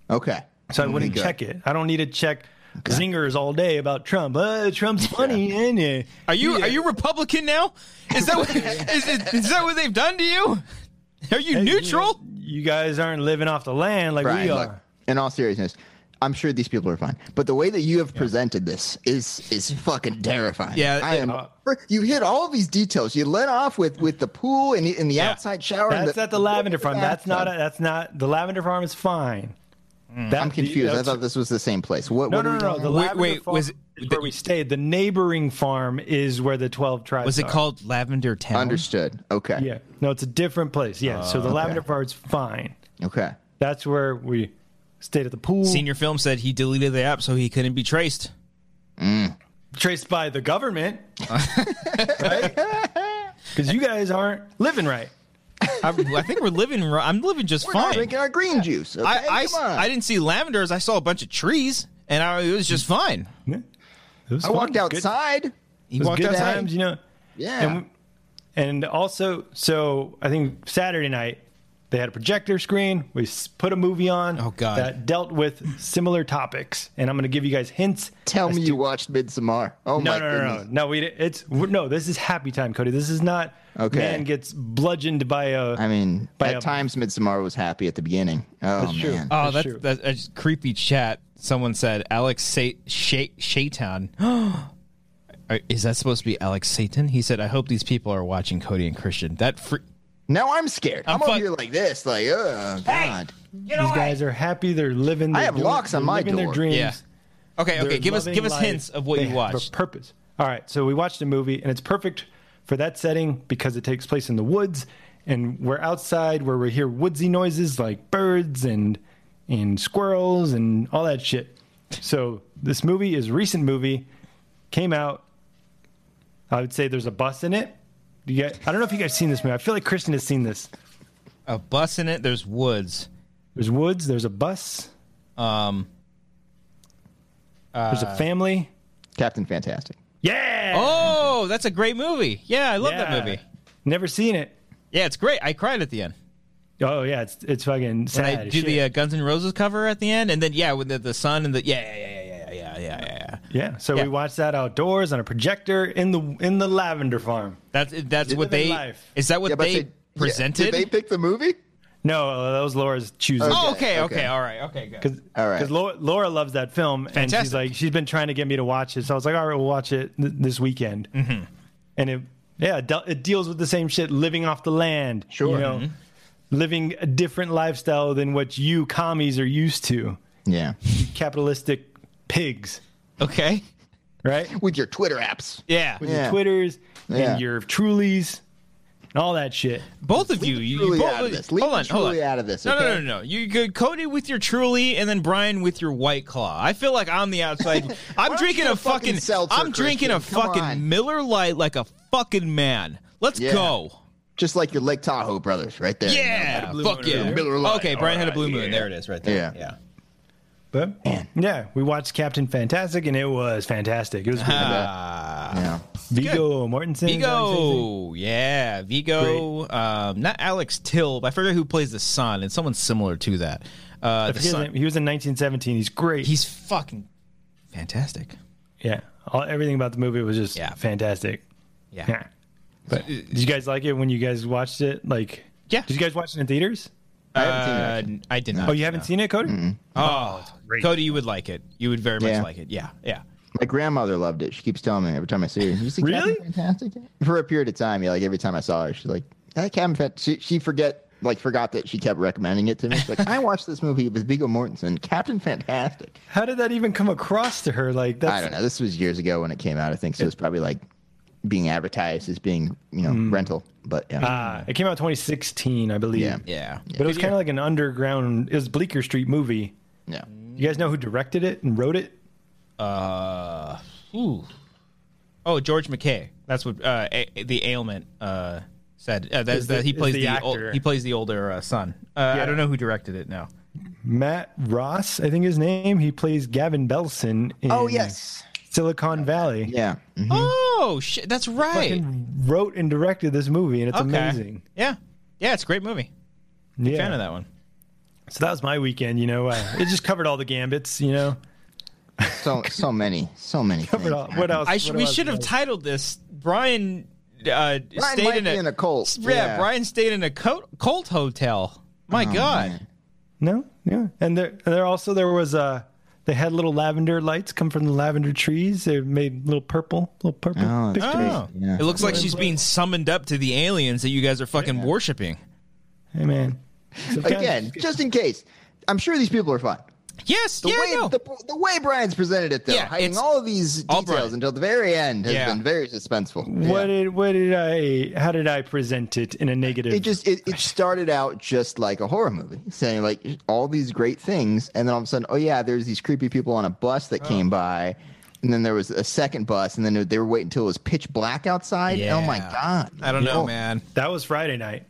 Speaker 3: Okay.
Speaker 4: So I wouldn't
Speaker 3: good.
Speaker 4: check it. I don't need to check zingers all day about Trump. Uh, Trump's funny, and uh,
Speaker 1: Are you are you Republican now? Is that what, is, is, is that what they've done to you? Are you neutral?
Speaker 4: you guys aren't living off the land like
Speaker 3: Brian,
Speaker 4: we are.
Speaker 3: look, in all seriousness, I'm sure these people are fine, but the way that you have presented this is is fucking terrifying.
Speaker 1: Yeah,
Speaker 3: I
Speaker 1: it-
Speaker 3: am.
Speaker 4: uh,
Speaker 3: you hit all these details. You let off with with the pool and the, and the outside shower. and
Speaker 4: That's at the lavender farm. That's not. A,
Speaker 3: bathtub.
Speaker 4: that's not. The lavender farm is fine. That-
Speaker 3: I'm confused. I
Speaker 4: that's-
Speaker 3: thought this was the same place. What?
Speaker 4: No,
Speaker 3: what are
Speaker 4: no,
Speaker 3: we
Speaker 4: no, no.
Speaker 3: talking
Speaker 4: The
Speaker 1: Mm. Wait,
Speaker 4: lavender
Speaker 1: wait,
Speaker 4: farm
Speaker 1: was-
Speaker 4: is where we stayed. The neighboring farm is where the twelve tribes.
Speaker 1: Was it
Speaker 3: uh,
Speaker 4: are.
Speaker 1: called Lavender Town?
Speaker 3: Understood. Okay.
Speaker 4: Yeah. No, it's a different place. Yeah. so
Speaker 3: Oh,
Speaker 4: the lavender farm's fine.
Speaker 3: Okay.
Speaker 4: That's where we stayed at the pool.
Speaker 1: Senior Film said he deleted the app so he couldn't be traced.
Speaker 4: traced by the government, right? Because you guys aren't living right.
Speaker 1: I, I think we're living. ri- I'm living just
Speaker 3: We're not
Speaker 1: fine.
Speaker 3: drinking our green juice. Okay?
Speaker 1: I I, s-
Speaker 3: Come on.
Speaker 1: I didn't see lavenders. I saw a bunch of trees, and I, it was just fine.
Speaker 4: It was
Speaker 3: I
Speaker 4: fun.
Speaker 3: walked
Speaker 4: It was good.
Speaker 3: outside.
Speaker 1: He
Speaker 4: It was
Speaker 1: walked
Speaker 4: good
Speaker 1: outside.
Speaker 4: times, you know.
Speaker 3: Yeah.
Speaker 4: And, we- and also, so I think Saturday night they had a projector screen. We s- put a movie on.
Speaker 1: Oh, God.
Speaker 4: That dealt with similar topics, and I'm going to give you guys hints.
Speaker 3: Tell
Speaker 4: as
Speaker 3: me
Speaker 4: to-
Speaker 3: you watched Midsommar. Oh
Speaker 4: No,
Speaker 3: my
Speaker 4: no, no,
Speaker 3: goodness.
Speaker 4: no, no, no. We di- it's we're- no. This is happy time, Cody. This is not
Speaker 3: Okay.
Speaker 4: man gets bludgeoned by a.
Speaker 3: I mean,
Speaker 4: By
Speaker 3: at
Speaker 4: a-
Speaker 3: times Midsommar was happy at the beginning. Oh
Speaker 4: true.
Speaker 3: man.
Speaker 1: Oh,
Speaker 4: That's
Speaker 1: that's,
Speaker 4: true.
Speaker 1: that's, that's creepy chat. Someone said Alex Sa- Sha- Shaitan. Is that supposed to be Alex Satan? He said, "I hope these people are watching Cody and Christian." That fre-
Speaker 3: Now I'm scared. I'm,
Speaker 1: I'm
Speaker 3: over
Speaker 1: fuck-
Speaker 3: here like this, like oh god.
Speaker 4: these guys are happy. They're living. They're
Speaker 3: have
Speaker 4: doing-
Speaker 3: locks on
Speaker 4: they're
Speaker 3: my
Speaker 4: living Their
Speaker 3: door.
Speaker 4: dreams.
Speaker 1: yeah. Okay, okay.
Speaker 4: They're
Speaker 1: Give us
Speaker 4: loving
Speaker 1: give us
Speaker 4: life.
Speaker 1: hints of what
Speaker 4: They
Speaker 1: you
Speaker 4: have
Speaker 1: watched.
Speaker 4: A purpose. All right, so we watched a movie, and it's perfect for that setting because it takes place in the woods, and we're outside where we hear woodsy noises like birds and and squirrels and all that shit. So this movie is a recent movie, came out. I would say there's a bus in it. You guys, I don't know if you guys seen this movie. I feel like Kristen has seen this.
Speaker 1: a bus in it. There's woods.
Speaker 4: There's woods. There's a bus.
Speaker 1: Um. uh,
Speaker 4: There's a family.
Speaker 3: Captain Fantastic.
Speaker 4: Yeah.
Speaker 1: Oh, that's a great movie. Yeah, I love
Speaker 4: Yeah.
Speaker 1: that movie.
Speaker 4: Never seen it.
Speaker 1: Yeah, it's great. I cried at the end.
Speaker 4: Oh yeah, it's it's fucking sad.
Speaker 1: When I
Speaker 4: as
Speaker 1: do the
Speaker 4: shit.
Speaker 1: uh, Guns N' Roses cover at the end, and then yeah, with the, the sun and the yeah yeah yeah yeah yeah yeah yeah. yeah.
Speaker 4: yeah. So
Speaker 1: yeah.
Speaker 4: we watched that outdoors on a projector in the in the lavender farm.
Speaker 1: That's that's what
Speaker 4: living
Speaker 1: they
Speaker 4: life.
Speaker 1: is that what
Speaker 3: Yeah, but
Speaker 1: they
Speaker 3: they-
Speaker 1: presented.
Speaker 3: Did they pick the movie?
Speaker 4: No, uh, that was Laura's choosing.
Speaker 1: Oh, okay, okay,
Speaker 3: okay.
Speaker 1: all right, okay, good.
Speaker 4: Because
Speaker 3: All right.
Speaker 4: Laura, Laura loves that film, and she's
Speaker 1: Fantastic. Mm-hmm.
Speaker 4: like, she's been trying to get me to watch it. So I was like, all right, we'll watch it th- this weekend. and it yeah it, de- it deals with the same shit living off the land
Speaker 3: Sure.
Speaker 4: you know
Speaker 1: Mm-hmm.
Speaker 4: living a different lifestyle than what you commies are used to
Speaker 3: Yeah.
Speaker 4: you capitalistic pigs
Speaker 1: Okay.
Speaker 4: right
Speaker 3: With your Twitter apps.
Speaker 1: Yeah.
Speaker 4: with
Speaker 3: Yeah.
Speaker 4: your twitters
Speaker 3: Yeah.
Speaker 4: and your trulies and all that shit
Speaker 1: Both of you. you
Speaker 3: Truly
Speaker 1: both,
Speaker 3: out of this. Leave
Speaker 1: hold
Speaker 3: the
Speaker 1: on. Hold on.
Speaker 3: Truly out of this.
Speaker 1: No,
Speaker 3: Okay?
Speaker 1: no, no, no, no. You could Cody with your Truly, and then Brian with your White Claw. I feel like I'm the outside. I'm
Speaker 3: don't
Speaker 1: drinking
Speaker 3: you get
Speaker 1: a
Speaker 3: a fucking
Speaker 1: fucking.
Speaker 3: seltzer,
Speaker 1: I'm drinking a
Speaker 3: Christian? Come
Speaker 1: fucking
Speaker 3: on.
Speaker 1: Miller Light like a fucking man. Let's
Speaker 3: Yeah.
Speaker 1: go.
Speaker 3: Just like your Lake Tahoe brothers, right there.
Speaker 1: Yeah.
Speaker 4: Blue
Speaker 1: Fuck
Speaker 4: Moon
Speaker 1: yeah.
Speaker 4: earlier.
Speaker 3: Miller Lite.
Speaker 1: Okay, Brian had a Blue Moon. There it is, right there.
Speaker 3: Yeah.
Speaker 1: Yeah.
Speaker 4: but yeah we watched captain fantastic and it was fantastic it was really good.
Speaker 1: Ah.
Speaker 3: Yeah.
Speaker 4: vigo mortensen is that how you say his name?
Speaker 1: Vigo, yeah, Vigo. Um, not Alex Till. I forget who plays the son. It's someone similar to that. Uh,
Speaker 4: I
Speaker 1: the
Speaker 4: forget his
Speaker 1: son.
Speaker 4: name. he was in 1917 he's great
Speaker 1: He's fucking fantastic.
Speaker 4: yeah All, everything about the movie was just
Speaker 1: Yeah.
Speaker 4: fantastic
Speaker 1: Yeah.
Speaker 4: yeah but did you guys like it when you guys watched it like
Speaker 1: Yeah.
Speaker 4: did you guys watch it in theaters
Speaker 3: I haven't seen it, actually.
Speaker 1: Uh, I did not.
Speaker 4: oh you haven't seen it cody
Speaker 1: Oh, Cody, you would like it. You would very much
Speaker 3: Yeah.
Speaker 1: like it. Yeah, yeah.
Speaker 3: My grandmother loved it. She keeps telling me every time I see her. You see
Speaker 4: Really?
Speaker 3: Cabin Fantastic? yet?" For a period of time, yeah. Like every time I saw her, she's like, "That Cabin Fant-" She she forget like forgot that she kept recommending it to me. She's like, I watched this movie with Viggo Mortensen, Captain Fantastic.
Speaker 4: how did that even come across to her like that's
Speaker 3: I don't know. This was years ago when it came out. I think so. It's probably like being advertised as being you know
Speaker 1: Mm.
Speaker 3: rental, but yeah,
Speaker 1: Ah.
Speaker 4: Uh, it came out 2016, I believe.
Speaker 3: Yeah.
Speaker 1: Yeah.
Speaker 4: But it was kind of like an underground. It was Bleecker Street movie.
Speaker 3: yeah.
Speaker 4: You guys know who directed it and wrote it?
Speaker 1: Uh, ooh. Oh, George McKay. That's what uh, a- the ailment uh, said. Uh, that's
Speaker 4: Is the-
Speaker 1: that he
Speaker 4: is
Speaker 1: plays
Speaker 4: the
Speaker 1: the, ol-
Speaker 4: actor.
Speaker 1: he plays the older uh, son. Uh, I don't know who directed it now.
Speaker 4: Matt Ross, I think his name. He plays Gavin Belson in
Speaker 3: Oh yes,
Speaker 4: Silicon Valley.
Speaker 3: yeah. Mhm.
Speaker 1: Oh shit, that's right.
Speaker 4: Fucking wrote and directed this movie, and it's
Speaker 1: okay.
Speaker 4: amazing.
Speaker 1: Yeah, yeah, it's a great movie.
Speaker 4: Yeah.
Speaker 1: Fan of that one.
Speaker 4: So that was my weekend. You know, uh, it just covered all the gambits. You know,
Speaker 3: So so many, so many.
Speaker 4: covered
Speaker 3: things.
Speaker 4: all. What else?
Speaker 1: I sh-
Speaker 4: what
Speaker 1: we
Speaker 4: else
Speaker 1: should have
Speaker 4: was-
Speaker 1: titled this Brian. Uh, stayed
Speaker 3: might
Speaker 1: in,
Speaker 3: be
Speaker 1: a,
Speaker 3: in a cult.
Speaker 1: Yeah,
Speaker 3: Yeah. Oh,
Speaker 1: Brian stayed in a cult, cult hotel. My God.
Speaker 3: man.
Speaker 4: No, yeah, and there, there also there was Uh, they had little lavender lights come from the lavender trees. They made little purple, little purple.
Speaker 3: Oh, that's
Speaker 4: pictures.
Speaker 3: great.
Speaker 1: Oh,
Speaker 3: Yeah.
Speaker 1: it looks like she's being summoned up to the aliens that you guys are fucking worshiping.
Speaker 4: Hey man. Sometimes-
Speaker 3: Again, just in case, I'm sure these people are fun.
Speaker 1: Yes,
Speaker 3: The
Speaker 1: yeah,
Speaker 3: way
Speaker 1: no.
Speaker 3: the, the way Brian's presented it though,
Speaker 1: Yeah,
Speaker 3: hiding
Speaker 1: it's
Speaker 3: all these
Speaker 1: all
Speaker 3: details
Speaker 1: Brian.
Speaker 3: until the very end has
Speaker 1: Yeah.
Speaker 3: been very suspenseful.
Speaker 4: What
Speaker 3: Yeah.
Speaker 4: did what did I how did I present it in a negative?
Speaker 3: it just it, it started out just like a horror movie, saying like all these great things, and then all of a sudden, oh yeah, there's these creepy people on a bus that came by, and then there was a second bus, and then they were waiting until it was pitch black outside. Oh my
Speaker 1: Yeah.
Speaker 3: god!
Speaker 1: I don't know,
Speaker 4: No.
Speaker 1: man.
Speaker 4: that was Friday night,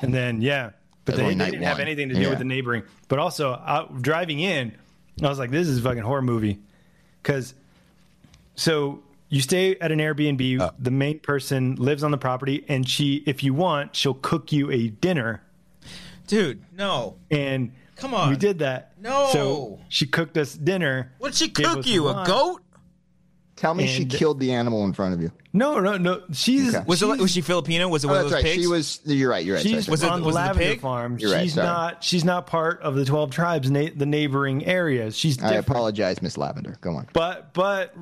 Speaker 4: and then yeah,
Speaker 3: That
Speaker 4: but
Speaker 3: was
Speaker 4: they,
Speaker 3: only
Speaker 4: they
Speaker 3: night
Speaker 4: didn't have
Speaker 3: one.
Speaker 4: anything to do
Speaker 3: Yeah.
Speaker 4: with the neighboring. But also out, driving in, I was like, this is a fucking horror movie, because so you stay at an Airbnb,
Speaker 3: Uh.
Speaker 4: the main person lives on the property, and she, if you want, she'll cook you a dinner,
Speaker 1: Dude, no.
Speaker 4: and
Speaker 1: Come on.
Speaker 4: we did that.
Speaker 1: No.
Speaker 4: so she cooked us dinner.
Speaker 1: What'd she
Speaker 4: gave
Speaker 1: cook
Speaker 4: us
Speaker 1: you? A
Speaker 4: wine.
Speaker 1: goat?
Speaker 3: Tell me she
Speaker 4: And-
Speaker 3: killed the animal in front of you.
Speaker 4: No, no, no. She's
Speaker 3: Okay.
Speaker 1: Was it like, was she Filipino? Was it
Speaker 3: Oh,
Speaker 1: one of
Speaker 3: that's
Speaker 1: those
Speaker 3: right.
Speaker 1: pigs?
Speaker 3: She was. You're right. You're right.
Speaker 4: She's
Speaker 3: sorry,
Speaker 1: Was
Speaker 3: sorry.
Speaker 1: it-
Speaker 4: on
Speaker 1: was it
Speaker 4: the
Speaker 1: the
Speaker 4: lavender
Speaker 1: pig?
Speaker 4: farm.
Speaker 3: You're right,
Speaker 4: she's
Speaker 3: sorry.
Speaker 4: not. She's not part of the twelve tribes, na- the neighboring areas. She's
Speaker 3: I
Speaker 4: different.
Speaker 3: apologize, Miss Lavender. Go on.
Speaker 4: But but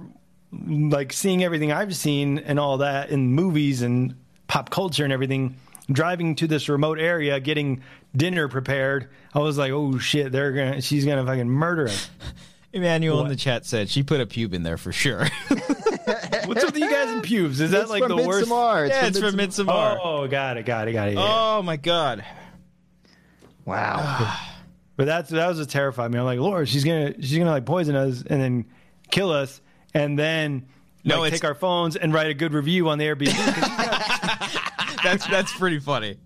Speaker 4: like seeing everything I've seen and all that in movies and pop culture and everything, driving to this remote area, getting dinner prepared, I was like, oh shit, they're gonna. She's gonna fucking murder us.
Speaker 1: Emmanuel in the chat said she put a pube in there for sure.
Speaker 4: What's up with you guys in pubes? Is that
Speaker 3: It's
Speaker 4: like
Speaker 3: from
Speaker 4: the worst?
Speaker 3: Midsommar. Oh.
Speaker 1: yeah,
Speaker 3: from
Speaker 1: it's from Midsommar. Oh,
Speaker 4: Oh, got it, got it, got it. yeah.
Speaker 1: my God.
Speaker 3: Wow.
Speaker 4: But that's that was what terrified me. I'm like, Laura, she's gonna she's gonna like poison us and then kill us and then
Speaker 1: No,
Speaker 4: like,
Speaker 1: it's-
Speaker 4: take our phones and write a good review on the Airbnb.
Speaker 1: That's that's pretty funny.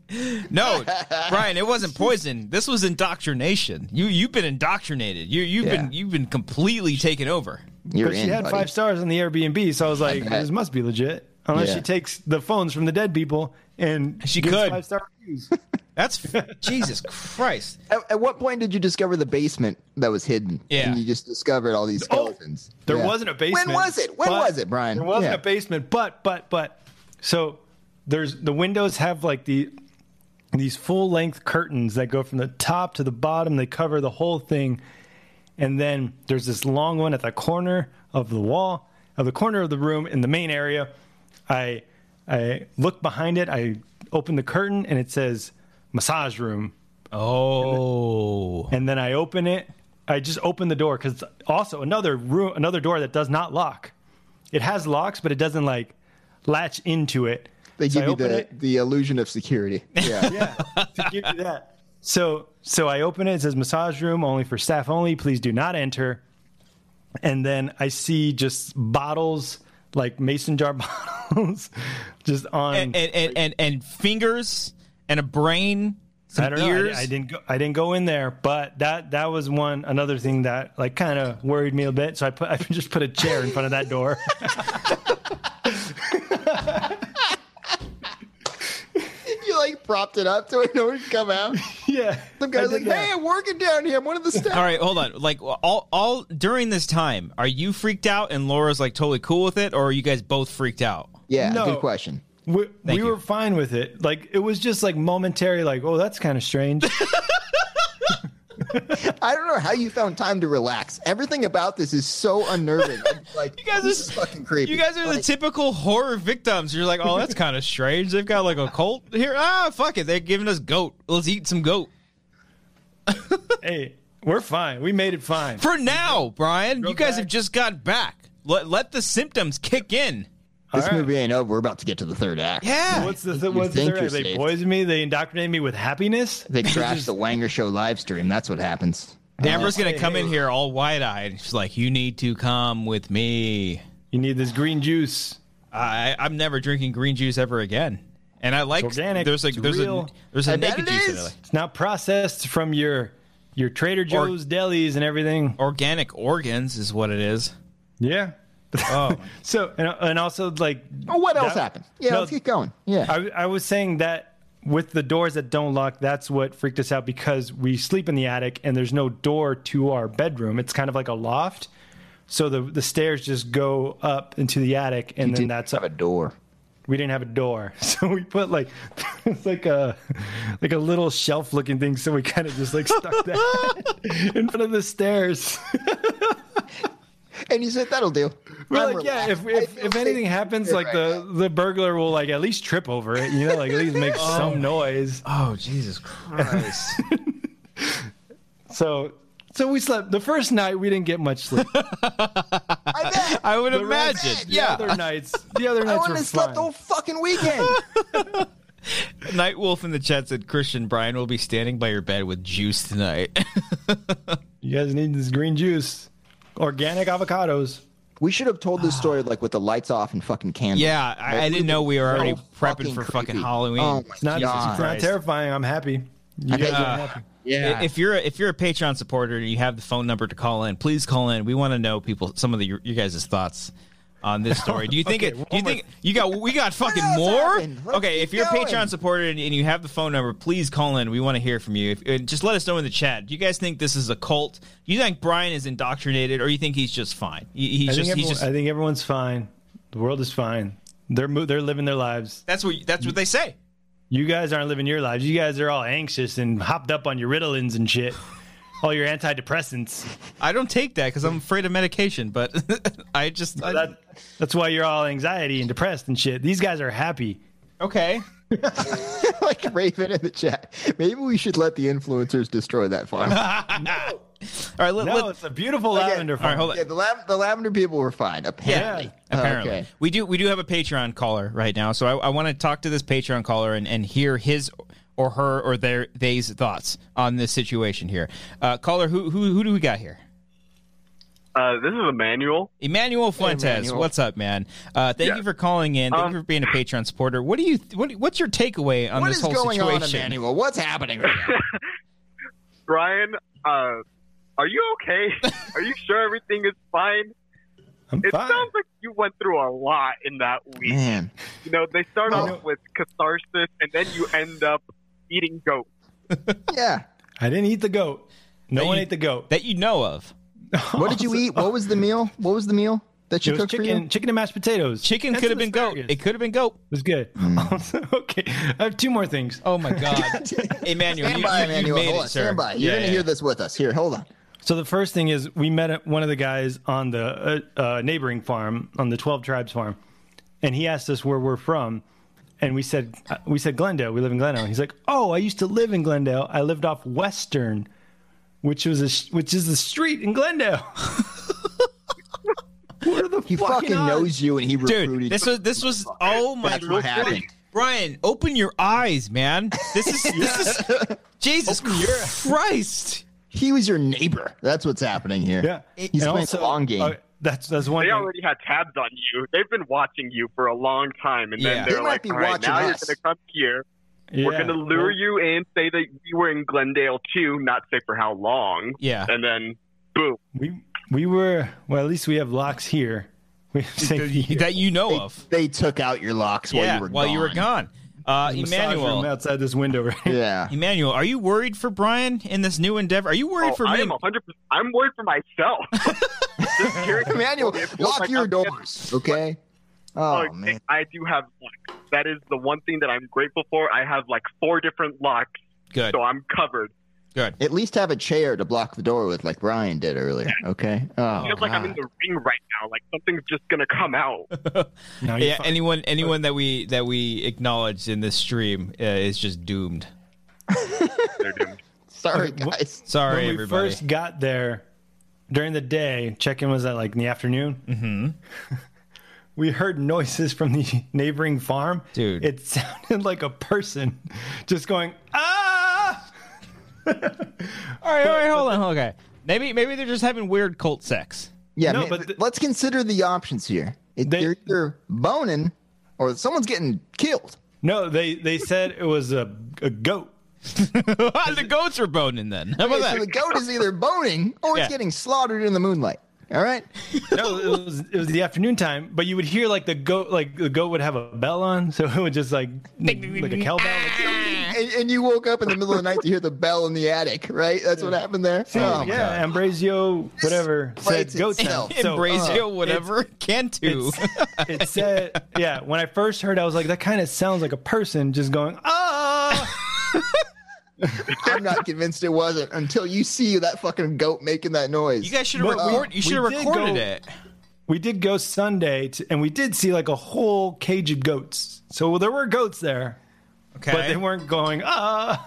Speaker 1: No, Brian, it wasn't poison. This was indoctrination. You you've been indoctrinated. You you've been
Speaker 3: Yeah.
Speaker 1: you've been completely taken over.
Speaker 3: You're
Speaker 4: but
Speaker 3: in.
Speaker 4: she had
Speaker 3: buddy.
Speaker 4: five stars on the Airbnb, so I was like,
Speaker 3: bet.
Speaker 4: this must be legit. Unless
Speaker 3: Yeah.
Speaker 4: she takes the phones from the dead people and
Speaker 1: She
Speaker 4: gives
Speaker 1: could.
Speaker 4: five star reviews.
Speaker 1: That's Jesus Christ.
Speaker 3: At, at what point did you discover the basement that was hidden?
Speaker 1: Yeah.
Speaker 3: And you just discovered all these skeletons.
Speaker 4: Oh, There
Speaker 3: Yeah.
Speaker 4: wasn't a basement.
Speaker 3: When was it? When
Speaker 4: but-
Speaker 3: was it, Brian?
Speaker 4: There wasn't
Speaker 3: Yeah.
Speaker 4: a basement, but but but so there's the windows have like the these full length curtains that go from the top to the bottom. They cover the whole thing, and then there's this long one at the corner of the wall of the corner of the room in the main area. I I look behind it. I open the curtain and it says massage room.
Speaker 1: Oh.
Speaker 4: And then I open it. I just open the door because also another room, another door that does not lock. It has locks, but it doesn't like latch into it.
Speaker 3: They
Speaker 4: So
Speaker 3: give
Speaker 4: I
Speaker 3: you
Speaker 4: open
Speaker 3: the,
Speaker 4: it.
Speaker 3: the illusion of security. Yeah.
Speaker 4: yeah, to give you that. So so I open it. It says massage room only for staff only. Please do not enter. And then I see just bottles like mason jar bottles just on.
Speaker 1: And and, and and and fingers and a brain, some
Speaker 4: I don't
Speaker 1: ears.
Speaker 4: know. I- I, didn't go. I didn't go in there, but that that was one another thing that like kind of worried me a bit. So I put I just put a chair in front of that door.
Speaker 3: you like propped it up to it, no one could come out.
Speaker 4: yeah,
Speaker 3: Some guy's
Speaker 4: I did
Speaker 3: like,
Speaker 4: that.
Speaker 3: hey, I'm working down here. I'm one of the staff.
Speaker 1: all right, hold on. Like all all during this time, are you freaked out and Laura's like totally cool with it or are you guys both freaked out?
Speaker 3: Yeah,
Speaker 4: No.
Speaker 3: good question.
Speaker 4: we, we
Speaker 1: you.
Speaker 4: were fine with it. Like it was just like momentary. Like oh, that's kind of strange.
Speaker 3: I don't know how you found time to relax. Everything about this is so unnerving. I'm like,
Speaker 1: You guys
Speaker 3: this
Speaker 1: are
Speaker 3: is fucking creepy.
Speaker 1: You guys are the
Speaker 3: Like,
Speaker 1: typical horror victims. You're like, oh, that's kind of strange. They've got like a cult here. Ah, fuck it. They're giving us goat. Let's eat some goat
Speaker 4: hey, we're fine. We made it fine.
Speaker 1: for now, Brian. you guys
Speaker 4: back.
Speaker 1: have just got back. Let let the symptoms kick in.
Speaker 3: this
Speaker 4: All right.
Speaker 3: movie ain't over. We're about to get to the third act.
Speaker 1: Yeah.
Speaker 4: What's the th-
Speaker 3: You
Speaker 4: what's
Speaker 3: think
Speaker 4: the
Speaker 3: you're
Speaker 4: They
Speaker 3: safe.
Speaker 4: poisoned me. They indoctrinated me with happiness.
Speaker 3: They crashed the Wanger Show live stream. That's what happens.
Speaker 1: Amber's gonna come in here all wide eyed. She's like, "You need to come with me.
Speaker 4: You need this green juice.
Speaker 1: I, I'm never drinking green juice ever again." And I like
Speaker 4: organic.
Speaker 1: There's like
Speaker 4: It's
Speaker 1: there's a
Speaker 4: real.
Speaker 1: there's a
Speaker 3: I bet
Speaker 1: naked
Speaker 3: it
Speaker 1: juice. that I
Speaker 3: is.
Speaker 1: like.
Speaker 4: It's not processed from your your Trader Joe's delis and everything.
Speaker 1: Organic organs is what it is.
Speaker 4: Yeah.
Speaker 1: Oh, my-
Speaker 4: So and, and also like
Speaker 3: Oh, what else
Speaker 4: That-
Speaker 3: happened? Yeah,
Speaker 4: no,
Speaker 3: let's get going. Yeah.
Speaker 4: I, I was saying that with the doors that don't lock, that's what freaked us out because we sleep in the attic and there's no door to our bedroom. It's kind of like a loft, so the the stairs just go up into the attic, and then
Speaker 3: Didn't
Speaker 4: that's
Speaker 3: have a door.
Speaker 4: we didn't have a door, so we put like it's like a like a little shelf looking thing. So we kind of just like stuck that in front of the stairs.
Speaker 3: And you said, that'll do.
Speaker 4: We're
Speaker 3: I'm
Speaker 4: like, yeah,
Speaker 3: relaxed.
Speaker 4: if
Speaker 3: I
Speaker 4: if,
Speaker 3: feel
Speaker 4: if
Speaker 3: safe
Speaker 4: anything happens,
Speaker 3: here
Speaker 4: like
Speaker 3: right
Speaker 4: the the burglar will like at least trip over it, you know, like at least make some noise.
Speaker 1: oh, Jesus Christ!
Speaker 4: So so we slept the first night. We didn't get much sleep.
Speaker 3: now. I bet.
Speaker 1: I would
Speaker 3: rest-
Speaker 1: imagine.
Speaker 3: the
Speaker 1: Yeah,
Speaker 4: The other nights, the other
Speaker 3: I
Speaker 4: nights
Speaker 3: wouldn't
Speaker 4: were
Speaker 3: have slept
Speaker 4: fine.
Speaker 3: all fucking weekend.
Speaker 1: Night Wolf in the chat said Christian Brian will be standing by your bed with juice tonight.
Speaker 4: You guys need this green juice, organic avocados.
Speaker 3: we should have told this story like with the lights off and fucking candles.
Speaker 1: yeah, I, I didn't know we were already
Speaker 3: So
Speaker 1: prepping for fucking
Speaker 3: creepy.
Speaker 1: Halloween.
Speaker 3: Oh my
Speaker 4: It's not,
Speaker 3: God.
Speaker 4: it's not terrifying. I'm happy. You
Speaker 3: bet
Speaker 4: guys
Speaker 3: you-
Speaker 4: are
Speaker 1: Uh,
Speaker 4: happy.
Speaker 3: Yeah.
Speaker 1: If you're a, if you're a Patreon supporter and you have the phone number to call in, please call in. We want to know people some of the your, your guys' thoughts on this story. Do you think it? Do you think you got we got fucking
Speaker 3: else
Speaker 1: more?
Speaker 3: happened? Let's
Speaker 1: Okay,
Speaker 3: keep
Speaker 1: if you're a
Speaker 3: going.
Speaker 1: Patreon supporter and, and you have the phone number, please call in. We want to hear from you. If, and just let us know in the chat. Do you guys think this is a cult? Do you think Brian is indoctrinated, or you think he's just fine? He-
Speaker 4: I
Speaker 1: he's
Speaker 4: think,
Speaker 1: just he's
Speaker 4: everyone-
Speaker 1: just.
Speaker 4: I think everyone's fine. The world is fine. They're mo- they're living their lives.
Speaker 1: that's what that's what they say.
Speaker 4: You guys aren't living your lives. You guys are all anxious and hopped up on your Ritalins and shit. all your antidepressants.
Speaker 1: I don't take that because I'm afraid of medication, but I just I-
Speaker 4: That, that's why you're all anxiety and depressed and shit. These guys are happy.
Speaker 1: okay.
Speaker 3: like Raven in the chat. Maybe we should let the influencers destroy that farm.
Speaker 1: All right, let,
Speaker 4: No,
Speaker 1: let-
Speaker 4: it's a beautiful lavender
Speaker 1: all right,
Speaker 4: farm.
Speaker 1: hold on.
Speaker 3: yeah, the, lav- the lavender people were fine, apparently. Oh,
Speaker 1: Apparently,
Speaker 3: Okay.
Speaker 1: we do we do have a Patreon caller right now, so I, I want to talk to this Patreon caller and, and hear his or her or their they's thoughts on this situation here. Uh, caller, who who who do we got here?
Speaker 5: Uh, this is Emmanuel.
Speaker 1: Emmanuel Fuentes,
Speaker 3: Emmanuel.
Speaker 1: what's up, man? Uh, thank
Speaker 5: Yeah.
Speaker 1: you for calling in. Thank
Speaker 5: Um,
Speaker 1: you for being a Patreon supporter. What do you what what's your takeaway on
Speaker 3: What
Speaker 1: this
Speaker 3: is
Speaker 1: whole
Speaker 3: going on,
Speaker 1: situation?
Speaker 3: Emmanuel? What's happening? right now?
Speaker 5: Brian, uh, are you okay? are you sure everything is fine?
Speaker 4: I'm
Speaker 5: It
Speaker 4: fine.
Speaker 5: sounds like you went through a lot in that week.
Speaker 3: Man,
Speaker 5: You know, they start
Speaker 3: Well-
Speaker 5: off with catharsis, and then you end up eating goat.
Speaker 3: yeah.
Speaker 4: I didn't eat the goat. No
Speaker 1: That
Speaker 4: one
Speaker 1: you-
Speaker 4: ate the goat.
Speaker 1: That you know of?
Speaker 3: What did you eat? What was the meal? What was the meal that
Speaker 4: It
Speaker 3: you
Speaker 4: was
Speaker 3: cooked for
Speaker 4: chicken,
Speaker 3: you?
Speaker 4: chicken and mashed potatoes.
Speaker 1: Chicken
Speaker 4: That's
Speaker 1: could have
Speaker 4: an
Speaker 1: been goat.
Speaker 4: asparagus.
Speaker 1: It could have been goat.
Speaker 4: It was good.
Speaker 3: Hmm.
Speaker 4: Also, okay, I have two more things.
Speaker 1: Oh my God, Emmanuel,
Speaker 3: Stand
Speaker 1: you,
Speaker 3: by,
Speaker 1: you- you
Speaker 3: Emmanuel.
Speaker 1: made
Speaker 3: Hold
Speaker 1: it,
Speaker 3: on.
Speaker 1: sir.
Speaker 3: Stand by. You're
Speaker 1: Yeah,
Speaker 3: gonna
Speaker 1: yeah.
Speaker 3: hear this with us. Here, hold on.
Speaker 4: So the first thing is we met one of the guys on the uh, uh, neighboring farm, on the Twelve Tribes farm, and he asked us where we're from, and we said uh, we said Glendale. We live in Glendale. And he's like, oh, I used to live in Glendale. I lived off Western, which was a sh- which is the street in Glendale. what are the
Speaker 3: He fucking knows you, and he recruited.
Speaker 1: Dude, this
Speaker 3: you.
Speaker 1: was this was oh my
Speaker 3: That's what happened.
Speaker 1: Brian, open your eyes, man. This is this is Jesus Christ.
Speaker 3: He was your neighbor. That's what's happening here.
Speaker 4: Yeah,
Speaker 3: He's
Speaker 4: And
Speaker 3: playing the long game.
Speaker 4: uh, that's that's one.
Speaker 5: They
Speaker 4: thing.
Speaker 5: already had tabs on you. They've been watching you for a long time, and
Speaker 1: Yeah.
Speaker 5: then they're
Speaker 3: They might
Speaker 5: like,
Speaker 3: be
Speaker 5: "All right,
Speaker 3: watching
Speaker 5: now
Speaker 3: us."
Speaker 5: you're gonna come here. We're
Speaker 4: Yeah.
Speaker 5: gonna lure you in, say that you were in Glendale too, not say for how long."
Speaker 1: Yeah.
Speaker 5: and then boom.
Speaker 4: We we were well. At least we have locks here. We have safety. here.
Speaker 1: That you know of.
Speaker 3: They took out your locks while
Speaker 1: yeah,
Speaker 3: you were
Speaker 1: while
Speaker 3: gone.
Speaker 1: you were gone. Uh,
Speaker 4: Massage room
Speaker 1: Emmanuel,
Speaker 4: outside this window, right?
Speaker 3: Yeah.
Speaker 1: Emmanuel, are you worried for Brian in this new endeavor? Are you worried
Speaker 5: Oh,
Speaker 1: for
Speaker 5: I
Speaker 1: me?
Speaker 5: am 100. percent I'm worried for myself. Just curious.
Speaker 3: Emmanuel,
Speaker 5: It feels
Speaker 3: lock
Speaker 5: like
Speaker 3: your
Speaker 5: I'm-
Speaker 3: doors, okay? Oh,
Speaker 5: Oh,
Speaker 3: man.
Speaker 5: I do have luck. That is the one thing that I'm grateful for. I have like four different locks,
Speaker 1: Good,
Speaker 5: so I'm covered.
Speaker 1: good.
Speaker 3: At least have a chair to block the door with, like Brian did earlier. Okay. Oh,
Speaker 5: Feels like I'm in
Speaker 3: God.
Speaker 5: the ring right now. Like something's just gonna come out.
Speaker 4: No, you're
Speaker 1: Yeah,
Speaker 4: fine.
Speaker 1: anyone anyone that we that we acknowledge in this stream uh, is just doomed.
Speaker 5: They're doomed.
Speaker 3: sorry,
Speaker 4: Okay, wh-
Speaker 3: guys.
Speaker 1: Sorry,
Speaker 4: when we
Speaker 1: everybody.
Speaker 4: first got there during the day, check-in was at like in the afternoon. Mm-hmm. we heard noises from the neighboring farm.
Speaker 1: Dude.
Speaker 4: it sounded like a person just going ah.
Speaker 1: all right, all right, hold on, okay. Maybe maybe they're just having weird cult sex.
Speaker 3: Yeah,
Speaker 4: No,
Speaker 3: man,
Speaker 4: but th-
Speaker 3: let's consider the options here. It,
Speaker 4: They-
Speaker 3: you're either boning or someone's getting killed.
Speaker 4: No, they they said it was a a goat.
Speaker 1: the goats are boning then. How about
Speaker 3: Okay, so the
Speaker 1: that?
Speaker 3: goat is either boning or
Speaker 1: Yeah.
Speaker 3: it's getting slaughtered in the moonlight. All right.
Speaker 4: No, it was it was the afternoon time, but you would hear like the goat like the goat would have a bell on, so it would just like like a cowbell.
Speaker 1: Ah.
Speaker 3: And, and you woke up in the middle of the night to hear the bell in the attic, right? That's what happened there. Oh, my
Speaker 4: yeah, Ambrosio, whatever said
Speaker 3: writes
Speaker 4: goat sound.
Speaker 3: itself.
Speaker 4: So,
Speaker 1: Embrasio,
Speaker 4: uh,
Speaker 1: whatever, Cantu.
Speaker 4: it's- it said, yeah. When I first heard, I was like, that kind of sounds like a person just going, ah.
Speaker 3: I'm not convinced it wasn't until you see that fucking goat making that noise.
Speaker 1: You guys should have
Speaker 4: But we-
Speaker 1: record. You
Speaker 4: we
Speaker 1: should have
Speaker 4: did
Speaker 1: recorded
Speaker 4: go-
Speaker 1: it.
Speaker 4: We did go Sunday, to, and we did see like a whole cage of goats. So there were goats there,
Speaker 1: Okay,
Speaker 4: but they weren't going, ah.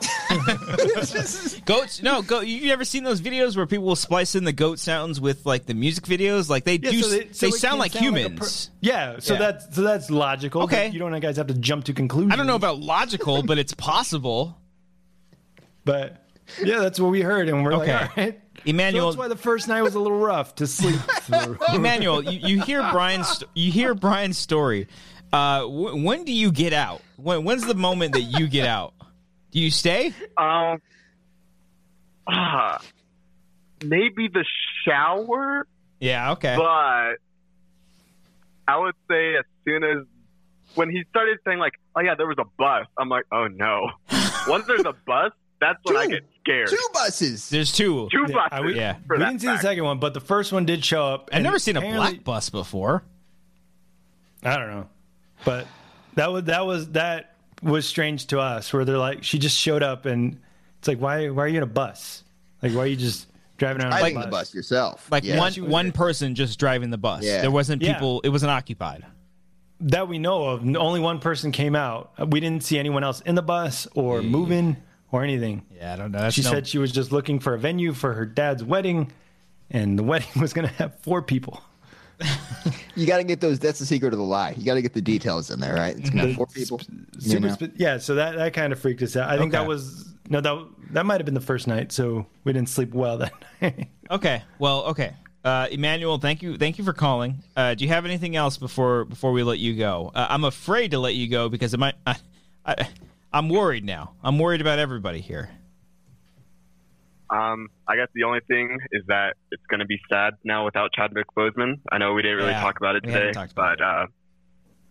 Speaker 1: goats. No, go. You ever seen those videos where people will splice in the goat sounds with like the music videos? Like they
Speaker 4: Yeah,
Speaker 1: do.
Speaker 4: so
Speaker 1: they
Speaker 4: so it can
Speaker 1: sound like
Speaker 4: a
Speaker 1: humans.
Speaker 4: per- yeah, so
Speaker 1: Yeah.
Speaker 4: that's so that's logical.
Speaker 1: Okay.
Speaker 4: you don't guys have to jump to conclusions.
Speaker 1: I don't know about logical, but it's possible.
Speaker 4: but yeah, that's what we heard, and we're
Speaker 1: Okay.
Speaker 4: like, all right. So
Speaker 1: Emmanuel,
Speaker 4: that's why the first night was a little rough to sleep through.
Speaker 1: Emmanuel, you, you hear Brian's st- you hear Brian's story. Uh, wh- when do you get out? When, when's the moment that you get out? Do you stay?
Speaker 5: Um, ah, maybe the shower,
Speaker 1: Yeah. Okay.
Speaker 5: but I would say as soon as when he started saying like, "Oh yeah, there was a bus," I'm like, "Oh no!" Once there's a bus, that's when I
Speaker 3: Two.
Speaker 5: get scared.
Speaker 3: Two buses.
Speaker 1: There's two.
Speaker 5: Two
Speaker 4: Yeah,
Speaker 5: buses.
Speaker 4: I would-
Speaker 1: yeah.
Speaker 5: for
Speaker 4: we
Speaker 5: that
Speaker 4: didn't see
Speaker 5: fact.
Speaker 4: the second one, but the first one did show up.
Speaker 1: I've
Speaker 4: and
Speaker 1: never seen a
Speaker 4: apparently-
Speaker 1: black bus before.
Speaker 4: I don't know, but that was that was that was strange to us. Where they're like, she just showed up, and it's like, why why are you in a bus? Like, why are you just driving around? on a
Speaker 3: Riding the bus yourself.
Speaker 1: Like
Speaker 3: Yeah.
Speaker 1: one one person just driving the bus.
Speaker 3: Yeah.
Speaker 1: There wasn't
Speaker 4: Yeah.
Speaker 1: people. It wasn't occupied.
Speaker 4: that we know of. n- Only one person came out. We didn't see anyone else in the bus or moving or anything.
Speaker 1: Yeah, I don't know. That's
Speaker 4: She
Speaker 1: no-
Speaker 4: said she was just looking for a venue for her dad's wedding, and the wedding was going to have four people.
Speaker 3: You got to get those. That's the secret of the lie. You got to get the details in there, right? It's gonna have four people. you
Speaker 4: Mm-hmm. Super
Speaker 3: know.
Speaker 4: spe- yeah, so that, that kind of freaked us out. I think
Speaker 1: Okay.
Speaker 4: that was no that that might have been the first night, so we didn't sleep well that night.
Speaker 1: Okay. Well, okay. Uh, Emmanuel, thank you, thank you for calling. Uh, do you have anything else before before we let you go? Uh, I'm afraid to let you go because it might. I, I, I'm worried now. I'm worried about everybody here.
Speaker 5: Um, I guess the only thing is that it's going to be sad now without Chadwick Boseman. I know we didn't really
Speaker 1: Yeah,
Speaker 5: talk about it
Speaker 1: we haven't
Speaker 5: today,
Speaker 1: talked about
Speaker 5: but uh,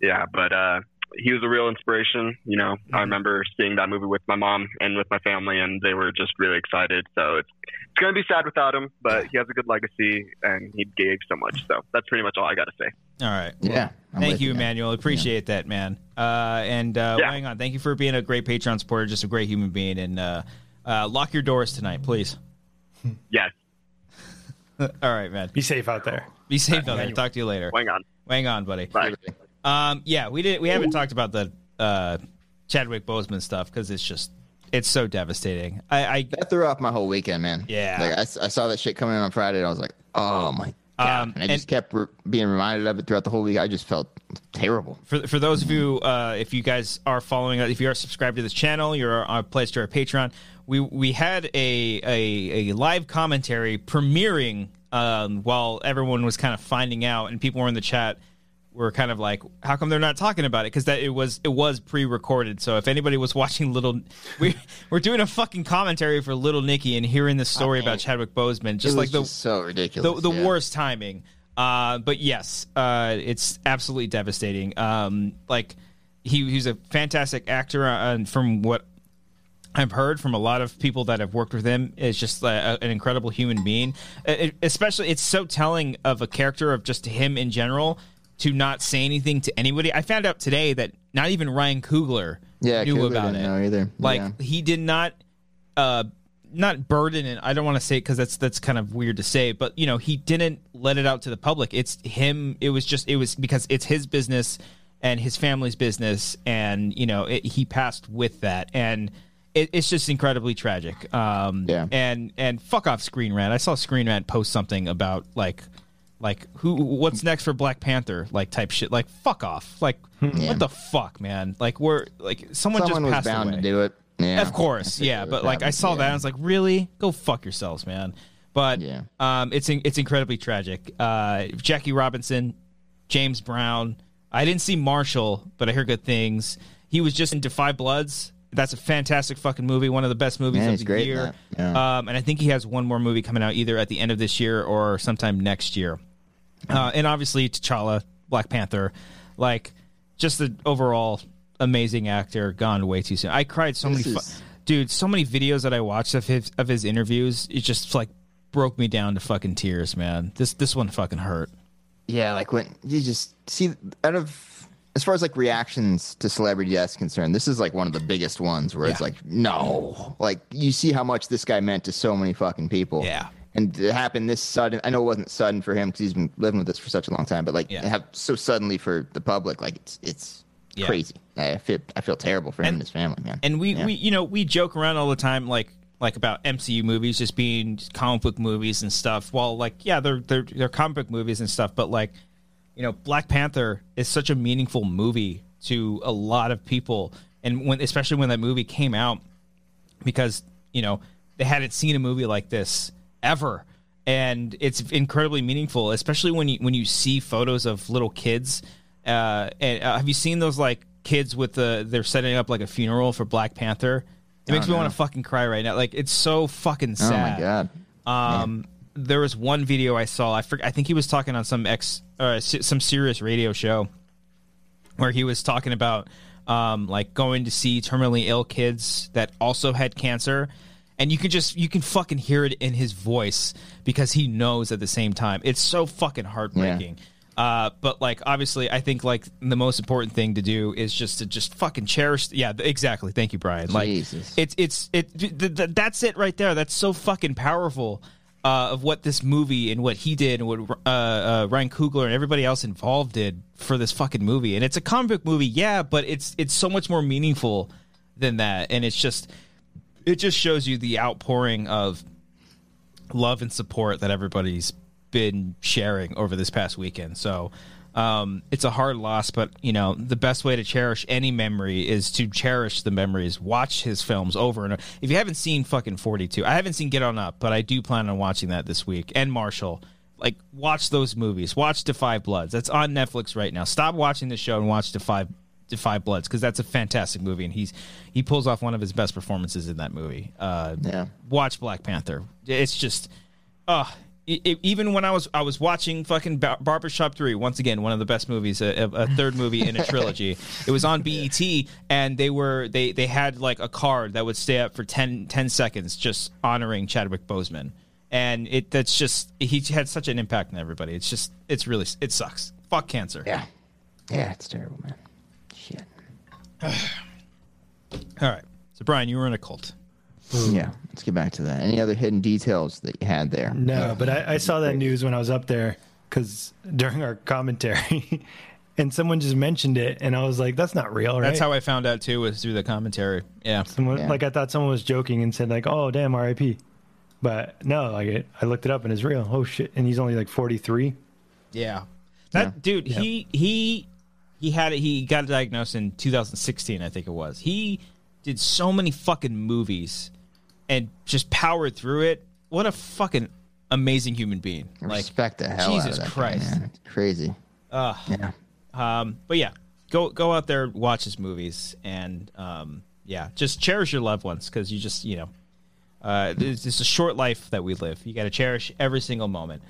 Speaker 5: yeah, but uh, he was a real inspiration. You know,
Speaker 1: Mm-hmm.
Speaker 5: I remember seeing that movie with my mom and with my family, and they were just really excited. So it's it's going to be sad without him, but he has a good legacy, and he gave so much. So that's pretty much all I got to say.
Speaker 1: All right. Well,
Speaker 3: Yeah. I'm
Speaker 1: thank
Speaker 3: with
Speaker 1: you,
Speaker 3: man.
Speaker 1: Emmanuel. Appreciate that, man. Uh, and uh,
Speaker 5: Yeah.
Speaker 1: hang on. Thank you for being a great Patreon supporter, just a great human being. And uh, uh, lock your doors tonight, please.
Speaker 5: Yes,
Speaker 1: All right, man.
Speaker 4: Be safe out there.
Speaker 1: Be safe out there. Talk to you later.
Speaker 5: hang on,
Speaker 1: Hang on, buddy.
Speaker 5: bye.
Speaker 1: Um, yeah, we did. We haven't talked about the uh, Chadwick Boseman stuff because it's just it's so devastating. I, I
Speaker 3: That threw off my whole weekend, man.
Speaker 1: Yeah.
Speaker 3: Like I, s- I saw that shit coming in on Friday, and I was like, oh my god.
Speaker 1: Um,
Speaker 3: and I just
Speaker 1: and-
Speaker 3: kept re- being reminded of it throughout the whole week. I just felt terrible.
Speaker 1: for, for those of you, uh, if you guys are following, if you are subscribed to this channel, you're our pledge to our Patreon. We we had a a, a live commentary premiering um, while everyone was kind of finding out, and people were in the chat were kind of like, "How come they're not talking about it?" Because that it was it was pre recorded. So if anybody was watching Little, we we're doing a fucking commentary for Little Nicky and hearing the story about Chadwick Boseman,
Speaker 3: It
Speaker 1: just
Speaker 3: was
Speaker 1: like the
Speaker 3: just so
Speaker 1: the,
Speaker 3: ridiculous.
Speaker 1: the
Speaker 3: yeah.
Speaker 1: worst timing. Uh, but yes, uh, it's absolutely devastating. Um, like he, he's a fantastic actor, uh, and from what I've heard from a lot of people that have worked with him, is just uh, a- an incredible human being. Uh, it- especially, it's so telling of a character of just him in general to not say anything to anybody. I found out today that not even Ryan Coogler
Speaker 3: Yeah,
Speaker 1: knew
Speaker 3: Coogler
Speaker 1: about
Speaker 3: didn't
Speaker 1: it.
Speaker 3: know either.
Speaker 1: Like
Speaker 3: Yeah.
Speaker 1: he did not uh not burden it. I don't want to say because that's that's kind of weird to say, but you know he didn't let it out to the public. It's him. It was just it was because it's his business and his family's business, and you know it, he passed with that, and it, it's just incredibly tragic. Um,
Speaker 3: Yeah.
Speaker 1: And and fuck off, Screen Rant. I saw Screen Rant post something about like like who what's next for Black Panther like type shit. Like fuck off. Like what the fuck, man. Like we're like someone,
Speaker 3: Hmm. Someone
Speaker 1: just
Speaker 3: was
Speaker 1: passed
Speaker 3: bound
Speaker 1: away.
Speaker 3: to do it. Yeah.
Speaker 1: Of course,
Speaker 3: That's
Speaker 1: yeah.
Speaker 3: what
Speaker 1: But like, I
Speaker 3: happened,
Speaker 1: saw that,
Speaker 3: yeah.
Speaker 1: and I was like, really? Go fuck yourselves, man. But
Speaker 3: Yeah.
Speaker 1: um, it's in, it's incredibly tragic. Uh, Jackie Robinson, James Brown. I didn't see Marshall, but I hear good things. He was just in Defy Bloods. That's a fantastic fucking movie. One of the best movies
Speaker 3: Yeah,
Speaker 1: of
Speaker 3: he's
Speaker 1: the
Speaker 3: great in
Speaker 1: year.
Speaker 3: that. Yeah.
Speaker 1: Um, and I think he has one more movie coming out either at the end of this year or sometime next year. Uh, and obviously T'Challa, Black Panther, like just the overall amazing actor gone way too soon. I cried so many,
Speaker 3: This
Speaker 1: fu-
Speaker 3: is-
Speaker 1: dude, so many videos that I watched of his of his interviews. It just like broke me down to fucking tears, man. This this one fucking hurt.
Speaker 3: Yeah, like when you just see out of as far as like reactions to celebrity deaths concerned, this is like one of the biggest ones where it's like, no, like you see how much this guy meant to so many fucking people.
Speaker 1: Yeah.
Speaker 3: And it happened this sudden. I know it wasn't sudden for him because he's been living with this for such a long time, but like
Speaker 1: Yeah.
Speaker 3: to have so suddenly for the public, like it's it's
Speaker 1: Yeah.
Speaker 3: crazy. I feel I feel terrible for him and his family, man.
Speaker 1: And we,
Speaker 3: Yeah.
Speaker 1: we you know we joke around all the time like like about MCU movies just being just comic book movies and stuff. Well, like yeah, they're they're they're comic book movies and stuff, but like you know, Black Panther is such a meaningful movie to a lot of people, and when especially when that movie came out, because you know they hadn't seen a movie like this ever and it's incredibly meaningful especially when you when you see photos of little kids uh and uh, have you seen those like kids with the they're setting up like a funeral for black panther it makes me want to fucking cry right now like it's so fucking
Speaker 3: oh
Speaker 1: sad
Speaker 3: my god.
Speaker 1: um, there was one video I saw. I forg I think he was talking on some ex, uh, s- some serious radio show, where he was talking about um, like going to see terminally ill kids that also had cancer, and you can just you can fucking hear it in his voice because he knows at the same time. It's so fucking heartbreaking. Uh, but like obviously, I think like the most important thing to do is just to just fucking cherish. Yeah, th- exactly. Thank you, Brian. Like
Speaker 3: Jesus.
Speaker 1: it's it's it. Th- th- that's it right there. That's so fucking powerful uh, of what this movie and what he did and what uh, uh, Ryan Coogler and everybody else involved did for this fucking movie. And it's a comic book movie, yeah, but it's it's so much more meaningful than that. And it's just it just shows you the outpouring of love and support that everybody's been sharing over this past weekend. So um, it's a hard loss, but you know the best way to cherish any memory is to cherish the memories. Watch his films over and over. If you haven't seen fucking Forty Two, I haven't seen Get On Up, but I do plan on watching that this week. And Marshall, like watch those movies. Watch Defy Bloods. That's on Netflix right now. Stop watching the show and watch Defy Defy Bloods because that's a fantastic movie, and he's he pulls off one of his best performances in that movie. Uh,
Speaker 3: Yeah.
Speaker 1: watch Black Panther. It's just, uh, it, it- even when I was I was watching fucking Bar- Barbershop Three once again, one of the best movies, a, a- a third movie in a trilogy. it was on BET, and they were they they had like a card that would stay up for 10, 10 seconds, just honoring Chadwick Boseman, and it that's just he had such an impact on everybody. It's just it's really it sucks. Fuck cancer.
Speaker 3: Yeah. Yeah, it's terrible, man. Shit.
Speaker 1: All right. So Brian, you were in a cult.
Speaker 3: Yeah. Let's get back to that. Any other hidden details that you had there?
Speaker 4: No, but I, I saw that news when I was up there because during our commentary, and someone just mentioned it, and I was like, "That's not real, right?"
Speaker 1: That's how I found out too, was through the commentary. Yeah.
Speaker 4: someone
Speaker 3: Yeah.
Speaker 4: like I thought someone was joking and said like, "Oh, damn, R.I.P." But no, like it, I looked it up and it's real. Oh shit! And he's only like 43.
Speaker 1: Yeah. That dude, he he he had it he got diagnosed in 2016, I think it was. He did so many fucking movies and just powered through it. What a fucking amazing human being. Like
Speaker 3: Respect the hell
Speaker 1: Jesus
Speaker 3: out of that guy,
Speaker 1: Christ.
Speaker 3: man. It's crazy. yeah.
Speaker 1: Um, but yeah, go go out there, watch his movies, and um, yeah, just cherish your loved ones because you just you know, uh, it's, it's a short life that we live. You got to cherish every single moment.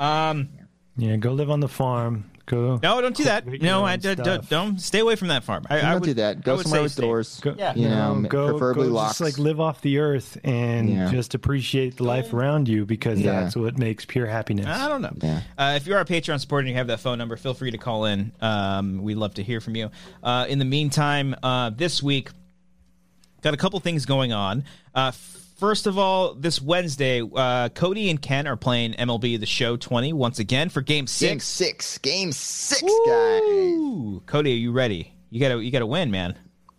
Speaker 1: Um,
Speaker 4: Yeah, go live on the farm. Go.
Speaker 1: no, don't do that.
Speaker 4: Cultivate
Speaker 1: No,
Speaker 4: your
Speaker 1: I
Speaker 4: own
Speaker 1: d- d-
Speaker 4: stuff.
Speaker 1: don't stay away from that farm. I, I
Speaker 3: don't
Speaker 1: would
Speaker 3: do that.
Speaker 1: I
Speaker 3: Go
Speaker 1: would
Speaker 3: somewhere
Speaker 1: say
Speaker 3: with
Speaker 1: stay.
Speaker 3: doors.
Speaker 4: Go,
Speaker 1: Yeah.
Speaker 3: You know,
Speaker 4: go,
Speaker 3: preferably
Speaker 4: go
Speaker 3: locks.
Speaker 4: Just like live off the earth and
Speaker 3: Yeah.
Speaker 4: just appreciate the life around you because
Speaker 3: Yeah.
Speaker 4: that's what makes pure happiness.
Speaker 1: I don't know.
Speaker 3: Yeah.
Speaker 1: Uh, if you are a Patreon supporter and you have that phone number, feel free to call in. Um, we'd love to hear from you. Uh, in the meantime, uh, this week, got a couple things going on. Uh, first of all, this Wednesday, uh, Cody and Ken are playing MLB The Show 20 once again for Game
Speaker 3: Game
Speaker 1: Six.
Speaker 3: six. Game six, guys.
Speaker 1: Ooh, Cody, are you ready? You gotta, you gotta win, man.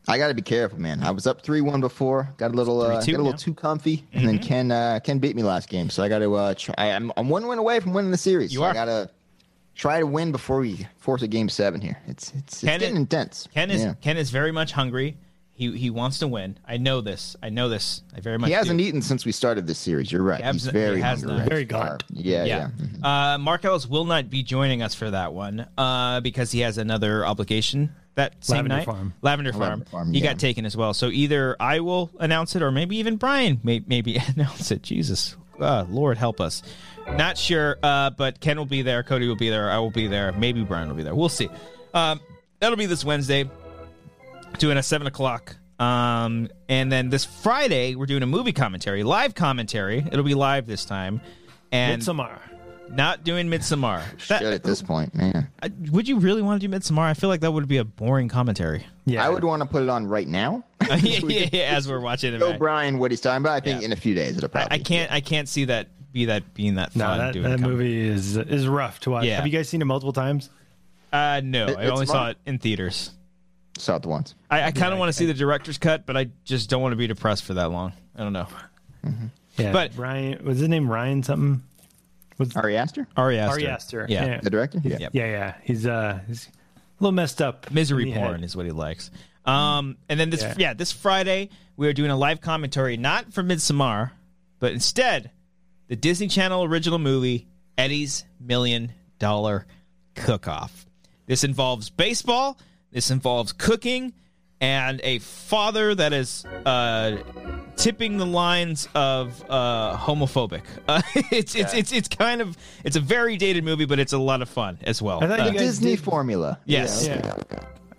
Speaker 3: I got to be careful, man. I was up three one before. Got a little, uh, got a
Speaker 1: 3-2
Speaker 3: little
Speaker 1: now. Mm-hmm.
Speaker 3: too comfy, and then Ken, uh, Ken beat me last game. So I got to. Uh, try, I'm, I'm one win away from winning the series.
Speaker 1: You
Speaker 3: So
Speaker 1: are.
Speaker 3: I got to try to win before we force a game seven here. It's it's, it's
Speaker 1: Ken
Speaker 3: getting
Speaker 1: is-
Speaker 3: intense.
Speaker 1: Ken is,
Speaker 3: Yeah.
Speaker 1: Ken is very much hungry. He he wants to win. I know this. I know this. I very much.
Speaker 3: He hasn't
Speaker 1: do.
Speaker 3: eaten since we started this series. You're right.
Speaker 1: Abs-
Speaker 3: He's very
Speaker 1: he has
Speaker 3: hungry.
Speaker 1: not.
Speaker 3: right?
Speaker 4: Very gaunt.
Speaker 3: Yeah, yeah. Mm-hmm.
Speaker 1: yeah. Uh, Mark Ellis will not be joining us for that one uh, because he has another obligation that same
Speaker 4: Lavender
Speaker 1: night.
Speaker 4: Farm.
Speaker 1: Lavender Farm.
Speaker 3: Lavender Farm,
Speaker 1: He
Speaker 3: yeah.
Speaker 1: got taken as well. So either I will announce it or maybe even Brian may- maybe announce it. Jesus. Uh, Lord help us. Not sure, uh, but Ken will be there. Cody will be there. I will be there. Maybe Brian will be there. We'll see. Um, that'll be this Wednesday doing a seven o'clock. Um, and then this Friday, we're doing a movie commentary, live commentary. It'll be live this time. And
Speaker 4: Midsommar.
Speaker 1: not doing Midsommar. That-
Speaker 3: Good at this point, man.
Speaker 1: I- would you really want to do Midsommar? I feel like that would be a boring commentary.
Speaker 4: Yeah,
Speaker 3: I would want to put it on right now.
Speaker 1: yeah, yeah, yeah, as we're watching it.
Speaker 3: Show
Speaker 1: back.
Speaker 3: Brian what he's talking about. I think
Speaker 1: Yeah.
Speaker 3: in a few days it'll
Speaker 1: I,
Speaker 3: probably.
Speaker 1: I can't. I can't see that be that being that
Speaker 4: No,
Speaker 1: fun.
Speaker 4: that,
Speaker 1: doing a
Speaker 4: that
Speaker 1: com-
Speaker 4: movie is is rough to watch.
Speaker 1: Yeah.
Speaker 4: Have you guys seen it multiple times?
Speaker 1: Uh, no,
Speaker 3: It-
Speaker 1: I only
Speaker 3: it's
Speaker 1: saw
Speaker 3: fun.
Speaker 1: it in theaters.
Speaker 3: Saw it once.
Speaker 1: I, I kind of want to see the director's cut, but I just don't want to be depressed for that long. I don't know.
Speaker 4: Yeah,
Speaker 1: But-
Speaker 4: Ryan was his name Ryan something.
Speaker 3: Ari Aster,
Speaker 1: Ari Aster.
Speaker 4: Ari Aster.
Speaker 1: Yeah.
Speaker 4: yeah,
Speaker 3: the director. Yeah.
Speaker 4: yeah, yeah. He's uh, he's a little messed up.
Speaker 1: Misery
Speaker 4: in the
Speaker 1: porn
Speaker 4: head.
Speaker 1: is what he likes. Um, and then this yeah.
Speaker 4: Yeah.
Speaker 1: this Friday we are doing a live commentary not for Midsommar, but instead the Disney Channel original movie Eddie's Million Dollar Cook Off. This involves baseball. This involves cooking, and a father that is uh, tipping the lines of uh, homophobic. Uh, it's it's it's it's kind of it's a very dated movie, but it's a lot of fun as well.
Speaker 4: I thought
Speaker 1: Uh,
Speaker 4: you guys
Speaker 3: Disney
Speaker 4: did,
Speaker 3: formula.
Speaker 1: yes.
Speaker 4: Yeah.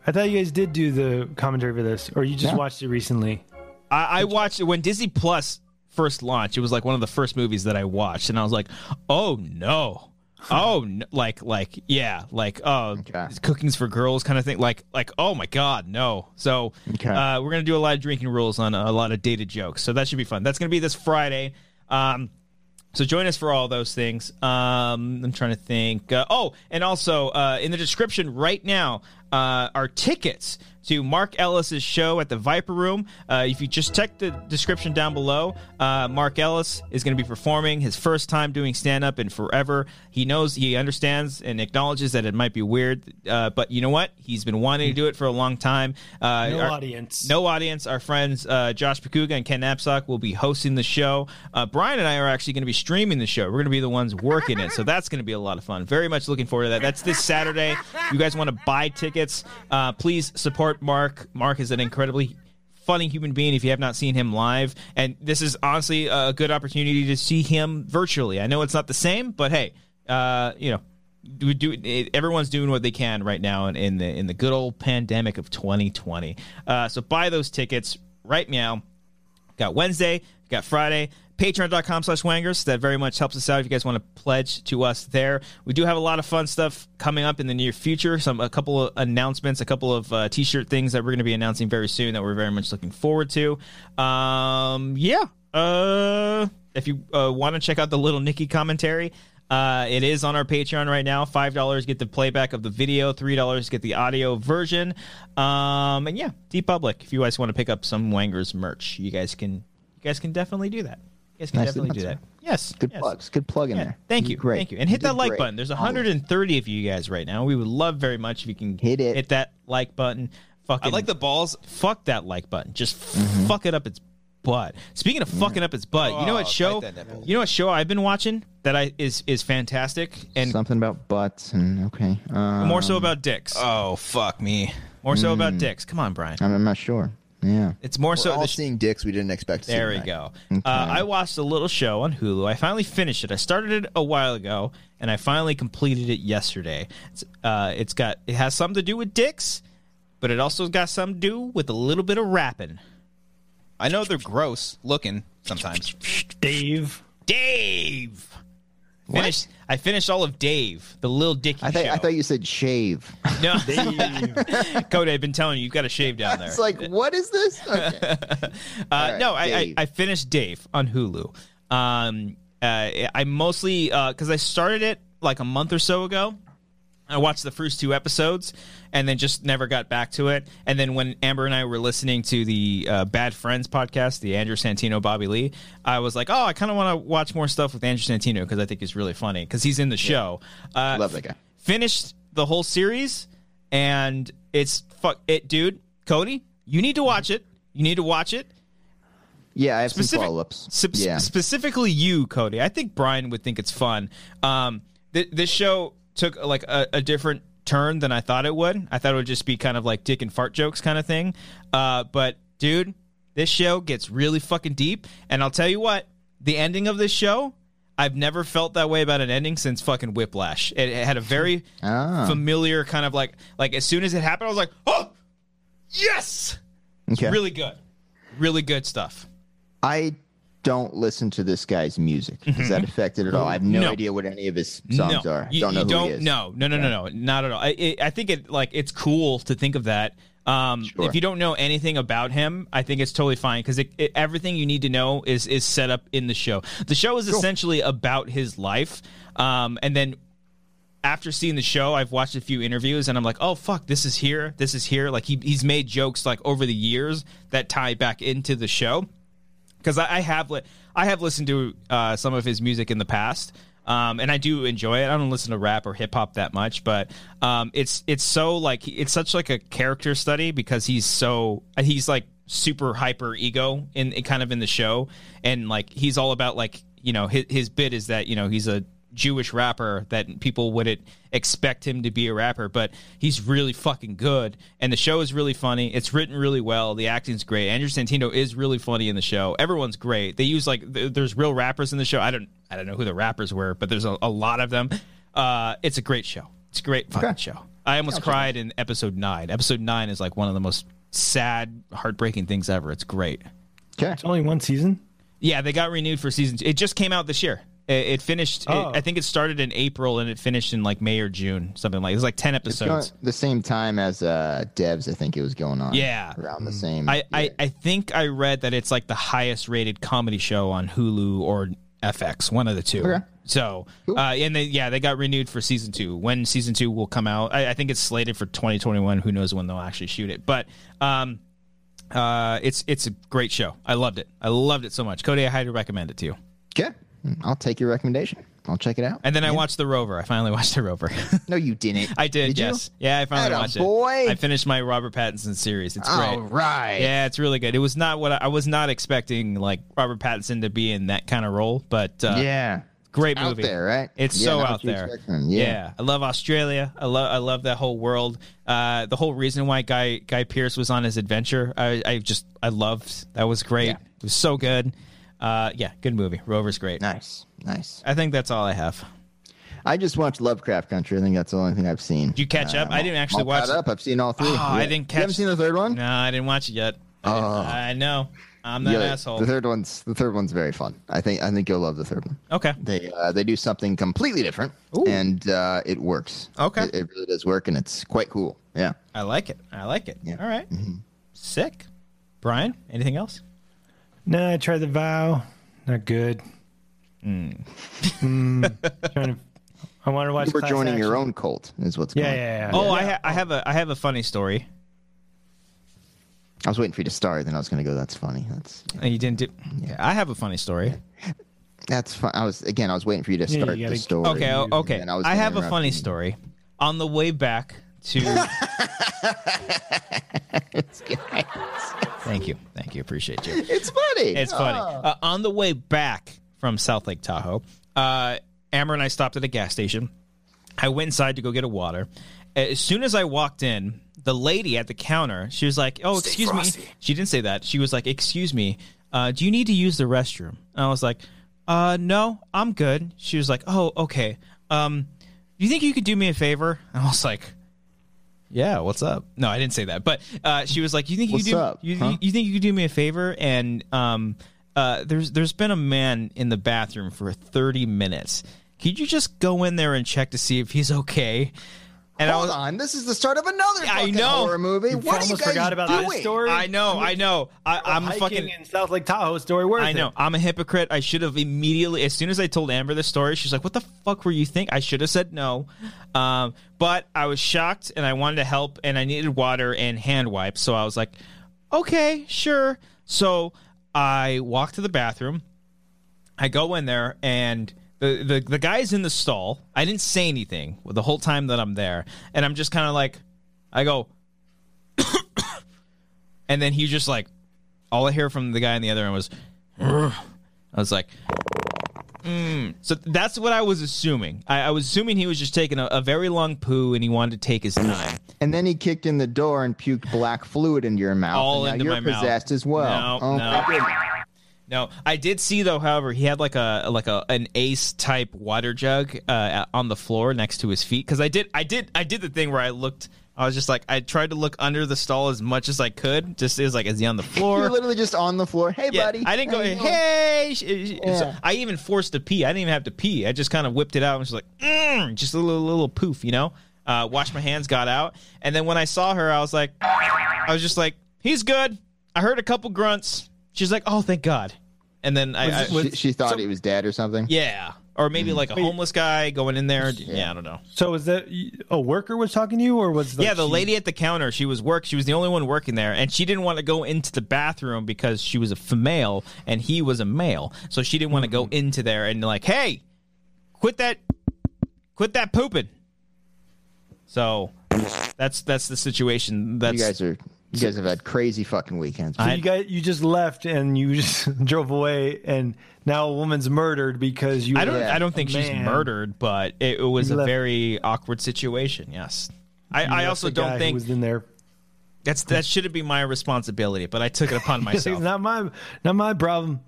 Speaker 4: I thought you guys did do the commentary for this, or you just
Speaker 3: No.
Speaker 4: watched it recently.
Speaker 1: I, I watched it when Disney Plus first launched. It was like one of the first movies that I watched, and I was like, "Oh no, oh no. like like yeah, like oh,
Speaker 3: Okay.
Speaker 1: cooking's for girls kind of thing." Like like oh my god, no. So
Speaker 3: Okay.
Speaker 1: uh, we're gonna do a lot of drinking rules on a lot of dated jokes. So that should be fun. That's gonna be this Friday. Um, so join us for all those things. Um, I'm trying to think. Uh, oh, and also uh, in the description right now uh, are tickets to Mark Ellis's show at the Viper Room. Uh, if you just check the description down below, uh, Mark Ellis is going to be performing his first time doing stand up in forever. He knows, he understands, and acknowledges that it might be weird, uh, but you know what? He's been wanting to do it for a long time. Uh,
Speaker 4: No
Speaker 1: our-
Speaker 4: audience.
Speaker 1: No audience. Our friends uh, Josh Pakuga and Ken Knapsack will be hosting the show. Uh, Brian and I are actually going to be streaming the show. We're going to be the ones working it, so that's going to be a lot of fun. Very much looking forward to that. That's this Saturday. If you guys want to buy tickets? Uh, please support Mark. Mark is an incredibly funny human being if you have not seen him live and this is honestly a good opportunity to see him virtually i know it's not the same but hey uh, you know we do it, everyone's doing what they can right now in, in the in the good old pandemic of 2020 uh, so buy those tickets right now got wednesday got friday patreon.com slash wangers that very much helps us out if you guys want to pledge to us there we do have a lot of fun stuff coming up in the near future some a couple of announcements a couple of uh, t-shirt things that we're going to be announcing very soon that we're very much looking forward to um yeah uh if you uh, want to check out the little nikki commentary Uh, it is on our Patreon right now. Five dollars get the playback of the video. Three dollars get the audio version. Um, and yeah, Deep Public. If you guys want to pick up some Wangers merch, you guys can. You guys can definitely do that. You guys can
Speaker 3: Nicely
Speaker 1: definitely
Speaker 3: done,
Speaker 1: do
Speaker 3: sir.
Speaker 1: that. Yes.
Speaker 3: Good
Speaker 1: yes.
Speaker 3: plugs. Good plug in
Speaker 1: Yeah,
Speaker 3: there.
Speaker 1: Thank
Speaker 3: did
Speaker 1: you.
Speaker 3: Great.
Speaker 1: Thank you. And hit
Speaker 3: did
Speaker 1: that like
Speaker 3: great.
Speaker 1: button. There's
Speaker 3: Always.
Speaker 1: 130 of you guys right now. We would love very much if you can
Speaker 3: Hit it.
Speaker 1: Hit that like button.
Speaker 6: I
Speaker 1: Fucking
Speaker 6: like the balls.
Speaker 1: fuck that like button. Just
Speaker 3: Mm-hmm.
Speaker 1: fuck it up its butt. Speaking of fucking up its butt, you know
Speaker 6: Oh,
Speaker 1: what show?
Speaker 6: bite that nipple.
Speaker 1: You know what show I've been watching that I is is fantastic and
Speaker 3: Something about butts and okay. Um, Mm.
Speaker 1: more so about dicks.
Speaker 6: Oh fuck me.
Speaker 1: more so about dicks. Come on, Brian.
Speaker 3: I'm, I'm not sure. Yeah.
Speaker 1: It's more
Speaker 7: So
Speaker 1: so
Speaker 7: all
Speaker 1: the
Speaker 7: seeing dicks we didn't expect. To
Speaker 1: There
Speaker 7: see
Speaker 1: we
Speaker 7: tonight.
Speaker 1: go. Uh, I watched a little show on Hulu. I finally finished it. I started it a while ago, and I finally completed it yesterday. It's, uh, it's got it has something to do with dicks, but it also has got something to do with a little bit of rapping.
Speaker 6: I know they're gross looking sometimes.
Speaker 4: Dave.
Speaker 1: Dave finished. I finished all of Dave, the little Dicky
Speaker 3: I thought
Speaker 1: show.
Speaker 3: I thought you said shave.
Speaker 1: no, Cody, I've been telling you, you've got to shave down there.
Speaker 3: it's like what is this? Okay.
Speaker 1: Uh,
Speaker 3: right,
Speaker 1: no, I, I
Speaker 3: Dave.
Speaker 1: I finished Dave on Hulu. Um, uh, I mostly because I started it like a month or so ago. I watched the first two episodes and then just never got back to it. And then when Amber and I were listening to the uh, Bad Friends podcast, the Andrew Santino Bobby Lee, I was like, oh, I kind of want to watch more stuff with Andrew Santino because I think he's really funny because he's in the show. Uh,
Speaker 3: Love that guy.
Speaker 1: Finished the whole series and it's fuck it, dude. Cody, you need to watch it. You need to watch it.
Speaker 3: Yeah, I have some
Speaker 1: Specific-
Speaker 3: follow ups.
Speaker 1: Sp-
Speaker 3: yeah.
Speaker 1: Specifically, you, Cody. I think Brian would think it's fun. Um, th- this show took like a, a different turn than I thought it would. I thought it would just be kind of like dick and fart jokes kind of thing. Uh, but dude, this show gets really fucking deep. And I'll tell you what, the ending of this show. I've never felt that way about an ending since fucking Whiplash. It, it had a very
Speaker 3: Ah.
Speaker 1: familiar kind of like like as soon as it happened, I was like, oh, yes,
Speaker 3: okay.
Speaker 1: really good, really good stuff.
Speaker 3: I don't listen to this guy's music. Is that affected at all? I have no,
Speaker 1: Mm-hmm. No.
Speaker 3: idea what any of his songs
Speaker 1: no,
Speaker 3: are.
Speaker 1: You,
Speaker 3: don't know
Speaker 1: you
Speaker 3: who
Speaker 1: don't,
Speaker 3: he is.
Speaker 1: No, no, no, no, no, not at all. I, it, I think it like it's cool to think of that. Um,
Speaker 3: Sure.
Speaker 1: If you don't know anything about him, I think it's totally fine because it, it, everything you need to know is is set up in the show. The show is essentially about his life, um, and then after seeing the show, I've watched a few interviews and I'm like, oh fuck, this is here, this is here. Like he, he's made jokes like over the years that tie back into the show because I, I have li- I have listened to uh, some of his music in the past, um, and I do enjoy it. I don't listen to rap or hip hop that much, but um, it's it's so like it's such like a character study because he's so he's like super hyper ego in, in kind of in the show, and like he's all about like you know his, his bit is that you know he's a Jewish rapper that people wouldn't expect him to be a rapper, but he's really fucking good. And the show is really funny. It's written really well. The acting's great. Andrew Santino is really funny in the show. Everyone's great. They use like th- there's real rappers in the show. I don't I don't know who the rappers were, but there's a, a lot of them. Uh, it's a great show. It's a great fucking show. I almost cried in episode nine. Episode nine is like one of the most sad, heartbreaking things ever. It's great.
Speaker 3: Okay.
Speaker 4: It's only one season.
Speaker 1: Yeah, they got renewed for season two. It just came out this year. It, it finished. it-
Speaker 4: Oh.
Speaker 1: I think it started in April and it finished in like May or June, something like. It was like ten
Speaker 3: It's going-
Speaker 1: episodes.
Speaker 3: the same time as uh, Devs, I think it was going on.
Speaker 1: Yeah.
Speaker 3: Around the same.
Speaker 1: I, I I think I read that it's like the highest rated comedy show on Hulu or FX, one of the two.
Speaker 3: Okay.
Speaker 1: So, uh, and they, yeah, they got renewed for season two. When season two will come out, I, I think it's slated for 2021. Who knows when they'll actually shoot it? But um, uh, it's it's a great show. I loved it. I loved it so much. Cody, I highly recommend it to you.
Speaker 3: okay. I'll take your recommendation. I'll check it out.
Speaker 1: And then I watched The Rover. I finally watched The Rover.
Speaker 3: no, you didn't.
Speaker 1: I did,
Speaker 3: Did you?
Speaker 1: yes. Yeah, I finally
Speaker 3: Atta
Speaker 1: watched
Speaker 3: boy.
Speaker 1: it. I finished my Robert Pattinson series. It's great.
Speaker 3: All right.
Speaker 1: Yeah, it's really good. It was not what I, I was not expecting like Robert Pattinson to be in that kind of role, but uh,
Speaker 3: Yeah.
Speaker 1: great
Speaker 3: Out
Speaker 1: movie.
Speaker 3: there, right?
Speaker 1: It's
Speaker 3: Yeah,
Speaker 1: so
Speaker 3: not
Speaker 1: out
Speaker 3: what you
Speaker 1: there.
Speaker 3: expect from him. Yeah.
Speaker 1: I love Australia. I love I love that whole world. Uh, the whole reason why Guy Guy Pierce was on his adventure, I, I just I loved. That was great.
Speaker 3: Yeah.
Speaker 1: It was so good. Uh, yeah, good movie. Rover's great.
Speaker 3: Nice. Nice.
Speaker 1: I think that's all I have.
Speaker 3: I just watched Lovecraft Country. I think that's the only thing I've seen. Uh,
Speaker 1: Did you catch up? I didn't actually
Speaker 3: all
Speaker 1: watch
Speaker 3: caught
Speaker 1: it.
Speaker 3: up. I've seen all three.
Speaker 1: Oh, I didn't
Speaker 3: You
Speaker 1: catch-
Speaker 3: haven't seen the third one?
Speaker 1: No, I didn't watch it yet. I-
Speaker 3: Oh.
Speaker 1: I know. I'm that
Speaker 3: Yeah,
Speaker 1: asshole.
Speaker 3: The third one's the third one's very fun. I think I think you'll love the third one.
Speaker 1: Okay.
Speaker 3: They uh, they do something completely different, and uh, it works.
Speaker 1: Okay.
Speaker 3: it, it really does work, and it's quite cool. Yeah,
Speaker 1: I like it. I like it.
Speaker 3: Yeah. Mm-hmm.
Speaker 1: All right. Sick. Brian, anything else?
Speaker 4: Nah, I tried the vow. Not good.
Speaker 1: Mm.
Speaker 4: Mm. Trying to, I want to watch.
Speaker 3: You were
Speaker 4: Class
Speaker 3: joining your
Speaker 4: Action.
Speaker 3: own cult, is what's
Speaker 4: Yeah,
Speaker 3: going.
Speaker 4: yeah,
Speaker 3: on.
Speaker 4: yeah.
Speaker 1: Oh, I, ha- I have a I have a funny story.
Speaker 3: I was waiting for you to start, then I was going to go. That's funny. That's
Speaker 1: Uh, You didn't do. Yeah, I have a funny story.
Speaker 3: that's fun. I was again. I was waiting for you to
Speaker 4: you
Speaker 3: start
Speaker 4: gotta-
Speaker 3: the story.
Speaker 1: Okay, o- okay.
Speaker 3: And I was
Speaker 1: I,
Speaker 3: gonna
Speaker 1: have a
Speaker 3: interrupt
Speaker 1: funny
Speaker 3: you.
Speaker 1: story. On the way back to. thank you, thank you, appreciate you.
Speaker 3: It's funny.
Speaker 1: It's funny. Uh, on the way back from South Lake Tahoe, uh, Amber and I stopped at a gas station. I went inside to go get a water. As soon as I walked in, the lady at the counter, she was like, "Oh, excuse me." She didn't say that. She was like, "Excuse me, uh, do you need to use the restroom?" And I was like, "Uh, no, I'm good." She was like, "Oh, okay. Um, do you think you could do me a favor?" And I was like, "Yeah, what's up?" No, I didn't say that. But uh, she was like, "You think you
Speaker 3: What's
Speaker 1: do?
Speaker 3: up,
Speaker 1: you,
Speaker 3: huh?
Speaker 1: you think you could do me a favor?" And um, uh, there's there's been a man in the bathroom for 30 minutes. Could you just go in there and check to see if he's okay? And
Speaker 3: Hold
Speaker 1: I was,
Speaker 3: on. This is the start of another
Speaker 1: I
Speaker 3: fucking
Speaker 1: know.
Speaker 3: horror movie. What are you
Speaker 4: almost
Speaker 3: guys
Speaker 4: forgot about
Speaker 3: doing?
Speaker 4: that story.
Speaker 1: I know, I know, I, I'm a
Speaker 4: Hiking
Speaker 1: fucking.
Speaker 4: in South Lake Tahoe story. Worth
Speaker 1: I know.
Speaker 4: It.
Speaker 1: I'm a hypocrite. I should have immediately, as soon as I told Amber the story, she's like, "What the fuck were you think?" I should have said no, um, but I was shocked and I wanted to help and I needed water and hand wipes, so I was like, "Okay, sure." So I walked to the bathroom. I go in there and the the, the guy's in the stall. I didn't say anything the whole time that I'm there, and I'm just kind of like, I go, and then he just like, all I hear from the guy in the other end was, "Ugh." I was like, mm. so that's what I was assuming. I, I was assuming he was just taking a, a very long poo and he wanted to take his time.
Speaker 3: And then he kicked in the door and puked black fluid into your mouth.
Speaker 1: All
Speaker 3: and now
Speaker 1: into
Speaker 3: you're
Speaker 1: my mouth.
Speaker 3: possessed as well.
Speaker 1: No,
Speaker 3: oh,
Speaker 1: no.
Speaker 3: my goodness.
Speaker 1: No, I did see though. However, he had like a like a an ace type water jug uh, on the floor next to his feet. Because I did, I did, I did the thing where I looked. I was just like, I tried to look under the stall as much as I could. Just it was like, is he on the floor?
Speaker 3: You're literally just on the floor. Hey,
Speaker 1: yeah,
Speaker 3: buddy.
Speaker 1: I didn't go.
Speaker 3: How you doing?
Speaker 1: Hey, sh- sh- so
Speaker 3: Yeah.
Speaker 1: I even forced a pee. I didn't even have to pee. I just kind of whipped it out and was like, mm, just a little little poof, you know. Uh, washed my hands, got out, and then when I saw her, I was like, I was just like, he's good. I heard a couple grunts. She's like, oh, thank God. And then I, I
Speaker 4: Was-
Speaker 3: She, she thought he was dead or something.
Speaker 1: uh, yeah, or maybe like a homeless guy going in there. Yeah, I don't know.
Speaker 4: So is that a worker was talking to you, or was
Speaker 1: yeah, the
Speaker 4: she-
Speaker 1: lady at the counter, she was work. She was the only one working there, and she didn't want to go into the bathroom because she was a female and he was a male, so she didn't want to go
Speaker 3: Mm-hmm.
Speaker 1: into there and like, hey, quit that, quit that pooping. So that's that's the situation. That's
Speaker 3: You guys are. You guys have had crazy fucking weekends.
Speaker 4: So you guys, you just left and you just drove away, and now a woman's murdered because you.
Speaker 1: I don't
Speaker 3: Yeah.
Speaker 1: I don't think she's
Speaker 4: Man.
Speaker 1: murdered, but it, it was
Speaker 4: You
Speaker 1: a
Speaker 4: left-
Speaker 1: very awkward situation. Yes. I, I
Speaker 4: left
Speaker 1: also
Speaker 4: the guy
Speaker 1: don't
Speaker 4: who
Speaker 1: think
Speaker 4: was in there.
Speaker 1: that's that shouldn't be my responsibility, but I took it upon myself.
Speaker 4: It's not my not my problem.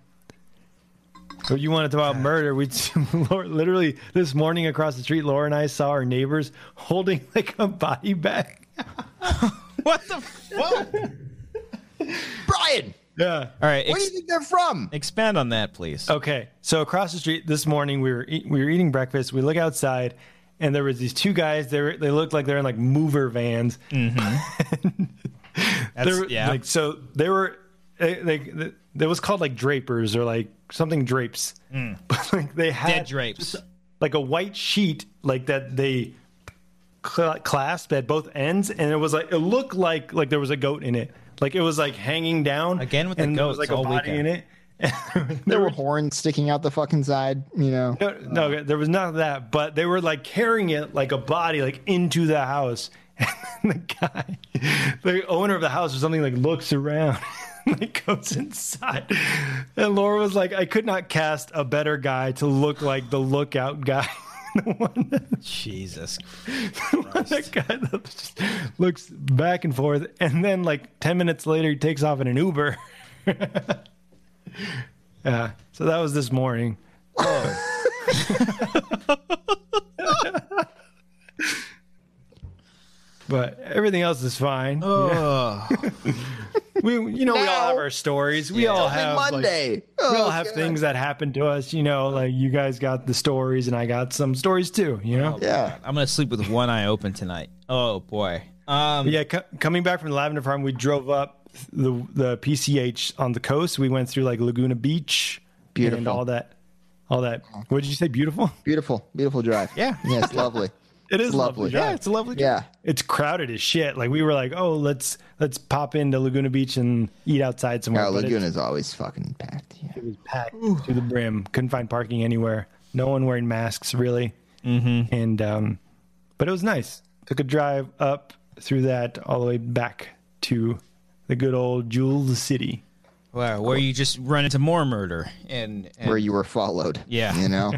Speaker 4: But you want to talk about murder? We Laura- literally this morning across the street, Laura and I saw our neighbors holding like a body bag.
Speaker 1: what the fuck?
Speaker 3: Brian,
Speaker 4: Yeah.
Speaker 1: All right,
Speaker 3: where do
Speaker 1: ex-
Speaker 3: you think they're from?
Speaker 1: expand on that, please.
Speaker 4: Okay. So across the street this morning, we were eat, we were eating breakfast. We look outside, and there was these two guys. They were, they looked like they're in like mover vans.
Speaker 1: Mm-hmm. That's-
Speaker 4: There-
Speaker 1: yeah.
Speaker 4: Like so, they were eh, like th- it was called like drapers or like something drapes. But like they had
Speaker 1: Mm. Dead drapes.
Speaker 4: like a white sheet like that they cl- clasped at both ends, and it was like it looked like like there was a goat in it. Like it was like hanging down
Speaker 1: Again with the
Speaker 4: and there was
Speaker 1: goats
Speaker 4: like a
Speaker 1: all
Speaker 4: body
Speaker 1: weekend.
Speaker 4: in it.
Speaker 3: There were horns sticking out the fucking side. You know.
Speaker 4: No, no, there was none of that. But they were like carrying it like a body, like into the house. And the guy, the owner of the house, or something, like looks around, and like goes inside. And Laura was like, "I could not cast a better guy to look like the lookout guy." the one that,
Speaker 1: Jesus.
Speaker 4: that guy that just looks back and forth, and then like ten minutes later, he takes off in an Uber. yeah. So that was this morning. but everything else is fine.
Speaker 1: Oh,
Speaker 4: We, you know, we all
Speaker 3: Now-
Speaker 4: have our stories. We all
Speaker 3: Only
Speaker 4: have like,
Speaker 3: Monday.
Speaker 4: we all
Speaker 3: Oh,
Speaker 4: have
Speaker 3: God.
Speaker 4: things that happen to us. You know, like you guys got the stories, and I got some stories too. You know,
Speaker 3: Yeah.
Speaker 1: I'm gonna sleep with one eye open tonight. Oh boy. Um,
Speaker 4: But yeah. Co- coming back from the lavender farm, we drove up the the PCH on the coast. We went through like Laguna Beach
Speaker 3: Beautiful.
Speaker 4: and all that. all that. What did you say? Beautiful.
Speaker 3: Beautiful, beautiful drive.
Speaker 1: Yeah.
Speaker 3: yeah, it's lovely.
Speaker 4: It is
Speaker 3: Lovely.
Speaker 4: lovely.
Speaker 1: Yeah, it's a lovely.
Speaker 3: Yeah,
Speaker 4: it's crowded as shit. Like we were like, oh, let's let's pop into Laguna Beach and eat outside somewhere.
Speaker 3: yeah
Speaker 4: But
Speaker 3: Laguna
Speaker 4: it's-
Speaker 3: is always fucking packed. Yeah.
Speaker 4: it was packed to the brim. Couldn't find parking anywhere. No one wearing masks really. Mm-hmm. And um, but it was nice. Took a drive up through that all the way back to the good old Jewel City.
Speaker 1: Wow, where you just run into more murder and, and
Speaker 3: Where you were followed.
Speaker 1: Yeah.
Speaker 3: you know.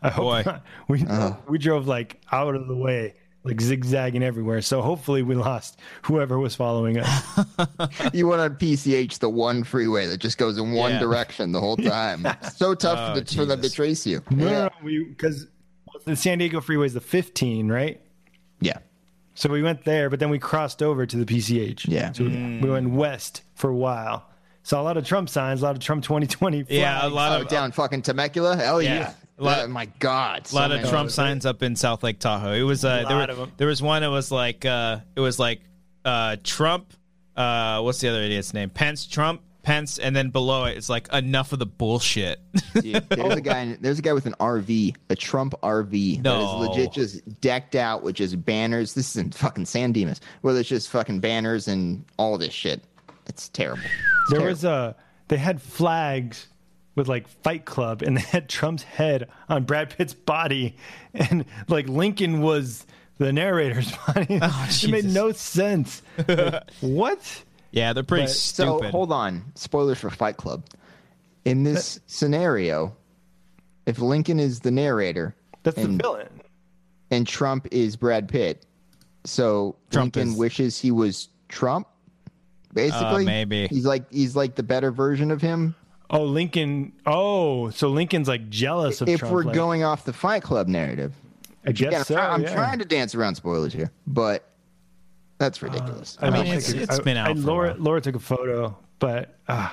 Speaker 4: I hope
Speaker 1: Boy.
Speaker 4: not. we
Speaker 3: Uh-huh.
Speaker 4: we drove like out of the way, like zigzagging everywhere. So hopefully we lost whoever was following us.
Speaker 3: you went on PCH, the one freeway that just goes in one
Speaker 1: Yeah. Oh,
Speaker 3: direction the whole time. so tough to, for them to
Speaker 1: Jesus.
Speaker 3: trace you.
Speaker 4: No,
Speaker 3: Yeah.
Speaker 4: no, we because the San Diego freeway is the 15, right?
Speaker 3: yeah.
Speaker 4: So we went there, but then we crossed over to the PCH.
Speaker 3: Yeah.
Speaker 4: So we, we went west for a while. Saw a lot of Trump signs, a lot of Trump 2020.
Speaker 1: yeah, a
Speaker 4: flags.
Speaker 1: lot
Speaker 3: Oh,
Speaker 1: of uh,
Speaker 3: down fucking Temecula. Hell yeah.
Speaker 1: Yeah. A lot-
Speaker 3: Oh, my God.
Speaker 1: a lot of Trump signs up in South Lake Tahoe. It was uh, there,
Speaker 4: lot of
Speaker 1: were,
Speaker 4: 'em.
Speaker 1: there was one that was like uh, it was like uh, Trump. Uh, what's the other idiot's name? Pence, Trump, Pence, and then below it, it's like enough of the bullshit.
Speaker 3: Dude, there's a guy. in- There's a guy with an RV, a Trump RV that
Speaker 1: No.
Speaker 3: is legit just decked out with just banners. This is in fucking San Dimas, where there's just fucking banners and all this shit. It's terrible. It's
Speaker 4: There
Speaker 3: terrible.
Speaker 4: was a, they had flags with like Fight Club and they had Trump's head on Brad Pitt's body. And like Lincoln was the narrator's body.
Speaker 3: Oh,
Speaker 4: it made
Speaker 1: Jesus.
Speaker 4: no sense. Like, what?
Speaker 1: yeah, they're pretty
Speaker 4: But-
Speaker 3: so
Speaker 1: stupid.
Speaker 3: hold on. Spoilers for Fight Club. In this scenario, if Lincoln is the narrator
Speaker 4: That's
Speaker 3: And-
Speaker 4: the villain.
Speaker 3: and Trump is Brad Pitt, so
Speaker 1: Trump
Speaker 3: Lincoln
Speaker 1: is- Uh,
Speaker 3: wishes he was Trump. Basically,
Speaker 1: maybe.
Speaker 3: he's like he's like the better version of him.
Speaker 4: Oh, Lincoln. Oh, so Lincoln's like jealous of
Speaker 3: if
Speaker 4: Trump.
Speaker 3: we're
Speaker 4: like,
Speaker 3: going off the Fight Club narrative,
Speaker 4: I guess
Speaker 3: again, I'm,
Speaker 4: so,
Speaker 3: try- I'm
Speaker 4: yeah.
Speaker 3: trying to dance around spoilers here, but that's ridiculous.
Speaker 4: I mean,
Speaker 1: Uh, mean, it's-
Speaker 4: it's
Speaker 1: it's been out
Speaker 4: I,
Speaker 1: for a
Speaker 4: Laura,
Speaker 1: while.
Speaker 4: Laura took a photo, but uh,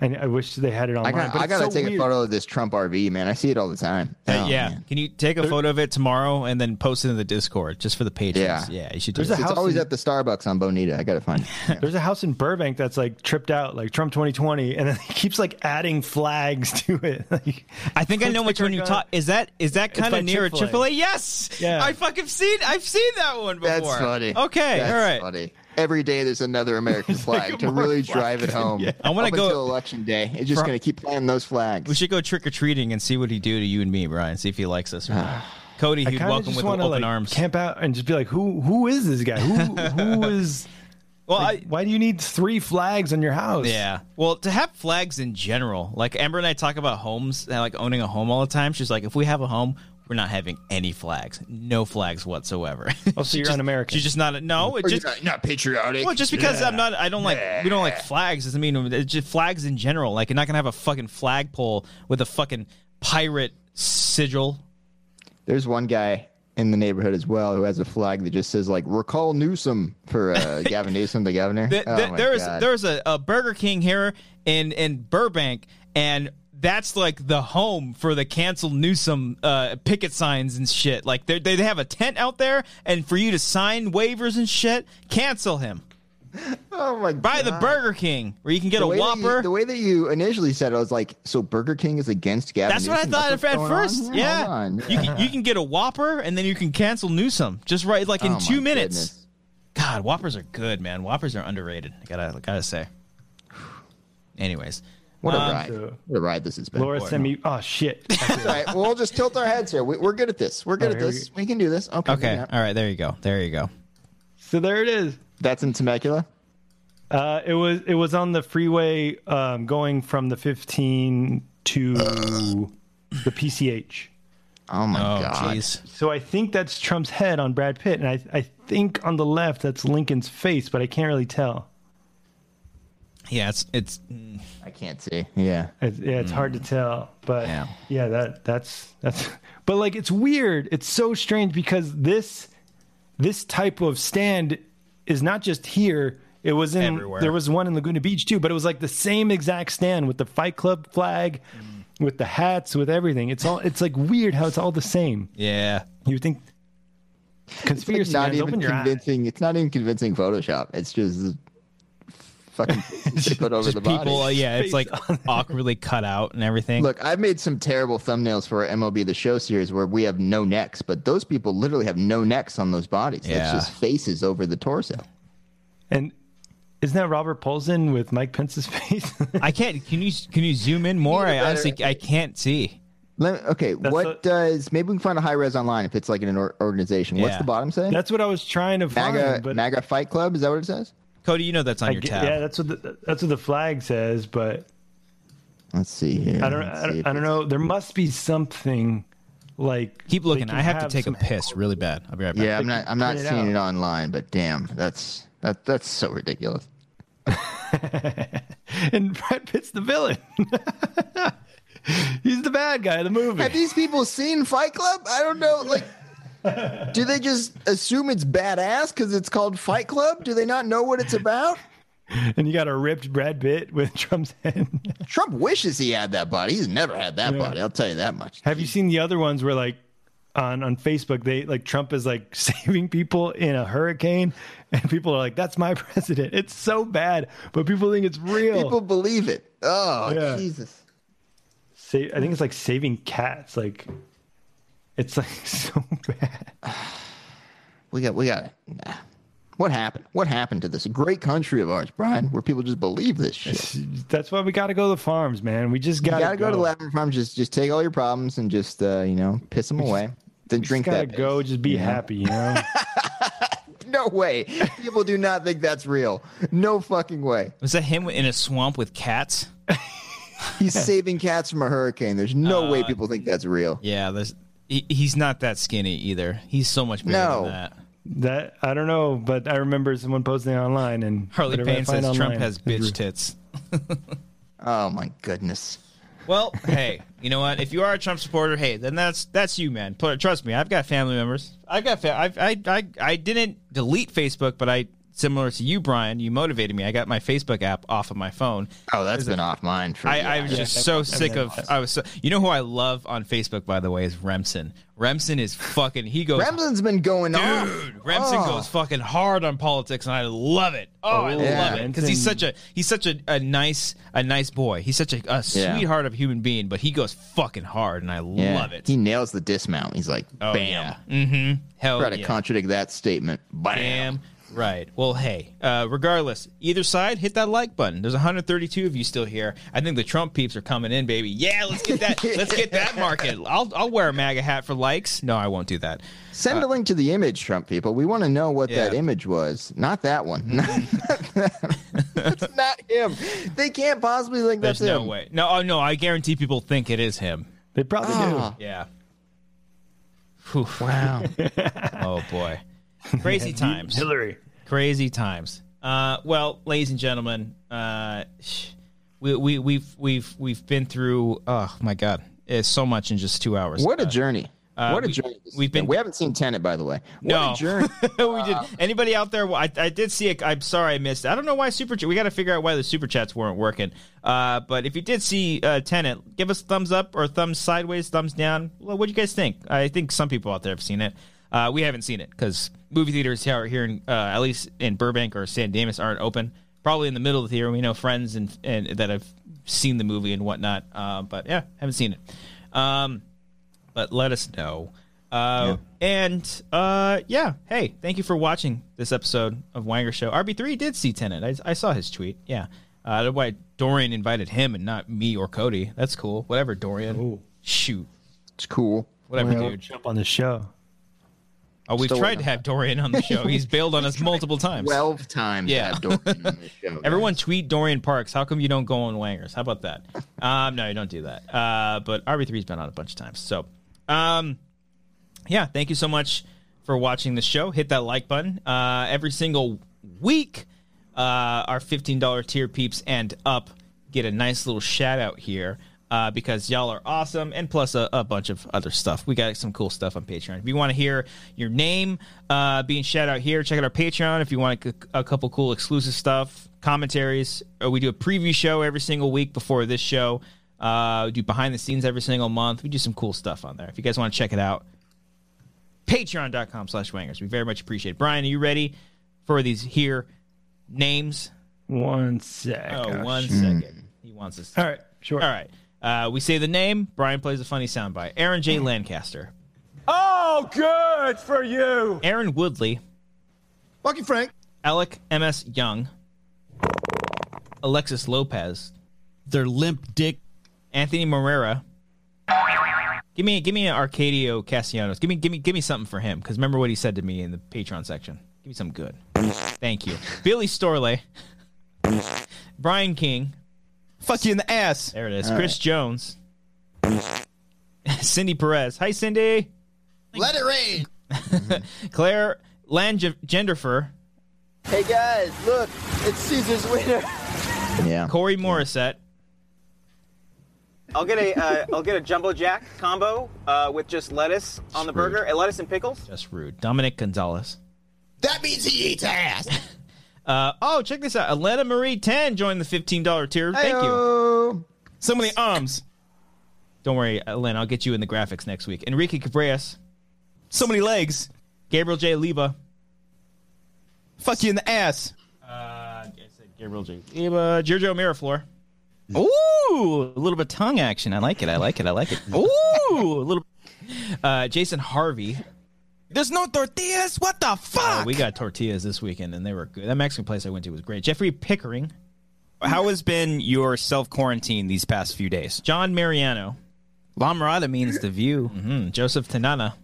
Speaker 4: I, I wish they had it
Speaker 3: I
Speaker 4: online.
Speaker 3: gotta,
Speaker 4: but
Speaker 3: I
Speaker 4: it's
Speaker 3: gotta
Speaker 4: so
Speaker 3: take
Speaker 4: weird.
Speaker 3: a photo of this Trump RV, man. I see it all the time.
Speaker 1: Uh,
Speaker 3: Oh,
Speaker 1: yeah,
Speaker 3: man.
Speaker 1: can you take a photo of it tomorrow and then post it in the Discord just for the patrons?
Speaker 3: Yeah.
Speaker 1: yeah, you should do
Speaker 4: There's
Speaker 1: that.
Speaker 4: a
Speaker 3: It's
Speaker 4: house
Speaker 3: always
Speaker 4: in-
Speaker 3: at the Starbucks on Bonita. I gotta find it. Yeah.
Speaker 4: There's a house in Burbank that's like tripped out, like Trump 2020, and then it keeps like adding flags to it. Like,
Speaker 1: I think I know which one you
Speaker 4: Gonna-
Speaker 1: talk. Is that is that kind
Speaker 4: by
Speaker 1: of near a
Speaker 4: Chick-fil-A.
Speaker 1: AAA? Yes.
Speaker 4: Yeah.
Speaker 1: I fucking seen. I've seen that one before.
Speaker 3: That's funny.
Speaker 1: Okay.
Speaker 3: That's
Speaker 1: all right.
Speaker 3: Funny. Every day there's another American flag to really drive it home.
Speaker 1: I wanna
Speaker 3: Up
Speaker 1: go-
Speaker 3: until election day. It's just
Speaker 1: From-
Speaker 3: gonna keep planting those flags.
Speaker 1: We should go trick or treating and see what he do to you and me, Brian. See if he likes us. Or not. Cody,
Speaker 4: I
Speaker 1: he'd
Speaker 4: kinda
Speaker 1: welcome
Speaker 4: just
Speaker 1: with
Speaker 4: wanna,
Speaker 1: open
Speaker 4: like,
Speaker 1: arms.
Speaker 4: Camp out and just be like, who who is this guy? Who who is?
Speaker 1: well, I,
Speaker 4: Why do you need three flags on your house?
Speaker 1: yeah. Well, to have flags in general, like Amber and I talk about homes and like owning a home all the time. She's like, if we have a home, we're not having any flags, no flags whatsoever.
Speaker 4: Oh, so
Speaker 1: She
Speaker 4: you're
Speaker 1: just-
Speaker 4: un-American.
Speaker 1: She's just not. No, it
Speaker 3: Or you're
Speaker 1: just
Speaker 3: not, not patriotic.
Speaker 1: Well, just because I'm not, I don't like, we don't like flags doesn't mean it's just flags in general. Like, you're not gonna have a fucking flagpole with a fucking pirate sigil.
Speaker 3: There's one guy in the neighborhood as well who has a flag that just says like "Recall Newsom" for uh, Gavin Newsom, the governor.
Speaker 1: Th-
Speaker 3: Oh
Speaker 1: th-
Speaker 3: my
Speaker 1: there is
Speaker 3: God.
Speaker 1: there is a, a Burger King here in in Burbank, and that's like the home for the canceled Newsom uh, picket signs and shit. Like they they have a tent out there, and for you to sign waivers and shit, cancel him.
Speaker 3: oh my
Speaker 1: Buy
Speaker 3: God.
Speaker 1: the Burger King where you can get
Speaker 3: The
Speaker 1: a
Speaker 3: way that you-
Speaker 1: Whopper.
Speaker 3: the way that you initially said, it, I was like, "So Burger King is against Gavin."
Speaker 1: That's what I
Speaker 3: Newsom?
Speaker 1: thought at
Speaker 3: what's
Speaker 1: at
Speaker 3: going
Speaker 1: first.
Speaker 3: on?
Speaker 1: Yeah,
Speaker 3: hold on.
Speaker 1: You, can, you can get a Whopper and then you can cancel Newsom just right like in
Speaker 3: Oh,
Speaker 1: two
Speaker 3: my
Speaker 1: minutes.
Speaker 3: goodness.
Speaker 1: God, Whoppers are good, man. Whoppers are underrated. I gotta gotta say. Anyways,
Speaker 3: What a
Speaker 1: Um,
Speaker 3: ride!
Speaker 4: so-
Speaker 3: what a ride this has been.
Speaker 4: Laura sent me. Oh shit.
Speaker 3: All right, well, we'll just tilt our heads here. We, we're good at this. We're good
Speaker 4: Oh,
Speaker 3: at
Speaker 4: here we
Speaker 3: this. We can do this. Okay.
Speaker 1: Okay,
Speaker 3: yeah.
Speaker 1: all right, there you go, there you go.
Speaker 4: so there it is.
Speaker 3: That's in Temecula.
Speaker 4: Uh, it was it was on the freeway um, going from the 15 to the PCH.
Speaker 3: Oh my
Speaker 1: Oh,
Speaker 3: god!
Speaker 1: jeez.
Speaker 4: So I think that's Trump's head on Brad Pitt, and I I think on the left that's Lincoln's face, but I can't really tell.
Speaker 1: Yeah, it's it's
Speaker 3: I can't see. Yeah.
Speaker 4: It's, yeah, it's hard to tell,
Speaker 1: Mm.
Speaker 4: but
Speaker 1: Yeah.
Speaker 4: yeah. that that's that's. But like, it's weird. It's so strange because this this type of stand is not just here. It was in
Speaker 1: Everywhere.
Speaker 4: there was one in Laguna Beach too, but it was like the same exact stand with the Fight Club flag,
Speaker 1: Mm.
Speaker 4: with the hats, with everything. It's all it's like weird how it's all the same.
Speaker 1: yeah.
Speaker 4: You think
Speaker 3: It's like
Speaker 4: conspiracy?
Speaker 3: not
Speaker 4: guys,
Speaker 3: even
Speaker 4: open your eyes.
Speaker 3: convincing. It's not even convincing Photoshop. It's just fucking pieces they put over
Speaker 1: Just
Speaker 3: the body.
Speaker 1: people, uh, yeah, it's like awkwardly cut out and everything.
Speaker 3: Look, I've made some terrible thumbnails for our MLB The Show series where we have no necks, but those people literally have no necks on those bodies.
Speaker 1: Yeah.
Speaker 3: It's just faces over the torso.
Speaker 4: And isn't that Robert Polson with Mike Pence's face?
Speaker 1: I can't. Can you can you zoom in more? I honestly I can't see.
Speaker 3: Let, okay, what
Speaker 4: what-
Speaker 3: does maybe we can find a high res online if it's like in an or- organization? What's
Speaker 1: Yeah.
Speaker 3: the bottom say?
Speaker 4: that's what I was trying to find.
Speaker 3: MAGA,
Speaker 4: but
Speaker 3: MAGA Fight Club. Is that what it says?
Speaker 1: Cody, you know that's on
Speaker 4: I
Speaker 1: your
Speaker 4: get-
Speaker 1: tab.
Speaker 4: yeah, that's what the, that's what the flag says. But
Speaker 3: Let's see here.
Speaker 4: I don't
Speaker 3: Let's
Speaker 4: I
Speaker 3: see if
Speaker 4: don't, I don't
Speaker 3: it's-
Speaker 4: know. There must be something like
Speaker 1: Keep
Speaker 4: they
Speaker 1: looking.
Speaker 4: can
Speaker 1: I have, to
Speaker 4: have
Speaker 1: take a
Speaker 4: some-
Speaker 1: piss really bad. I'll be right back.
Speaker 3: Yeah, I'm not. I'm not
Speaker 4: print it
Speaker 3: seeing
Speaker 4: out.
Speaker 3: it online, but damn, that's that. That's so ridiculous.
Speaker 4: and Brad Pitt's the villain. He's the bad guy of the movie.
Speaker 3: Have these people seen Fight Club? I don't know. Like, do they just assume it's badass because it's called Fight Club? Do they not know what it's about?
Speaker 4: and you got a ripped Brad Pitt with Trump's head.
Speaker 3: Trump wishes he had that body. He's never had that body. I'll tell you that much.
Speaker 4: Have you seen the other ones where like on on Facebook they like Trump is like saving people in a hurricane and people are like that's my president. It's so bad, but people think it's real.
Speaker 3: People believe it. Oh
Speaker 4: Yeah.
Speaker 3: Jesus!
Speaker 4: Sa- I think it's like saving cats like it's like so bad.
Speaker 3: We got. We got. Nah. What happened? What happened to this great country of ours, Brian? Where people just believe this shit.
Speaker 4: That's why we got to go to the farms, man. We just got
Speaker 3: you gotta go, to Latin farms. Just just take all your problems and just uh, you know piss them away. Then drink
Speaker 4: gotta
Speaker 3: that. piss.
Speaker 4: go. Just be happy, you know.
Speaker 3: No way. People do not think that's real. No fucking way.
Speaker 1: Was that him in a swamp with cats?
Speaker 3: He's saving cats from a hurricane. There's no way people think that's real.
Speaker 1: Uh, Yeah, there's. He, he's not that skinny either. He's so much bigger
Speaker 3: No.
Speaker 1: than that.
Speaker 4: that I don't know, but I remember someone posting online and
Speaker 1: Harley
Speaker 4: whatever I
Speaker 1: Payne
Speaker 4: find
Speaker 1: says Trump
Speaker 4: online
Speaker 1: has
Speaker 4: is
Speaker 1: bitch
Speaker 4: real.
Speaker 1: tits.
Speaker 3: Oh my goodness.
Speaker 1: Well, hey, you know what? If you are a Trump supporter, hey, then that's that's you, man. Pl- Trust me, I've got family members. I've got fa- I've, I I I didn't delete Facebook, but I similar to you, Brian. You motivated me. I got my Facebook app off of my phone.
Speaker 3: Oh, that's been off mine for.
Speaker 1: I, I
Speaker 3: years.
Speaker 1: was just so sick of. I was. So, you know who I love on Facebook, by the way, is Remsen. Remsen is fucking. He goes.
Speaker 3: Ramsden's been going on.
Speaker 1: Dude, Remsen
Speaker 3: Oh.
Speaker 1: goes fucking hard on politics, and I love it. Oh, I
Speaker 3: yeah.
Speaker 1: love it because he's such a he's such a, a nice a nice boy. He's such a, a
Speaker 3: Yeah.
Speaker 1: sweetheart of a human being, but he goes fucking hard, and I
Speaker 3: Yeah.
Speaker 1: love it.
Speaker 3: He nails the dismount. He's like,
Speaker 1: Oh,
Speaker 3: bam.
Speaker 1: yeah. Mm-hmm. Hell
Speaker 3: Try to
Speaker 1: yeah.
Speaker 3: contradict that statement. Bam.
Speaker 1: Damn right. Well, hey, uh, regardless, either side, hit that like button. There's 132 of you still here. I think the Trump peeps are coming in, baby. Yeah, let's get that. let's get that market. I'll I'll wear a MAGA hat for likes. No, I won't do that.
Speaker 3: Send a link to the image, Trump people. We want to know what that
Speaker 1: Uh, Yeah.
Speaker 3: image was. Not that one. That's not him. They can't possibly think
Speaker 1: Mm-hmm. There's
Speaker 3: that's
Speaker 1: no
Speaker 3: him.
Speaker 1: way. No, oh, no, I guarantee people think it is him.
Speaker 4: They probably
Speaker 3: Ah.
Speaker 1: Yeah.
Speaker 3: Wow.
Speaker 1: Oh boy. Crazy
Speaker 4: do.
Speaker 1: times.
Speaker 4: Hillary.
Speaker 1: Crazy times. Uh, well, ladies and gentlemen, uh, we, we we've we've we've been through. Oh my God, it's so much in just two hours.
Speaker 3: What a journey. what a
Speaker 1: Uh, we-
Speaker 3: journey. this has
Speaker 1: we've been-
Speaker 3: We haven't seen Tenet, by the way. What
Speaker 1: No.
Speaker 3: a journey.
Speaker 1: we did. Anybody out there? I, I did see it. I'm sorry I missed. it. I don't know why super. Ch- We got to figure out why the super chats weren't working. Uh, but if you did see uh, Tenant, give us thumbs up or thumbs sideways, thumbs down. Well, what do you guys think? I think some people out there have seen it. Uh, we haven't seen it because movie theaters here, here in, uh, at least in Burbank or San Dimas, aren't open. Probably in the middle of the theater. We know friends and and that have seen the movie and whatnot. Uh, but yeah, haven't seen it. Um, but let us know. Uh, And uh, yeah, hey, thank you for watching this episode of Wanger Show. RB3 did see Tennant. I, I saw his tweet. Yeah. Uh, I don't know why Dorian invited him and not me or Cody. That's cool. Whatever, Dorian. Shoot.
Speaker 3: it's cool.
Speaker 1: Whatever, dude.
Speaker 4: Jump on the show.
Speaker 1: Oh, we've
Speaker 3: Still
Speaker 1: tried
Speaker 3: waiting
Speaker 1: to have Dorian on the show. He's bailed on us multiple times.
Speaker 3: 12 times
Speaker 1: Yeah.
Speaker 3: I've done it on this show.
Speaker 1: Everyone tweet Dorian Parks. How come you don't go on Wangers? How about that? Um, no, you don't do that. Uh, but RB3's been on a bunch of times. So, um, yeah, thank you so much for watching the show. Hit that like button. Uh, every single week, uh, our $15 tier peeps and up get a nice little shout out here. Uh, because y'all are awesome, and plus a, a bunch of other stuff. We got some cool stuff on Patreon. If you want to hear your name uh, being shout out here, check out our Patreon. If you want a, c- a couple cool exclusive stuff, commentaries, uh, we do a preview show every single week before this show. Uh, we do behind the scenes every single month. We do some cool stuff on there. If you guys want to check it out, patreon.com slash wangers we very much appreciate it brian are you ready for these here names
Speaker 4: One sec.
Speaker 1: Oh,
Speaker 4: Gosh.
Speaker 1: one second.
Speaker 8: Hmm.
Speaker 1: He wants us. To...
Speaker 4: All right, sure.
Speaker 1: All right. Uh, we say the name. Brian plays a funny soundbite. Aaron J. Lancaster.
Speaker 8: Hmm. Oh, good for you.
Speaker 1: Aaron Woodley.
Speaker 9: Lucky Frank.
Speaker 1: Alec M.S. Young. Alexis Lopez.
Speaker 10: Their limp dick.
Speaker 1: Anthony Morera. Give me, give me an Arcadio Castellanos. Give me, give me, give me something for him. Because remember what he said to me in the Patreon section. Give me some good. Thank you, Billy Storley. Brian King.
Speaker 2: Fuck you in the ass.
Speaker 1: There it is. Chris Jones. Cindy Perez. Hi, Cindy.
Speaker 9: Let it rain.
Speaker 1: Claire Langenderfer.
Speaker 11: Hey guys, look, it's Caesar's winner.
Speaker 3: Yeah.
Speaker 1: Corey Morissette.
Speaker 11: I'll get a uh, I'll get a jumbo jack combo uh, with just lettuce on the burger, and lettuce and pickles.
Speaker 1: That's rude. Dominic Gonzalez.
Speaker 9: That means he eats ass.
Speaker 1: Uh, oh, check this out. Aletta Marie 10 joined the $15 tier. Thank you.
Speaker 3: Oh,
Speaker 2: So many arms.
Speaker 1: Don't worry, Len. I'll get you in the graphics next week. Enrique Cabreas.
Speaker 2: So many legs.
Speaker 1: Gabriel J. Leva.
Speaker 2: Fuck you in the ass. Uh,
Speaker 1: Gabriel J. Leva. Giorgio Miraflor.
Speaker 2: Ooh, a little bit of tongue action. I like it. I like it. I like it. Ooh, a little.
Speaker 1: Uh, Jason Harvey.
Speaker 2: There's no tortillas. What the
Speaker 1: Uh,
Speaker 2: fuck?
Speaker 1: we got tortillas this weekend, and they were good. That Mexican place I went to was great. Jeffrey Pickering.
Speaker 2: How has been your self quarantine these past few days?
Speaker 1: John Mariano.
Speaker 2: La Mirada means the view.
Speaker 1: Hmm, Joseph Tanana.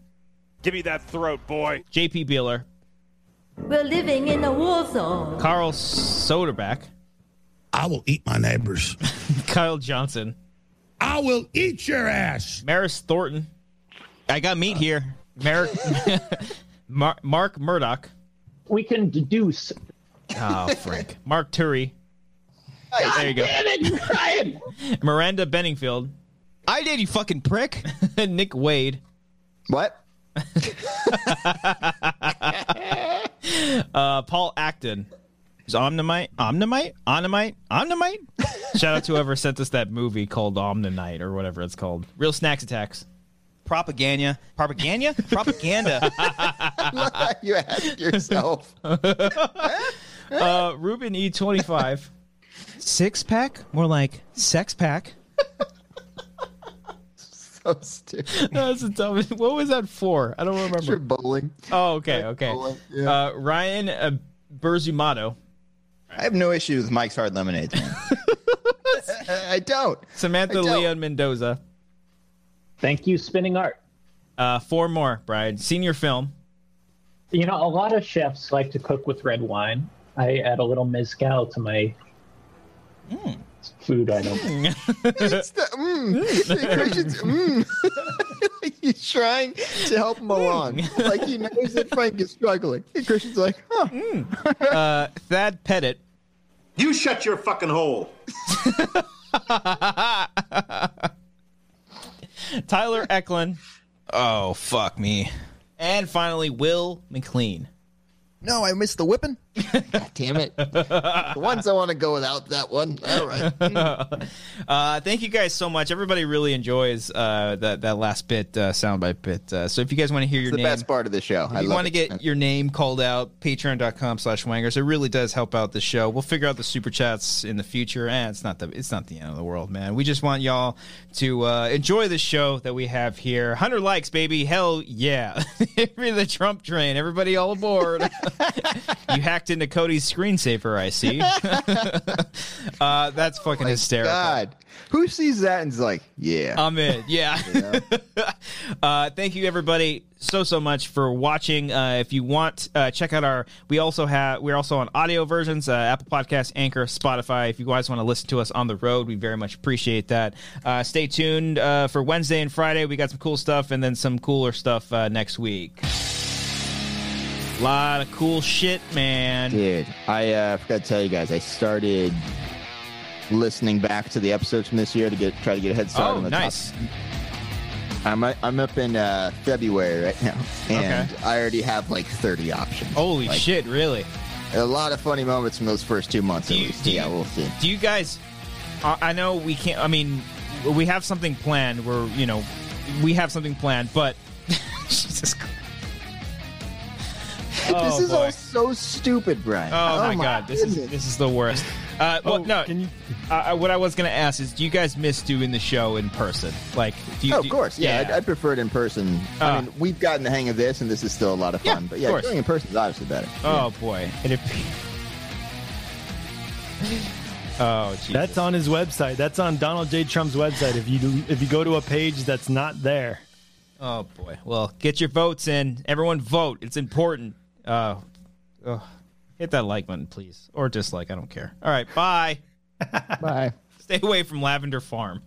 Speaker 8: Give me that throat, boy.
Speaker 1: J.P. Beeler.
Speaker 12: We're living in a war zone.
Speaker 1: Carl Soderback.
Speaker 9: I will eat my neighbors.
Speaker 1: Kyle Johnson.
Speaker 9: I will eat your ass.
Speaker 1: Maris Thornton.
Speaker 2: I got meat here.
Speaker 1: Merrick, Mar- Mark Murdoch.
Speaker 11: We can deduce.
Speaker 1: Oh, Frank. Mark Turi.
Speaker 2: there you go.
Speaker 1: Miranda Benningfield.
Speaker 2: I did, you fucking prick.
Speaker 1: Nick Wade.
Speaker 3: what?
Speaker 1: Uh, Paul Acton.
Speaker 2: Is Omnimite? Omnimite? Omnimite? Omnimite?
Speaker 1: Shout out to whoever sent us that movie called Omnite or whatever it's called. Real Snacks Attacks.
Speaker 2: Propaganda. Propaganda? Propaganda.
Speaker 3: you ask yourself.
Speaker 1: Uh, Ruben E25.
Speaker 2: Six pack? More like sex pack.
Speaker 3: so stupid.
Speaker 1: That's a dumb. What was that for? I don't
Speaker 3: You're
Speaker 1: remember.
Speaker 3: bowling.
Speaker 1: Oh, okay, okay.
Speaker 3: Bowling, yeah.
Speaker 1: Uh, Ryan uh, Berzumato.
Speaker 3: I have no issues with Mike's Hard Lemonade. man. I don't.
Speaker 1: Samantha
Speaker 3: I don't.
Speaker 1: Leon Mendoza.
Speaker 11: Thank you, spinning art.
Speaker 1: Uh, four more, Brian. Senior film.
Speaker 11: You know, a lot of chefs like to cook with red wine. I add a little mezcal to my food item.
Speaker 3: It's the mm, the Christian's mm. He's trying to help him along.
Speaker 1: Mm.
Speaker 3: Like he knows that Frank is struggling. And Christian's like, huh.
Speaker 1: Thad Pettit.
Speaker 8: You shut your fucking hole.
Speaker 1: Tyler Eklund.
Speaker 2: Oh, fuck me.
Speaker 1: And finally, Will McLean.
Speaker 9: No, I missed the whipping.
Speaker 3: Damn it. The ones I want to go without that one. All right.
Speaker 1: Uh, thank you guys so much. Everybody really enjoys uh, that that last bit, uh, soundbite bit. Uh, so if you guys want to hear your
Speaker 3: the
Speaker 1: name,
Speaker 3: best part of the show. I
Speaker 1: if you
Speaker 3: love
Speaker 1: want to
Speaker 3: it.
Speaker 1: get your name called out, patreon.com slash wangers. It really does help out the show. We'll figure out the super chats in the future. Eh, it's not the it's not the end of the world, man. We just want y'all to uh, enjoy the show that we have here. 100 likes, baby. Hell yeah. Every the Trump train. Everybody all aboard. you hacked into Cody's screensaver, I see. uh, that's
Speaker 3: Oh
Speaker 1: fucking hysterical.
Speaker 3: God. Who sees that and is like, yeah.
Speaker 1: I'm in. Yeah. uh, thank you, everybody, so so much for watching. Uh, if you want, uh, check out our. We also have. We're also on audio versions: uh, Apple Podcasts, Anchor, Spotify. If you guys want to listen to us on the road, we very much appreciate that. Uh, stay tuned uh, for Wednesday and Friday. We got some cool stuff, and then some cooler stuff uh, next week. A lot of cool shit, man.
Speaker 3: Dude, I uh, forgot to tell you guys, I started listening back to the episodes from this year to get try to get a head start
Speaker 1: Oh,
Speaker 3: on the
Speaker 1: nice.
Speaker 3: top. I'm I'm up in uh, February right now, and I already have like 30 options.
Speaker 1: Holy
Speaker 3: Like,
Speaker 1: shit! Really.
Speaker 3: A lot of funny moments from those first two months, at
Speaker 1: Do you-
Speaker 3: least.
Speaker 1: do
Speaker 3: yeah,
Speaker 1: you-
Speaker 3: we'll see.
Speaker 1: Do you guys? I I know we can't. I mean, we have something planned. We're you know, we have something planned, but Jesus. Christ.
Speaker 3: this
Speaker 1: Oh,
Speaker 3: is all
Speaker 1: boy.
Speaker 3: so stupid, Brian.
Speaker 1: Oh, my, god, this is this is the worst. Uh,
Speaker 3: Oh,
Speaker 1: well, no, I- I- what I was gonna ask is, do you guys miss doing the show in person? Like, do you,
Speaker 3: oh,
Speaker 1: do
Speaker 3: of
Speaker 1: you-
Speaker 3: course, yeah. I, I prefer it in person. I
Speaker 1: Uh.
Speaker 3: mean, we've gotten the hang of this, and this is still a lot of fun. but yeah,
Speaker 1: course.
Speaker 3: doing it in person is obviously better.
Speaker 1: oh boy, it appears. Oh,
Speaker 4: that's on his website. That's on Donald J. Trump's website. If you do, if you go to a page that's not there,
Speaker 1: Oh boy. Well, get your votes in. Everyone vote. It's important. Uh, ugh. hit that like button, please, or dislike. I don't care. All right. Bye.
Speaker 3: Bye.
Speaker 1: Stay away from Lavender Farm.